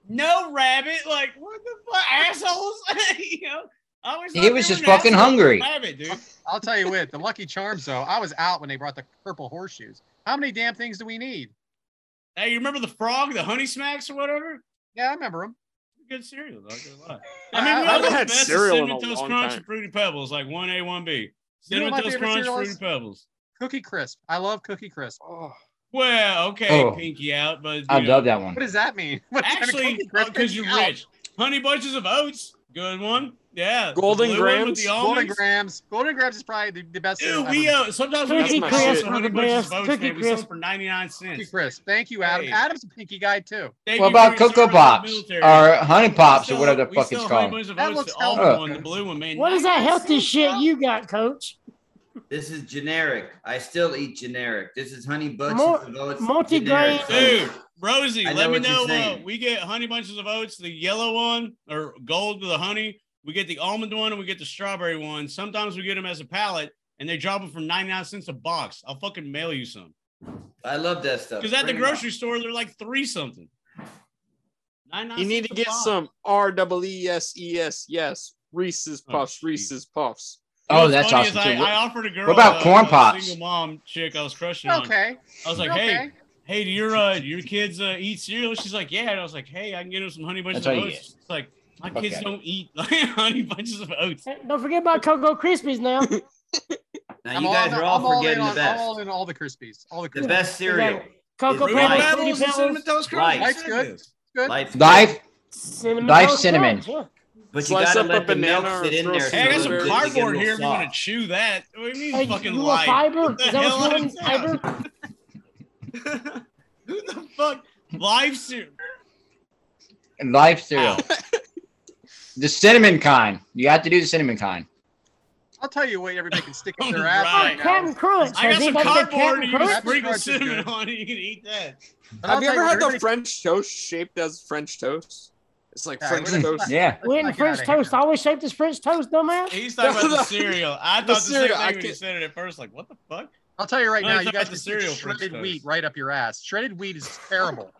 "No rabbit!" Like what the fuck, assholes? you know, I always He thought was they just were an fucking asshole to hungry. Rabbit, dude. I'll tell you what. The Lucky Charms though, I was out when they brought the purple horseshoes. How many damn things do we need? Hey, you remember the frog, the honey smacks or whatever? Yeah, I remember them. Good cereal. Not gonna lie. I- I mean, we I- all I've know had the best cereal cereal in cinnamon a toast long crunch time. and fruity pebbles, like one A, one B. You know Cinnamon my toast favorite crunch, cereal fruity is pebbles. Cookie Crisp. I love Cookie Crisp. Well, okay, Oh. pinky out, but you I know, love that one. What does that mean? What kind of actually uh, Cookie Crisp because is you're out? rich. Honey bunches of oats, good one. Yeah, the Golden blue one with Grahams? the Golden almonds. grams. Golden grams is probably the, the best. Ew, cereal ever we made. uh, sometimes we Cookie get Crisp calls for are honey the bunches best. of oats, Cookie man. We sell Crisp. for ninety nine Cookie cents. Crisp. Thank you, Adam. Hey. Adam's a pinky guy too. Thank you for What about your Cocoa service to the Pops military. or Honey Pops or We whatever sell- the we fuck sell it's honey called? bunches of That oats, looks the almond healthy. one, the blue one, man. What is that healthy 99 shit cents, you got, Coach? This is generic. I still eat generic. This is honey bunches Mul- of oats. multi-grain- generic. Dude, Rosie, I let know me what you're know. Uh, saying. we get honey bunches of oats, the yellow one or gold with the honey. We get the almond one and we get the strawberry one. Sometimes we get them as a pallet and they drop them for 99 cents a box. I'll fucking mail you some. I love that stuff. Because at the Bring it on. grocery store, they're like three something. 99 You need cents to a get box. some R W E S E S. Yes, Reese's Oh, Puffs. jeez. Reese's Puffs. You know Oh, what's that's funny awesome is too. I, I What- offered a girl, what about uh, corn a pops? Single mom chick, I was crushing on. Okay. I was like, You're hey, okay. hey, do your uh, do your kids uh, eat cereal? She's like, yeah. And I was like, hey, I can get them some honey bunches That's of what you oats. It's like my Fuck kids outta don't eat honey bunches of oats. Hey, Don't forget about Cocoa Krispies now. Now you guys in- are all I'm forgetting all in the on, I'm best. all in all the Krispies. All the The Krispies. best cereal. Cocoa Fruit Pebbles, Pebbles Fruity and Cinnamon Pebbles, Toast Crunch. Right. I That's said good. this. Good. Life. Dive. cinnamon. Dive Toast cinnamon. Crunch, yeah. But you Slice gotta up let a the banana milk or sit in throw there. some Hey, I got some Blueberries. cardboard Get a here if you little want to soft. chew that. What do you Hey, mean fucking you want life? fiber? What the Is that hell what you want? is that? Fiber? Who the fuck? Live cereal. Live cereal. the cinnamon kind. You have to do the cinnamon kind. I'll tell you what everybody can stick up All their ass right. right, Captain now. Crunch. I got Has some anybody said cardboard and you Captain can Crunch? sprinkle Crunch is cinnamon good. on it. You can eat that. And I'll Have you tell ever what had the everybody- French toast shaped as French toast? It's like Yeah, French what is toast. that? Yeah. Let's When not get French outta here. toast always shaped as French toast, dumbass. He's talking about No, the no. cereal. I thought The the, same cereal, thing I when you can't- said it at first. Like, what the fuck? I'll tell you right No, now, it's you about guys the can stick cereal French shredded toast. wheat right up your ass. Shredded wheat is terrible.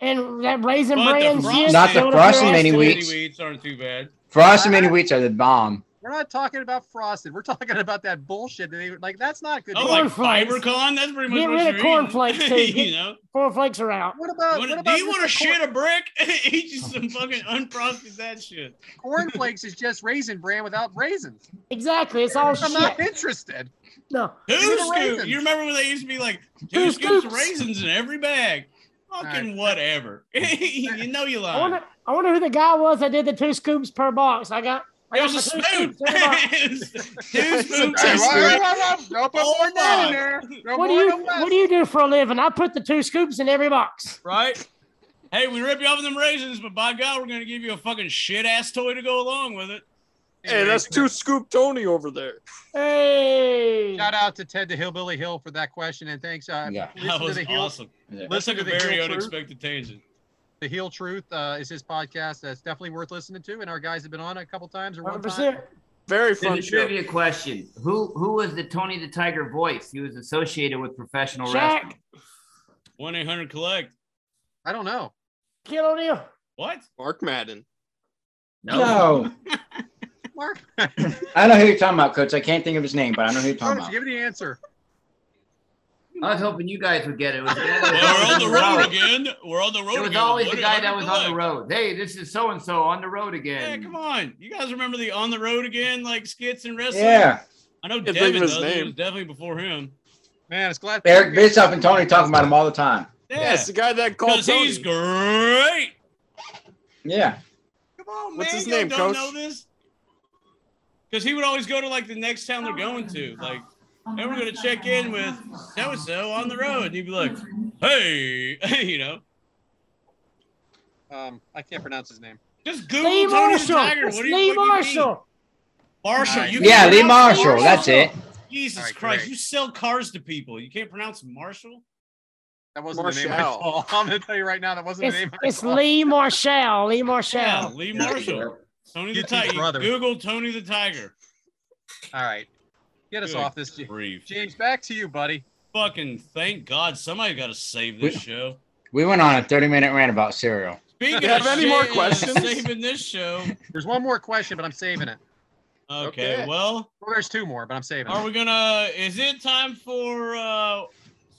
And that raisin But the bran frosted- shit. Not the filled up your frosted ass. mini frosted wheats. aren't too bad. Frosted mini wheats are the bomb. We're not talking about frosted. We're talking about that bullshit. That they, like that's not good. Oh, for you. like Cornflakes. FiberCon? That's pretty much Get what rid you're of cornflakes, eating. too. Get- you know? Corn flakes are out. what Wanna- about Oh, what about Oh, do you just want to the shit a brick? Eat you some fucking unfrosted that shit. corn, cornflakes is just raisin bran without raisins. Exactly. It's all I'm not shit. interested. No. Two Give me the scoops. raisins. You remember when they used to be like two Two scoops of scoops. raisins in every bag? Fucking whatever. you know you I lying. wonder, I wonder who the guy was that did the two scoops per box. I got. I It got was my a spoon. two scoops per box. Two scoops. Hey, of why- Hey, syrup. why- why- Don't put Oh more my. down there. No What do more you than less. What do you do for a living? I put the two scoops in every box. right? Hey, we rip you off of them raisins, but by God, we're gonna give you a fucking shit ass toy to go along with it. Hey, that's two scoop Tony over there. Hey. Shout out to Ted the Hillbilly Hill for that question, and thanks. Uh, Yeah. listen that to was the heel, awesome. Yeah. That's listen like a to the very heel truth. unexpected tangent. The Heel Truth uh, is his podcast. That's definitely worth listening to, and our guys have been on it a couple times or one Hundred time. percent. Very Then fun the show. trivia question: Who who was the Tony the Tiger voice? He was associated with professional Jack, wrestling. One eight hundred collect. I don't know. kill O'Neal. What? Mark Madden. No, Mark, I know who you're talking about, Coach. I can't think of his name, but I know who you're why talking don't you about. give me the answer? I was hoping you guys would get it. It was, Well, we're on the road again. We're on the road It was again. always What the did guy I that was on the collect? road. Hey, this is so and so on the road Yeah, again. come on. You guys remember the on the road again like skits and wrestling? Yeah, I know think Devin of his does. It name. was definitely before him. Man, it's glad. Eric Bischoff and Tony talk about him all the time. Yeah, Yeah, it's the guy that called because Tony. he's great. Yeah, Come on, What's man. his Y'all name, don't coach? know this? Because he would always go to like the next town they're going to. Like, and we're going to check in with so and so on the road. And he'd be like, hey, you know, Um, I can't pronounce his name. just Google Tony Lee the Marshall. Tiger. It's What do you Lee what do you mean? Marshall. Marshall. You yeah, can Lee pronounce Marshall. That's it. Jesus All right, Christ. great. You sell cars to people. You can't pronounce Marshall? That wasn't the name I Marshall. saw. I'm gonna tell you right now, that wasn't the It's, name. I it's saw. Lee Marshall. Lee Yeah, Marshall. Lee Marshall. Tony the You two Tiger. brother. Google Tony the Tiger. All right, get us Good off this, Brief. James. Back to you, buddy. Fucking thank God somebody got to save this show. We went on a 30 minute rant about cereal. Speaking Have of any shit, more uh, questions? saving this show. There's one more question, but I'm saving it. Okay, Okay. well, Well, there's two more, but I'm saving are it. we gonna? Is it time for? uh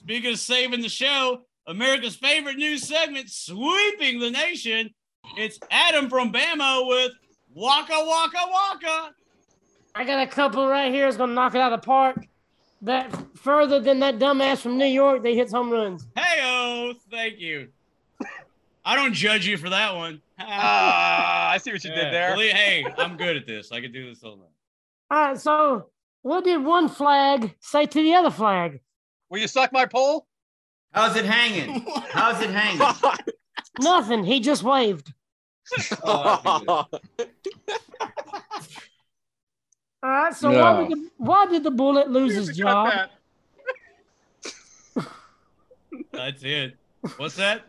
Speaking of saving the show, America's favorite news segment, sweeping the nation. It's Adam from Bama with Waka Waka Waka. I got a couple right here. Is gonna knock it out of the park. That further than that dumbass from New York that hits home runs. Hey oh, thank you. I don't judge you for that one. Ah, I see what you Yeah, did there. believe- hey, I'm good at this. I can do this all night. All right. So what did one flag say to the other flag? Will you suck my pole? How's it hanging? How's it hanging? Nothing. He just waved. Oh, All right. So why, No. did the, why did the bullet lose Cut his job? that. That's it. What's that?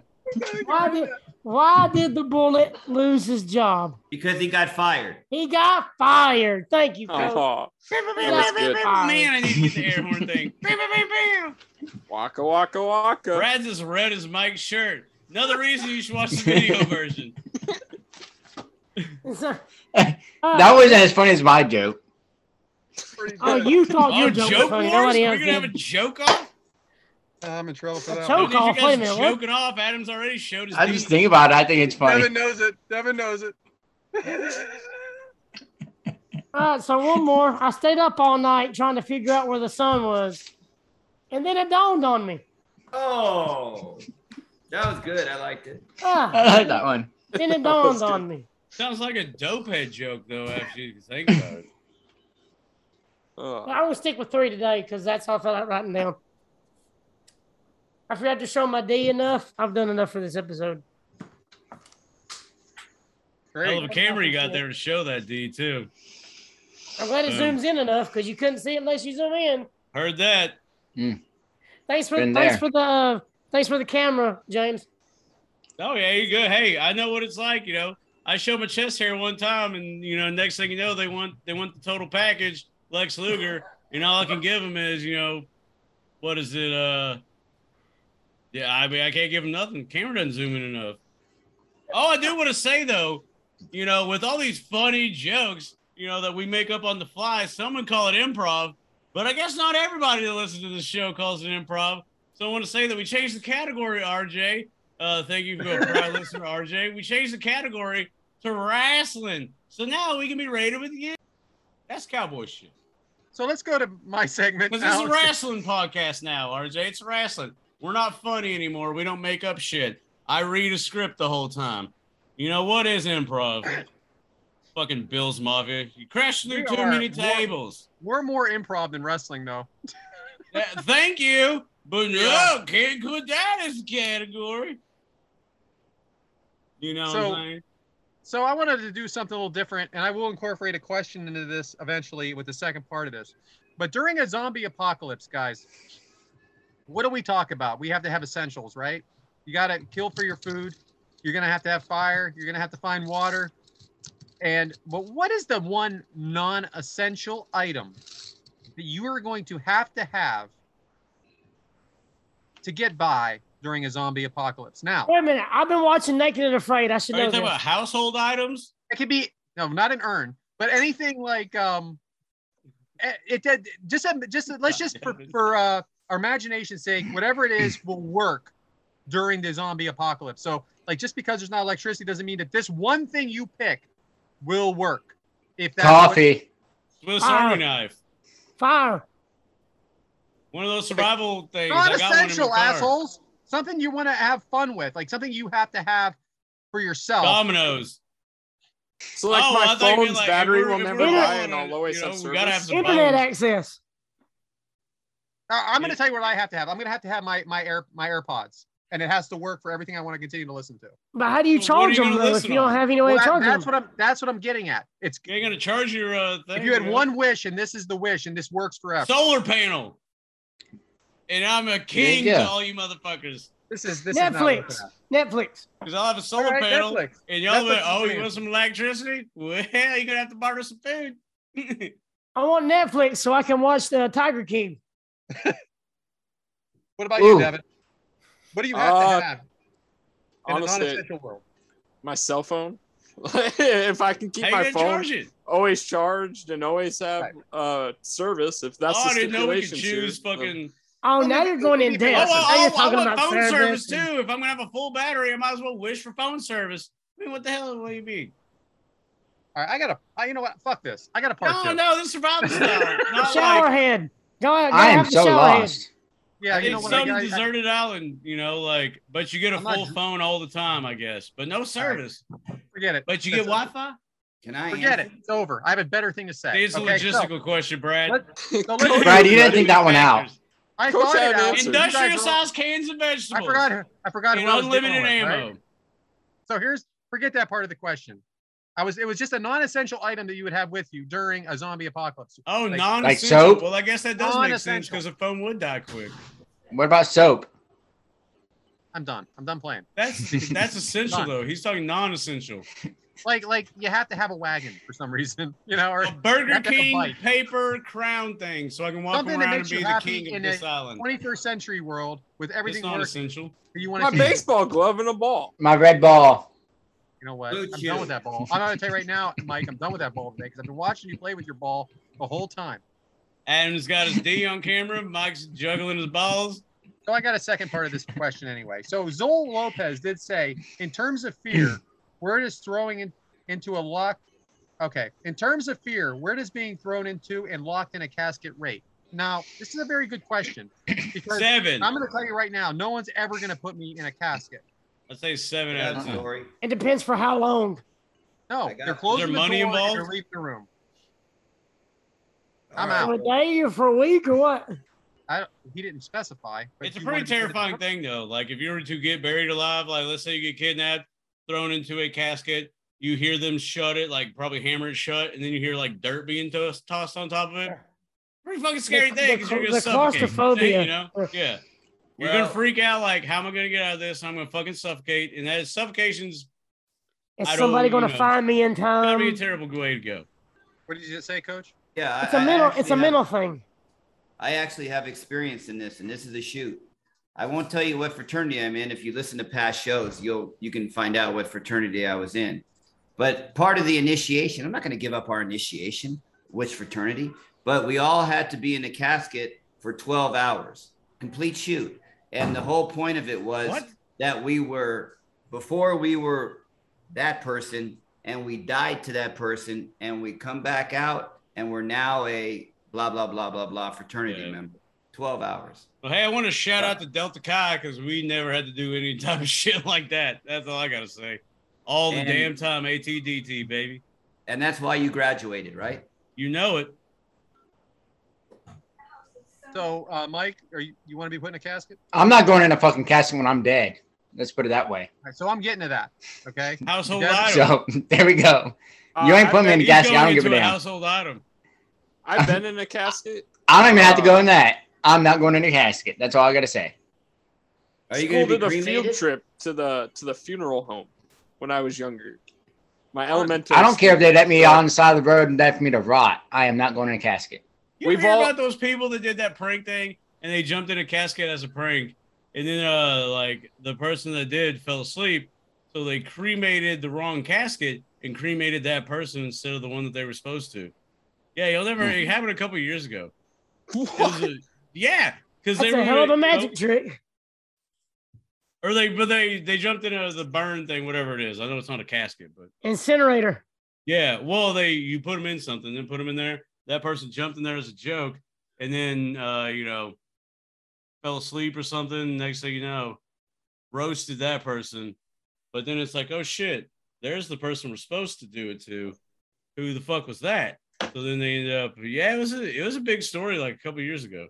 Why did why did the bullet lose his job? Because he got fired. He got fired. Thank Oh, you, coach. Aw. He was got good. fired. Man, I need to get the air horn thing. Waka waka waka. Brad's as red as Mike's shirt. Another reason you should watch the video version. It's a- That Uh, That wasn't as funny as my joke. Pretty Oh, good. you thought Oh, your joke was joke funny. wars? Nobody We're else gonna have a did. joke off. I'm in trouble for that. Don't one. Choke need you off? Wait a guys minute, what? joking off. Adam's already showed his. I just dick. think about it. I think it's funny. Devin knows it. Devin knows it. All right, so one more. I stayed up all night trying to figure out where the sun was, and then it dawned on me. Oh, that was good. I liked it. Ah, I like that one. then it That was dawned on me. Sounds like a dopehead joke though. After you think about it. Oh. I will stick with three today because that's how I felt out writing down. I forgot to show my D enough. I've done enough for this episode. Hell of a Great. camera you got there to show that D too. I'm glad it Boom. zooms in enough because you couldn't see it unless you zoom in. Heard that. Thanks for Been thanks there. for the uh, thanks for the camera, James. Oh yeah, you good. Hey, I know what it's like. You know, I showed my chest hair one time, and you know, next thing you know, they want they want the total package, Lex Luger, and all I can give them is you know, what is it? Uh, yeah, I mean, I can't give them nothing. Camera doesn't zoom in enough. Oh, I do want to say though, you know, with all these funny jokes, you know, that we make up on the fly, some would call it improv, but I guess not everybody that listens to this show calls it improv. So I want to say that we changed the category, RJ. Uh, thank you for being a proud listener, RJ. We changed the category to wrestling, so now we can be rated with the. That's cowboy shit. So let's go to my segment. Because it's now. a wrestling podcast now, RJ. It's wrestling. We're not funny anymore. We don't make up shit. I read a script the whole time. You know what is improv? Fucking Bill's Mafia. You crashed through We too are- many we're- tables. We're more improv than wrestling, though. Uh, Thank you, but no, Yeah. can't put that as a category. You know So- what I'm saying? So I wanted to do something a little different, and I will incorporate a question into this eventually with the second part of this. But during a zombie apocalypse, guys, what do we talk about? We have to have essentials, right? You got to kill for your food. You're gonna have to have fire. You're gonna have to find water. And but what is the one non-essential item that you are going to have to have to get by during a zombie apocalypse? Now, Wait a minute. I've been watching Naked and Afraid. I should Are you know talking this. about household items? it could be no, not an urn, but anything like um, eh, it did just just let's just for, for uh our imagination's sake, whatever it is will work during the zombie apocalypse. So like just because there's not electricity doesn't mean that this one thing you pick will work. If that's what- Coffee. Swiss Army Ah. knife. Fire. One of those survival things. not I got one in my essential, car. assholes. Something you want to have fun with, like something you have to have for yourself. Dominoes. So like Oh, I my thought you meant, phone's like, if battery we're- will if never we're die, going and on, I'll always you know, have we service. gotta have some- Internet bones. access. Now, I'm going Yeah. to tell you what I have to have. I'm going to have to have my my air my AirPods, and it has to work for everything I want to continue to listen to. But how do you So what are charge you them gonna though if listen you don't on? have any Well, way to that- charge that's them? what I'm. That's what I'm getting at. It's You're gonna charge your uh, thing. if you had man. one wish and this is the wish and this works forever. solar panel, and I'm a king Yeah. to all you motherfuckers this is this Netflix. is not working out. Netflix. because I'll have a solar All right, panel, Netflix. and y'all Netflix be like, is "Oh, you great. want some electricity? Well, you're gonna have to barter some food." I want Netflix so I can watch the Tiger King. What about Ooh. you, Devin? What do you have Uh, to have in a Honestly, non-essential world? my cell phone. if I can keep How you my gonna phone charge it? always charged and always have uh service, if that's oh, the I didn't know we could stipulation, choose here, then- fucking. Oh, Well, now then you're going in it Oh, could be depth. both. Now I, you're I, talking want about phone service, service. and- too. If I'm gonna have a full battery, I might as well wish for phone service. I mean, what the hell? What do you mean? All right, I got to You know what? Fuck this. I got a part No, two. no, this survival style. Not Shower like head. Go ahead. Go I am have the so shower head. lost. Yeah, you know it's what? I, some I, I, deserted island, you know, like, but you get a I'm not- full phone all the time, I guess, but no service. forget it. But you get That's Wi Fi? Can I Forget it. answer? It's over. I have a better thing to say. It's a Okay, so- logistical question, Brad. Let- so let's- Brad, you didn't think that one out. I Coach thought it Adam out. answered. You guys Industrial were- size cans of vegetables. I forgot. who- I forgot. And who I was dealing unlimited with, right? ammo. So here's forget that part of the question. I was it was just a non-essential item that you would have with you during a zombie apocalypse. Oh, Like- non Like essential. soap? well, I guess that does make sense Non-essential. because a phone would die quick. What about soap? I'm done. I'm done playing. That's that's essential though. He's talking non essential. Like like you have to have a wagon for some reason, you know, or A Burger Not that King bike. paper crown thing, so I can walk Something that around and makes be you the happy king of in this a island. 21st century world with It's everything not working essential. that you my want to see. baseball glove and a ball. My red ball. You know what? Blue I'm chew. done with that ball. I'm gonna tell you right now, Mike, I'm done with that ball today because I've been watching you play with your ball the whole time. Adam's got his D on camera. Mike's juggling his balls. So I got a second part of this question anyway. So Zol Lopez did say, in terms of fear, where does throwing in, into a lock? Okay, in terms of fear, where does being thrown into and locked in a casket rate? Now, this is a very good question because Seven. I'm going to tell you right now, no one's ever going to put me in a casket. I'd say seven out Yeah, of ten. Story. It depends for how long. No, I got it. they're Is closing there the money door involved? and they're leaving the room. All I'm For out. a day or for a week or what? I don't, he didn't specify. but It's a you pretty wanted to put it- terrifying thing, though. Like, if you were to get buried alive, like, let's say you get kidnapped, thrown into a casket, you hear them shut it, like, probably hammer it shut, and then you hear, like, dirt being toss- tossed on top of it. Pretty fucking scary The- thing the because you're cla- gonna the suffocate. claustrophobia. You know? Yeah. You're Well- gonna freak out, like, how am I gonna get out of this? I'm gonna fucking suffocate. And that is suffocation's Is I don't somebody going to know. find me in gotta time? Um, be a terrible way to go. What did you say, Coach? Yeah, It's a I- I mental. actually It's a have- mental thing. I actually have experience in this, and this is a shoot. I won't tell you what fraternity I'm in. If you listen to past shows, you'll you can find out what fraternity I was in. But part of the initiation, I'm not going to give up our initiation, which fraternity, but we all had to be in a casket for 12 hours, complete shoot. And the whole point of it was What? that we were before we were that person and we died to that person and we come back out and we're now a blah blah blah blah blah fraternity Yeah. member 12 hours Well, hey, I want to shout out to Delta Chi because we never had to do any type of shit like that. That's all I gotta say. All the And- damn time, ATDT, baby. and that's why you graduated right You know it. So, uh, Mike, are you, you want to be put in a casket? I'm not going in a fucking casket when I'm dead. Let's put it that way. All right, so I'm getting to that. Okay. Household Yeah, item. So there we go. Uh, You ain't I've putting me been- in the He's gasket. going I don't give into a a damn. household item. I've been in a casket. I don't even have to Uh, go in that. I'm not going in the casket. That's all I gotta say. Are you School going to did be a field cremated? trip to the to the funeral home when I was younger. My elementary. I don't care if school. they let me So- on the side of the road and left me to rot. I am not going in a casket. You We've hear all- about those people that did that prank thing and they jumped in a casket as a prank, and then uh like the person that did fell asleep, so they cremated the wrong casket and cremated that person instead of the one that they were supposed to. Yeah, you'll never. Mm-hmm. It happened a couple years ago. It was a- yeah, because they That's were a hell of a gonna- magic trick. or they but they they jumped into the burn thing, whatever it is. I know it's not a casket, but Incinerator. Yeah, well, they you put them in something, then put them in there. That person jumped in there as a joke, and then uh, you know, fell asleep or something. Next thing you know, roasted that person. But then it's like, oh shit, there's the person we're supposed to do it to. Who the fuck was that? So then they ended up. Yeah, it was a, it was a big story like a couple years ago.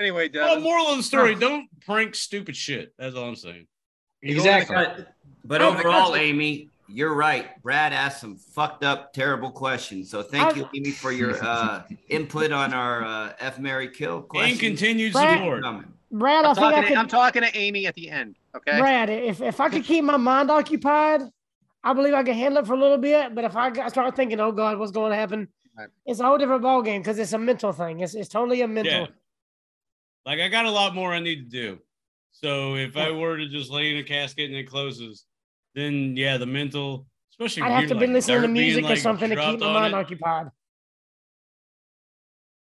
Anyway, Well, Devin, moral of the story: don't prank stupid shit. That's all I'm saying. Exactly. But, but Oh, my overall, gosh. Amy, you're right. Brad asked some fucked up, terrible questions. So thank you, Amy, for your uh, input on our uh, F Mary Kill And question. continued Brad- support. Coming. Brad, I I'm think talking, I to, could. I'm talking to Amy at the end. Okay. Brad, if, if I could keep my mind occupied, I believe I can handle it for a little bit. But if I got- start thinking, oh God, what's going to happen? Right. It's a whole different ballgame because it's a mental thing. It's, it's totally a mental. Yeah. Like I got a lot more I need to do. So if I were to just lay in a casket and it closes, then yeah, the mental, especially I'd when have to you're, be like, listening to dirt being, music or like, something to keep dropped my on mind it. occupied.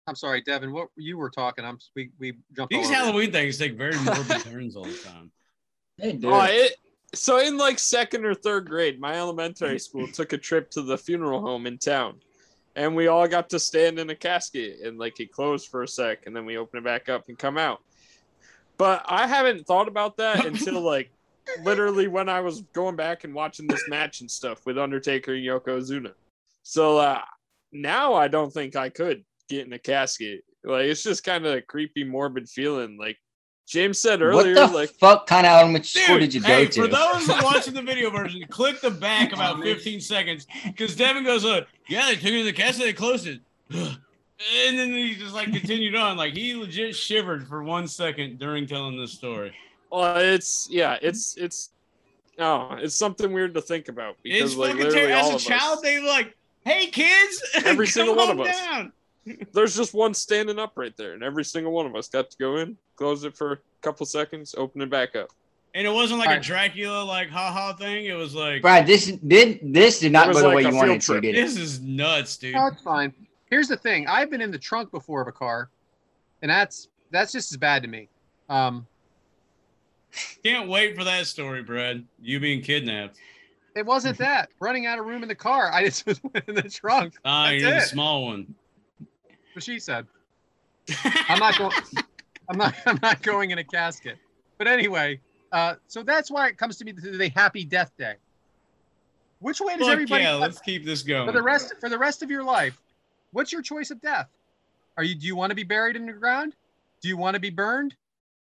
I'm sorry, Devin. What you were talking? I'm we we jumped. These all over you. Halloween things take very morbid turns all the time. They do. Oh, it, so in like second or third grade, my elementary school took a trip to the funeral home in town, and we all got to stand in a casket and like it closed for a sec, and then we open it back up and come out. But I haven't thought about that until like literally when I was going back and watching this match and stuff with Undertaker and Yokozuna. So uh, now I don't think I could get in a casket. Like it's just kind of a creepy, morbid feeling. Like James said earlier, what the like fuck kind of elementary school Dude, did you hey, go to? Oh, for those that are watching the video version, click the back about 15 seconds because Devin goes, "Look, yeah, they took it to the casket, they closed it," and then he just like continued on, like he legit shivered for one second during telling this story. Well, it's yeah, it's it's oh, it's something weird to think about because It's like fucking terrible. literally all As a of child, us, they were like, "Hey, kids, Every come single one on of us. Down. there's just one standing up right there, and every single one of us got to go in, close it for a couple seconds, open it back up. And it wasn't like a Alright. Dracula like haha thing. It was like Brad, this did this did It not was go the like way a you wanted field it to, trip. did it? this is nuts, dude. No, it's fine. Here's the thing: I've been in the trunk before of a car, and that's that's just as bad to me. Um, Can't wait for that story, Brad. You being kidnapped. it wasn't that running out of room in the car. I just was in the trunk. Ah, That's you're the it. small one. What she said. I'm not going. I'm not. I'm not going in a casket. But anyway, uh, so that's why it comes to me the, the Happy Death Day. Which way does Fuck everybody? yeah, let's keep this going. for the rest for the rest of your life what's your choice of death are you do you want to be buried in the ground do you want to be burned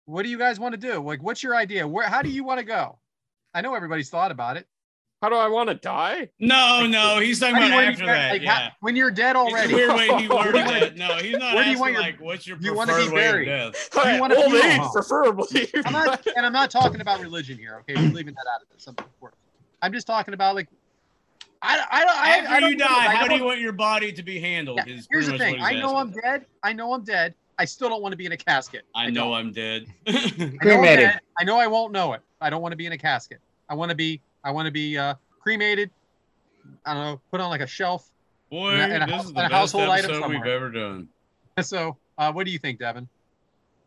what do you guys want to do like what's your idea where how do you want to go i know everybody's thought about it How do I want to die? no, no, he's talking How do about you wanna be after buried? that. Like, how- yeah. when you're dead It's a already weird way he Where worded do you it. No, he's not where do asking you want your- like what's your you preferred wanna be way buried? of death. All you right, want a old funeral age, home? preferably. i'm not and i'm not talking about religion here okay we're leaving that out of this I'm, I'm just talking about like i i, I, I, After I don't you know. die, I how don't- do you want your body to be handled? Yeah, is here's pretty the much thing what i he's know i'm asking. dead i know i'm dead i still don't want to be in a casket I don't. know I'm dead. I know I'm Cremated. dead. I know I won't know it. I don't want to be in a casket. I want to be. I want to be uh, cremated. I don't know. Put on like a shelf. Boy, And a- and a this house- is the and a best household item episode we've somewhere. ever done. So, uh, what do you think, Devin?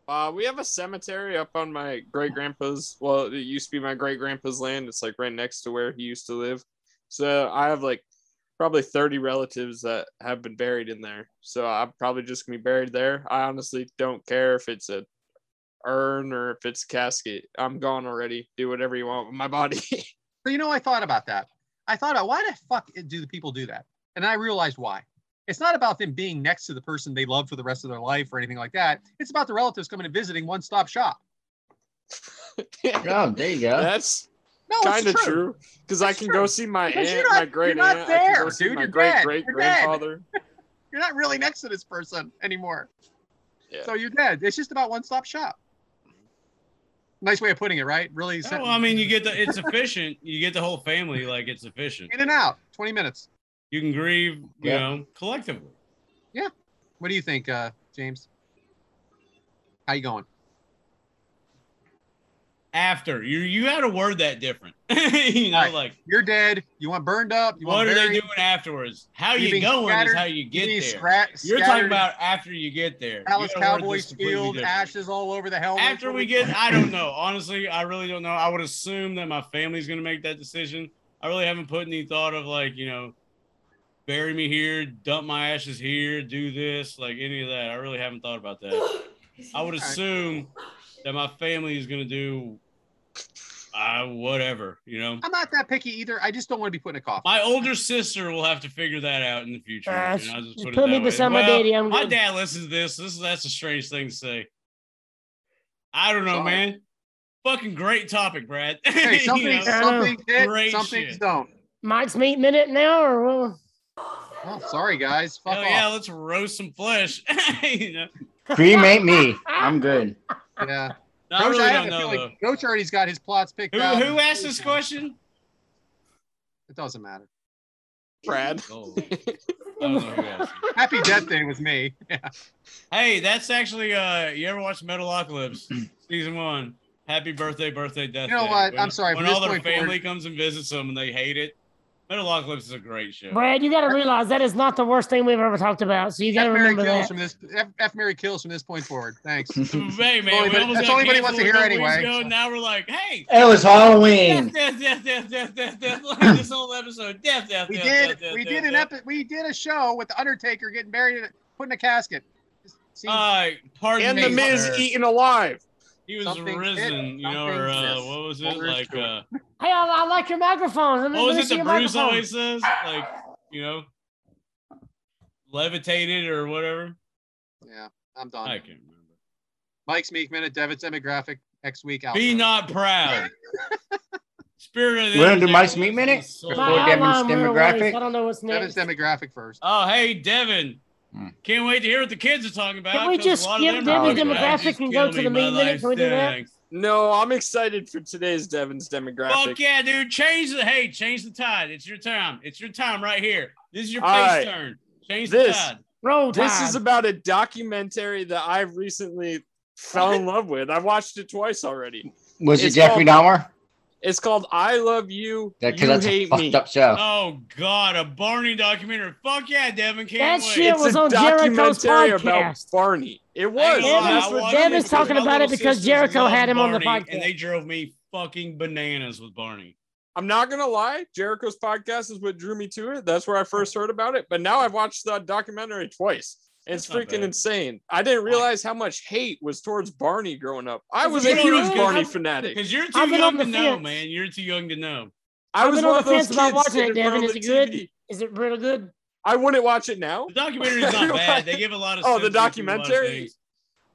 Uh, we have a cemetery up on my great grandpa's. Well, it used to be my great grandpa's land. It's like right next to where he used to live. So I have like probably 30 relatives that have been buried in there. So I'm probably just gonna be buried there. I honestly don't care if it's a urn or if it's a casket. I'm gone already. Do whatever you want with my body. So you know, I thought about that. I thought about why the fuck do the people do that? And I realized why. It's not about them being next to the person they love for the rest of their life or anything like that. It's about the relatives coming and visiting one stop shop. Oh, there you go. That's No, Oh, it's kind of true. true because I It's can true. go see my Because you're aunt, not- my great you're not aunt, I can there, go see dude. my You're great dead. great You're dead. grandfather. You're not really next to this person anymore. Yeah. So you're dead. It's just about one stop shop. Nice way of putting it, right? Really. Yeah, sentence. well, I mean, you get the it's efficient. You get the whole family like it's efficient. in and out, 20 minutes. You can grieve, you Yeah. know, collectively. What do you think, uh, James? How you going? After you, you had a word that different. you know, Right. like You're dead. You want burned up. You what want are they buried. doing afterwards? How You you being going scattered, is how you get there. You need scrat- You're scattered talking about after you get there. You Dallas gotta word Cowboys this completely field, different. ashes all over the helmet. After we get, I don't know. Honestly, I really don't know. I would assume that my family's gonna make that decision. I really haven't put any thought of like, you know, bury me here, dump my ashes here, do this, like any of that. I really haven't thought about that. I would assume that my family is gonna do, uh, whatever, you know. I'm not that picky either. I just don't want to be put in a coffin. My older sister will have to figure that out in the future. Ah, and just- I'll just just put it put that me way. beside my Well, daddy, I'm my good. dad listens to this. This is that's a strange thing to say. I don't know, Sorry. man. Fucking great topic, Brad. Hey, You some know, things, some things Great hit, some things shit. don't. Mike's meat minute now, or what? Well, Oh, sorry guys. Fuck hell off. yeah, let's roast some flesh. you know, Cremate me. I'm good. Yeah. No, I Coach, really I don't have a know feeling Coach alredy's got his plots picked though. out. Who who asked this question? It doesn't matter. Brad. Oh, I don't know who asked it. Happy Death Day was me. hey, that's actually uh, you ever watch Metalocalypse season one? Happy birthday, birthday, death. You know Day. what? When- I'm sorry, When from all this their point forward- family comes and visits them and they hate it, Metalocalypse is a great show. Brad, you got to realize that is not the worst thing we've ever talked about. So you got to F Mary remember kills that. from this F, F Mary kills from this point forward. Thanks. Mm-hmm. hey man, only we been- almost that's got all anybody canceled wants to a hear couple weeks anyway, ago, so. Now we're like, hey, It was death, Halloween. death, death, death, death, death, death, like this whole episode, death, death, We death, did death, death, we death, did an death. epi- we did a show with the Undertaker getting buried in a, put in a casket. See, Uh, pardon And me, the Miz sir. eaten alive. He was Something risen, hit, you know, or something uh, missed. what was it Well, there's like? two. Uh, Hey, I, I like your microphones. Let me, what let me was see it that your Bruce microphone. always says? Like, you know, levitated or whatever. yeah, I'm done. I can't remember. Mike's Meek Minute, Devin's demographic next week. Out. Be not proud. Spirit of the We're gonna do internet Mike's Meat lives in Minute? the soul. My Before Devin's outline, we're always- demographic. I don't know what's Devin's next. demographic first. Oh, hey, Devin. Hmm. Can't wait to hear what the kids are talking about. Can we 'cause just a lot of skip them are Devin's talking about, demographic "Just and kill go to me, the my meat minute? life Can we do that? stinks." No, I'm excited for today's Devin's Fuck demographic. yeah, dude. Change the hey, change the tide. It's your time. It's your time right here. This is your face All right. turn. Change This- the tide. Roll time. This is about a documentary that I've recently fell in love with. I've watched it twice already. Was it It's Jeffrey Dahmer? It's called I Love You, Because You that's a Hate fucked Me. up show. Oh god, a Barney documentary. Fuck yeah, Devin. Can't That wait. shit It's was a on Jericho's documentary about podcast. Barney. It I was. ain't Devin- gonna lie, That's I what watched Devin's because talking my about it little because sisters Jericho love had him on the Barney, podcast. And they drove me fucking bananas with Barney. I'm not gonna lie, Jericho's podcast is what drew me to it. That's where I first heard about it. But now I've watched the documentary twice. It's That's not freaking bad. insane. I didn't realize how much hate was towards Barney growing up. I Is was it a really? huge Because Barney I'm- fanatic. Because you're too I've been on young the to know, fence. man. You're too young to know. I I've was been on the one of those fence about kids watching sitting it, in front Devin. of the Is it good? TV. Is it really good? I wouldn't watch it now. The documentary's not bad. They give a lot of Oh, the sense into a lot of documentary? things.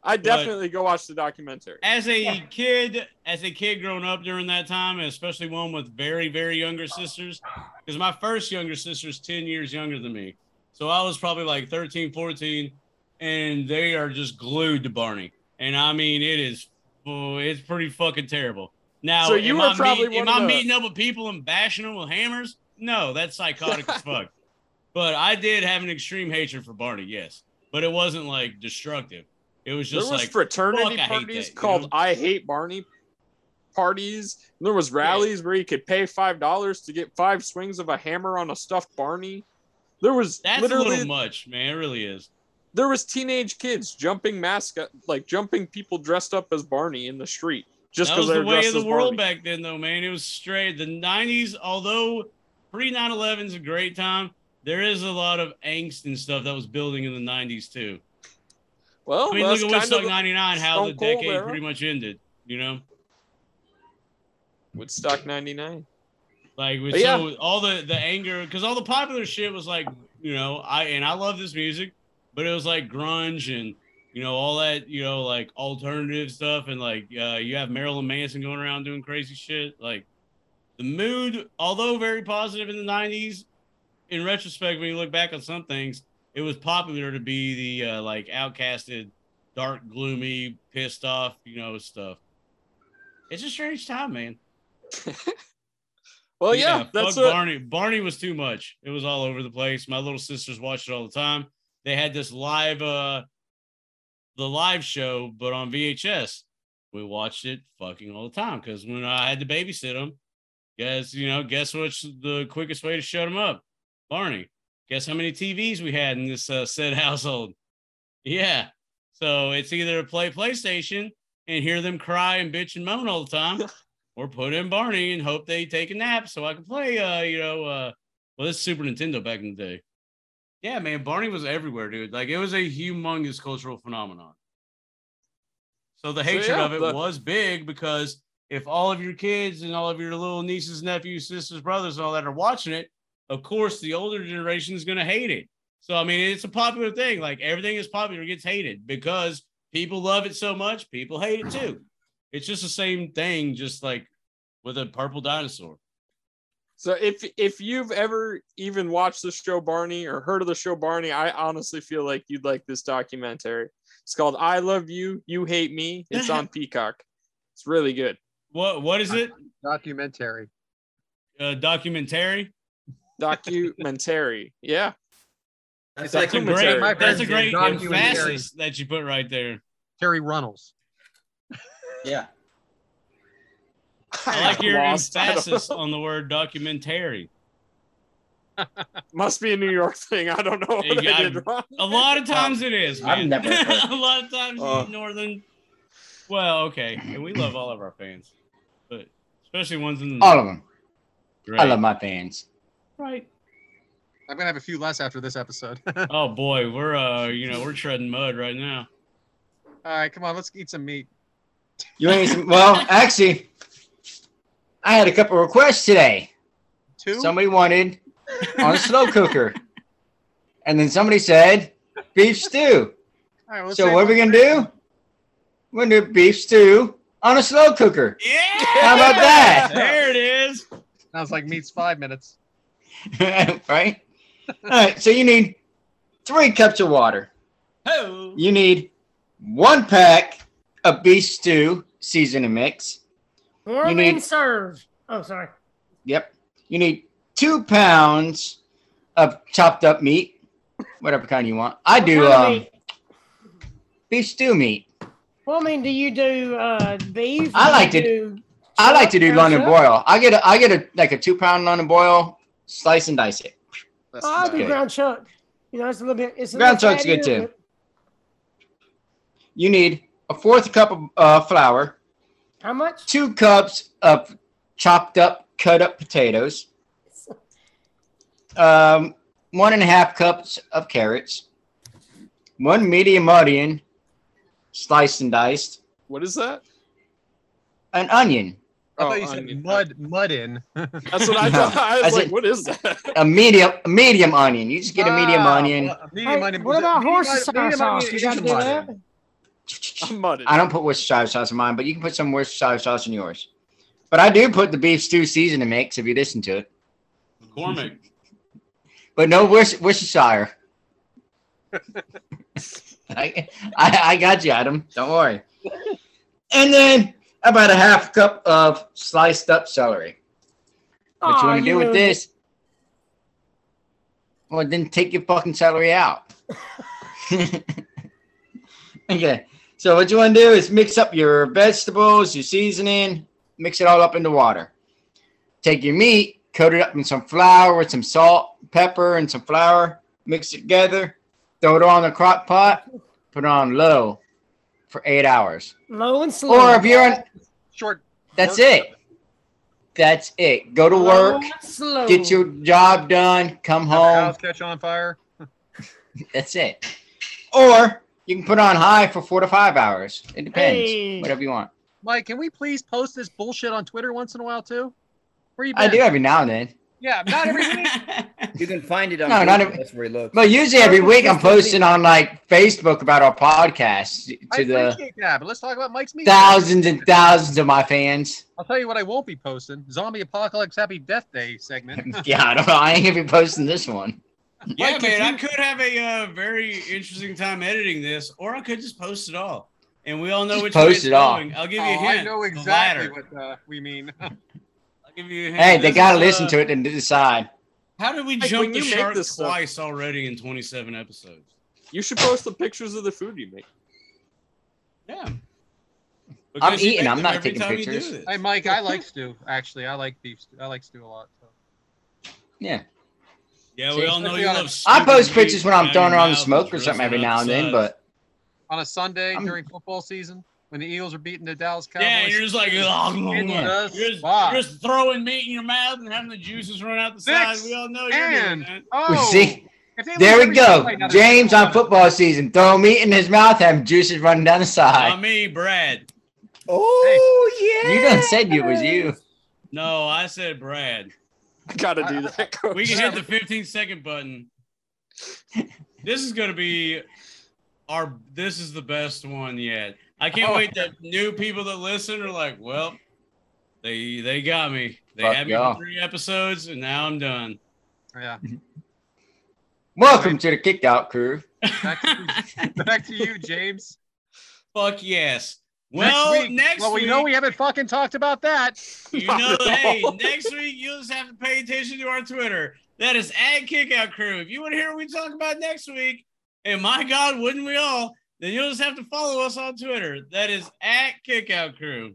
I But- definitely go watch the documentary. as a Yeah. kid, as a kid growing up during that time, and especially one with very, very younger sisters, because my first younger sister's 10 years younger than me. So I was probably like 13, 14, and they are just glued to Barney. And I mean, it is, oh, it's pretty fucking terrible. Now, So you am, were I, probably meet, am one of I the- meeting up with people and bashing them with hammers? No, that's psychotic as fuck. But I did have an extreme hatred for Barney, yes. But it wasn't like destructive. It was There just was like fraternity fuck, I hate parties that, you called know? "I Hate Barney" parties. And there was rallies where you could pay five dollars to get five swings of a hammer on a stuffed Barney. There was That's a literally little much, man. It really is. there was teenage kids jumping mascot like jumping people dressed up as Barney in the street just that was because they the were way dressed of the as world Barney. back then, though, man. It was straight. The '90s, although pre 9/11 is a great time, there is a lot of angst and stuff that was building in the '90s ttoo. Oh, Well, I mean, that's look at kind Woodstock of the, '99, how Stone the Cold decade era. pretty much ended. You know, Woodstock '99. like with, But yeah. so all the the anger because all the popular shit was like you know I and I love this music, but it was like grunge and you know, all that, you know, like alternative stuff, and like uh, you have Marilyn Manson going around doing crazy shit. Like the mood, although very positive in the '90s, in retrospect, when you look back on some things, it was popular to be the uh, like outcasted, dark, gloomy, pissed off, you know, stuff. It's a strange time, man. Well, yeah, that's fuck what. Barney. Barney was too much. It was all over the place. My little sisters watched it all the time. They had this live, uh, the live show, but on VHS. We watched it fucking all the time because when I had to babysit them, guess you know, guess what's the quickest way to shut them up? Barney. Guess how many TVs we had in this uh, said household? Yeah. So it's either play PlayStation and hear them cry and bitch and moan all the time, or put in Barney and hope they take a nap so I can play. Uh, you know, uh, well, this is Super Nintendo back in the day. Yeah, man, Barney was everywhere, dude. Like it was a humongous cultural phenomenon. So the So, hatred yeah, of it the- was big because if all of your kids and all of your little nieces, nephews, sisters, brothers, and all that are watching it, of course the older generation is going to hate it. So I mean, it's a popular thing. Like everything is popular gets hated because people love it so much, people hate it too. It's just the same thing, just like with a purple dinosaur. So if if you've ever even watched the show Barney or heard of the show Barney, I honestly feel like you'd like this documentary. It's called "I Love You, You Hate Me." It's on Peacock. It's really good. What what is it? Documentary. Uh, documentary. Documentary. Yeah. That's That's a like great. My That's parents a great did documentary. emphasis that you put right there. Terry Runnels. Yeah. I like your Lost. I don't- emphasis on the word documentary. Must be a New York thing. I don't know what Yeah, I did wrong. A lot of times it is. Uh, I've Man. never heard. a lot of times Uh. in northern. Well, okay, and we love all of our fans, but especially ones Oh. in the All of them. Right. Oh, I love my fans. right. I'm gonna have a few less after this episode. Oh All boy, we're uh, you know, we're treading mud right now. right, come on, let's eat some meat. You ain't some, well, actually, I had a couple requests today. Two. Somebody wanted on a slow cooker, and then somebody said beef stew. All right, let's so say- what are we gonna do? We're gonna do beef stew on a slow cooker. Yeah. How about that? There it is. Sounds like meat's five minutes. right? All right. So you need three cups of water. Oh. You need one pack of beef stew seasoning mix. Warm need- and serve. Oh, sorry. Yep. You need two pounds of chopped up meat, whatever kind you want. I What do kind of um, meat? beef stew meat. Well, I mean, do you do uh, beef? I Do like you to- do- I like to do Chopped, London chopped. boil. I get a, I get a like a two pound London boil, slice and dice it. That's Oh, I do Okay. ground chuck. You know, it's a little bit. It's a Ground little chuck's good, fattier, too. but- You need a fourth cup of uh, flour, How much? two cups of chopped up, cut up potatoes, um, one and a half cups of carrots, one medium onion, sliced and diced, What is that? an onion, I Oh, thought you said onion. mud mud in. That's what I thought. I was No, I like, said- what is that? a medium a medium onion. You just get a medium Ah, onion. well, a medium Hey, onion- what about medium horse onion- medium onion sauce? You is got to do mud that. in. I'm mudded. I don't put Worcestershire sauce in mine, but you can put some Worcestershire sauce in yours. But I do put the beef stew seasoning mix if you listen to it. McCormick. But no Worc- Worcestershire. I, I I got you, Adam. Don't worry. And then about a half cup of sliced up celery. What Aw, you want to do with ruined it. this? Well, then take your fucking celery out. okay. So what you want to do is mix up your vegetables, your seasoning, mix it all up into water. Take your meat, coat it up in some flour with some salt, pepper, and some flour. Mix it together. Throw it on the crock pot. Put it on low for eight hours. Low and slow. Or if you're in, Short. that's work. it. That's it. Go to Low work and slow. get your job done, come Have home. cows catch on fire. That's it. Or you can put on high for four to five hours. It depends. Hey. Whatever you want. Mike, can we please post this bullshit on Twitter once in a while too? Where you been? I do every now and then. Yeah, not every week. You can find it on. No, Google. not every- That's where he looks. But usually every week I'm posting on like Facebook about our podcast I to the appreciate that, but let's talk about Mike's meat. thousands and thousands of my fans. I'll tell you what I won't be posting: zombie apocalypse happy death day segment. Yeah, I don't know. I ain't gonna be posting this one. Yeah, Mike, man, if I could have a uh, very interesting time editing this, or I could just post it all, and we all know Just which way post it's it all. going. I'll give Oh, you a hint. I know The exactly latter. what uh, we mean. I'll give you a hint. Hey, they This gotta is, listen uh, to it and decide. How did we Mike, jump when the you make shark this stuff- twice already in 27 episodes? You should post the pictures of the food you make. Yeah. Because you eating, make I'm them not every taking time you do pictures. this. hey, Mike, I like stew. Actually, I like beef. Stew. I like stew a lot. So. Yeah, Yeah, See, we all know let's you be love. I post stupid pictures when meat I'm down throwing your around the mouth smoke or dressing something every up now and then. size. But On a Sunday I'm- during football season, when the Eagles are beating the Dallas Cowboys, yeah, you're just like "Ugh, in mm, the mm." you're just, spot. you're just throwing meat in your mouth and having the juices run out the Six side. We all know you're doing and that. we oh, see. if they There lose every we go. Sunday, now they're James on gonna- football season, throw meat in his mouth, having juices running down the Not side. me, Brad. Oh yeah. You done said it was you. No, I said Brad. I gotta do that. Coach. We can hit the 15 second button. This is gonna be our. This is the best one yet. I can't Oh. wait that new people that listen are like, well, they they got me. They Fuck had me yeah. for three episodes, and now I'm done. Yeah, Welcome to the kicked out crew. back to, back to you, James. Fuck yes. Next Well, next week- week, well, we know we haven't fucking talked about that. you know, hey, next week you'll just have to pay attention to our Twitter. That is at Kickout Crew. If you want to hear what we talk about next week, and my God, wouldn't we all? Then you'll just have to follow us on Twitter. That is at Kickout Crew.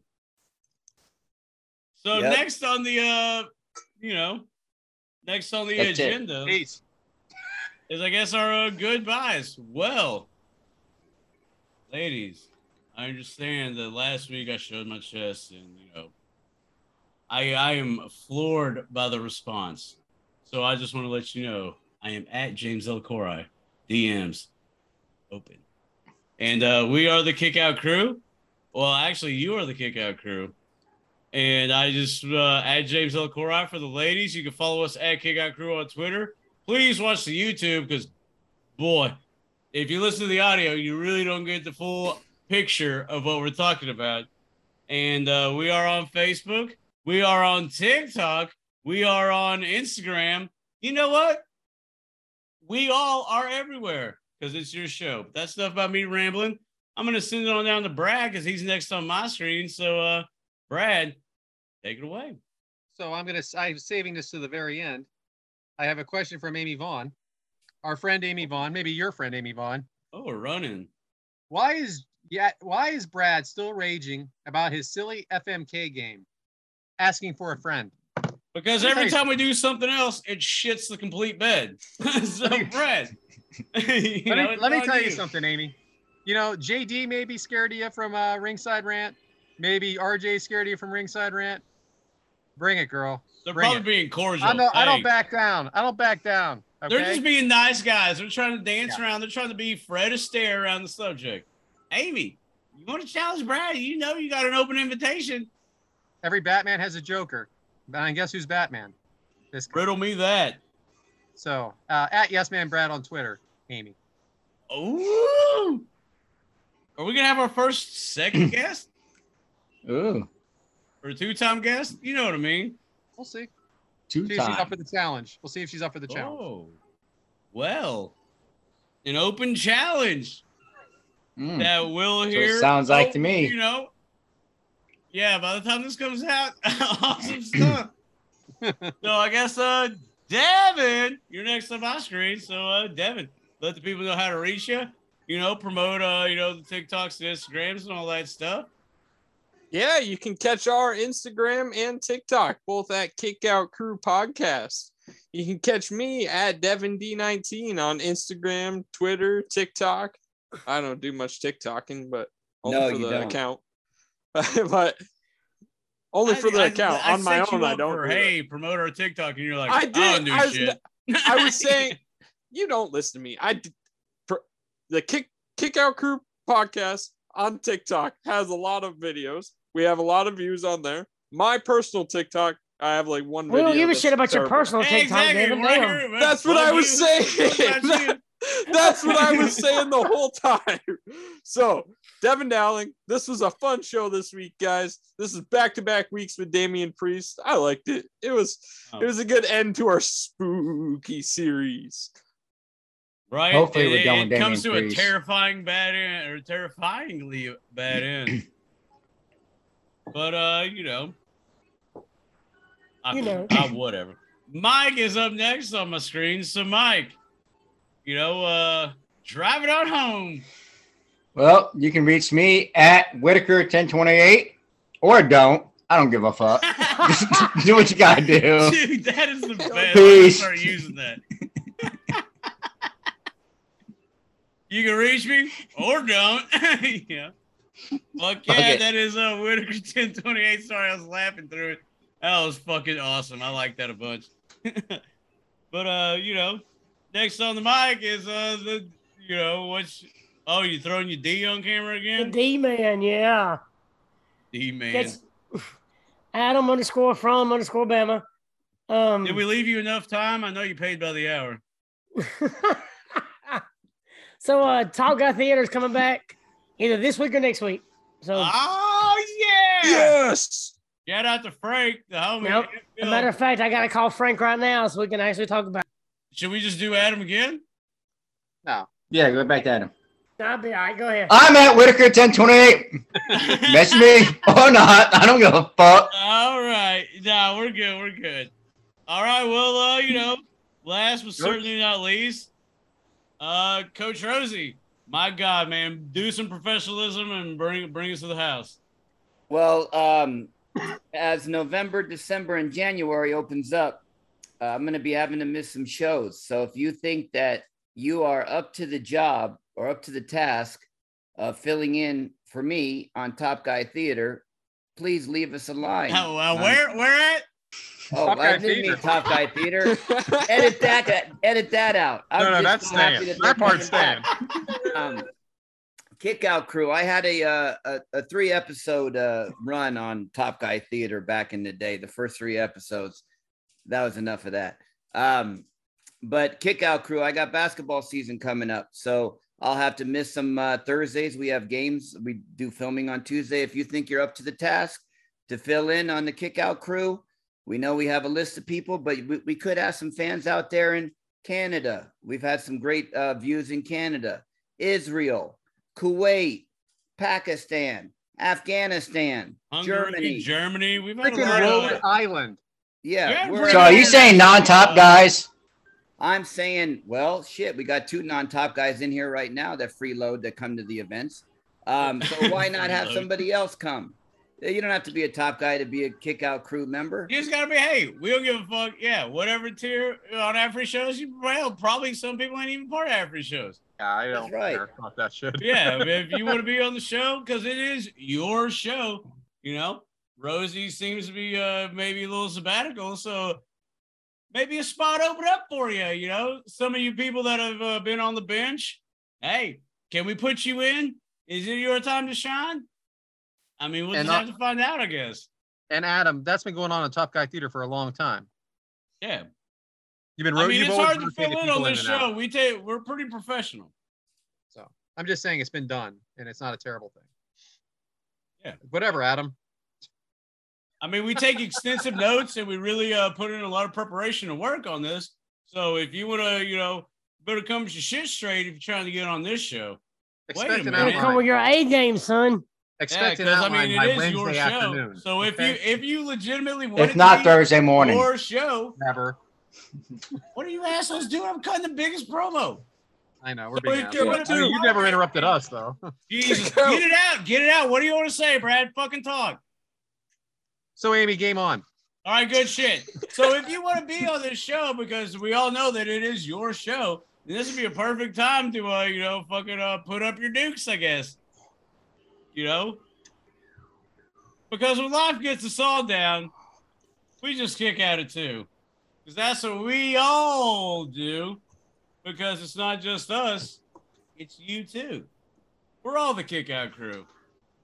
So Yep. next on the, uh you know, next on the That's it. agenda is Peace. I guess our uh, goodbyes. Well, ladies, I understand that last week I showed my chest, and you know, I I am floored by the response. So I just want to let you know I am at James L Cori. DMs open, and uh, we are the Kickout Crew. Well, actually, you are the Kickout Crew. And I just uh, at James L Cori for the ladies. You can follow us at Kickout Crew on Twitter. Please watch the YouTube because, boy, if you listen to the audio, you really don't get the full picture of what we're talking about. And uh, we are on Facebook. We are on TikTok. We are on Instagram. You know what? We all are everywhere because it's your show. But that's enough about me rambling. I'm going to send it on down to Brad because he's next on my screen. So, uh, Brad, take it away. So I'm gonna. I'm saving this to the very end. I have a question from Amy Vaughn, our friend Amy Vaughn, maybe your friend Amy Vaughn. Oh, we're running. Why is yeah? Why is Brad still raging about his silly FMK game, asking for a friend? Because every time we do something else, it shits the complete bed. so, Brad, you Let know, me, it's let me on tell you something, Amy. You know, JD may be scared of you from uh, Ringside Rant. Maybe RJ scared of you from Ringside Rant. Bring it, girl. They're Bring probably being cordial. I don't. I don't Hey, back down. I don't back down. Okay? They're just being nice guys. They're trying to dance around. They're trying to be Fred Astaire around the subject. Amy, you want to challenge Brad? You know you got an open invitation. Every Batman has a Joker. And guess who's Batman? This. guy. Riddle me that. So uh, at Yes Man Brad on Twitter, Amy. Ooh. Are we gonna have our first second guest Ooh, or two-time guest? You know what I mean? We'll see. two See if she's up times. for the challenge. We'll see if she's up for the challenge. Oh, well, an open challenge Mm. that we'll it hear. sounds like to Oh, me. You know. Yeah, by the time this comes out, awesome stuff. so I guess uh Devin, you're next on my screen. So uh Devin, let the people know how to reach you. You know, promote uh, you know, the TikToks, the Instagrams and all that stuff. Yeah, you can catch our Instagram and TikTok, both at Kickout Crew Podcast. You can catch me at DevinD19 on Instagram, Twitter, TikTok. I don't do much TikToking, but only No, for you the don't. account. but only for the I- I- account. I on my set you own, I up don't. for, do it. hey, promote our TikTok, and you're like, I I, did. don't do I was- shit. I was saying, you don't listen to me. I d- pr- the kick kick out crew podcast on TikTok has a lot of videos. We have a lot of views on there. My personal TikTok I have like one. We don't video give a that's shit about your terrible. personal TikTok, David. We're Damn. here, man. That's what Fuck I was you. saying. Fuck you. That's what I was saying the whole time. So, Devin Dowling, this was a fun show this week, guys. This is back-to-back weeks with Damian Priest. I liked it. It was Oh. it was a good end to our spooky series. Right. Hopefully we're it, done it with Damian comes to Priest. a terrifying bad end or terrifyingly bad end. but uh, you know, I, You know. I- whatever. Mike is up next on my screen. So Mike, you know, uh, drive it on home. Well, you can reach me at Whitaker1028 or don't. I don't give a fuck. do what you gotta do. Dude, that is the best. I'm gonna Peace. start using that. you can reach me or don't. yeah. Fuck yeah, it. that is uh Whitaker 1028. Sorry, I was laughing through it. That was fucking awesome. I like that a bunch. but uh, you know, next on the mic is uh the you know, what's oh you throwing your D on camera The again? D man, yeah. D man. That's Adam underscore from underscore Bama. Um, Did we leave you enough time? I know you paid by the hour. so uh Tall Guy Theater's coming back either this week or next week. So Oh Yes. Shout out to Frank, the homie. Nope. as a matter of fact, I gotta call Frank right now so we can actually talk about Should we just do Adam again? Yeah, go back to Adam. it. I'll be all right, go ahead. I'm at Whitaker1028. Message me or not. I don't give a fuck. All right. No, we're good. We're good. All right. Well, uh, you know, last but certainly not least, uh, Coach Rosie. My God, man, do some professionalism and bring bring us to the house. Well, um, as November, December, and January opens up, uh, I'm going to be having to miss some shows. So if you think that you are up to the job or up to the task of filling in for me on Top Guy Theater, please leave us a line. Oh, uh, Um, where where at? Oh, Top I Guy didn't mean Theater. Top Guy Theater. edit that. uh, Edit that out. No, no, just that's so happy staying. that That they're part's coming back staying. um, kick out crew i had a, uh, a a three episode uh run on top guy theater back in the day the first three episodes that was enough of that um but kick out crew i got basketball season coming up so i'll have to miss some uh, thursdays we have games we do filming on tuesday if you think you're up to the task to fill in on the kick out crew we know we have a list of people but we, we could have some fans out there in canada we've had some great uh, views in canada Israel, Kuwait, Pakistan, Afghanistan, Hungary, Germany. Germany. Germany. We've had a Freaking lot of Rhode Island. Yeah, yeah, we're- So are you saying non-top guys? I'm saying, well, shit, we got two non-top guys in here right now that freeload that come to the events. Um, so why not have Freeload. somebody else come? You don't have to be a top guy to be a kick out crew member. You just gotta be, hey, we don't give a fuck. Yeah, whatever tier on after shows you well, probably some people ain't even part of after shows. Yeah, I That's don't right. care about that shit. Yeah, if you want to be on the show, because it is your show, you know. Rosie seems to be uh maybe a little sabbatical, so maybe a spot open up for you, you know. Some of you people that have uh, been on the bench, hey, can we put you in? Is it your time to shine? I mean, we'll And just I- have to find out, I guess. And Adam, that's been going on in Top Guy Theater for a long time. Yeah. You've been. I ro- mean, you've it's always hard to rotated fill in people on this and out. show. We take we're pretty professional. So I'm just saying it's been done, and it's not a terrible thing. Yeah. Whatever, Adam. I mean, we take extensive notes and we really uh, put in a lot of preparation and work on this. So if you want to, you know, better come your shit straight if you're trying to get on this show. Wait a Expect an minute. Gotta come outline. with your A game, son. Expect an 'cause, outline by Wednesday afternoon. So if okay? you if you legitimately want it If to not be Thursday morning. your show, never, what are you assholes doing? I'm cutting the biggest promo. I know we're So being. if assholes. you're I gonna mean, do- you've never interrupted us though. Jesus, get it out, get it out. What do you want to say, Brad? Fucking talk. So Amy, game on. All right, good shit. So if you want to be on this show, because we all know that it is your show, then this would be a perfect time to, uh, you know, fucking uh, put up your dukes, I guess. You know, because when life gets us all down, we just kick at it too, because that's what we all do. Because it's not just us; it's you too. We're all the kick out crew.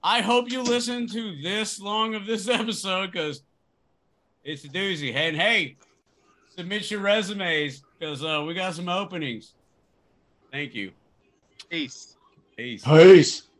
I hope you listen to this long of this episode, because It's a doozy. And hey, submit your resumes because uh, we got some openings. Thank you. Peace. Peace. Peace.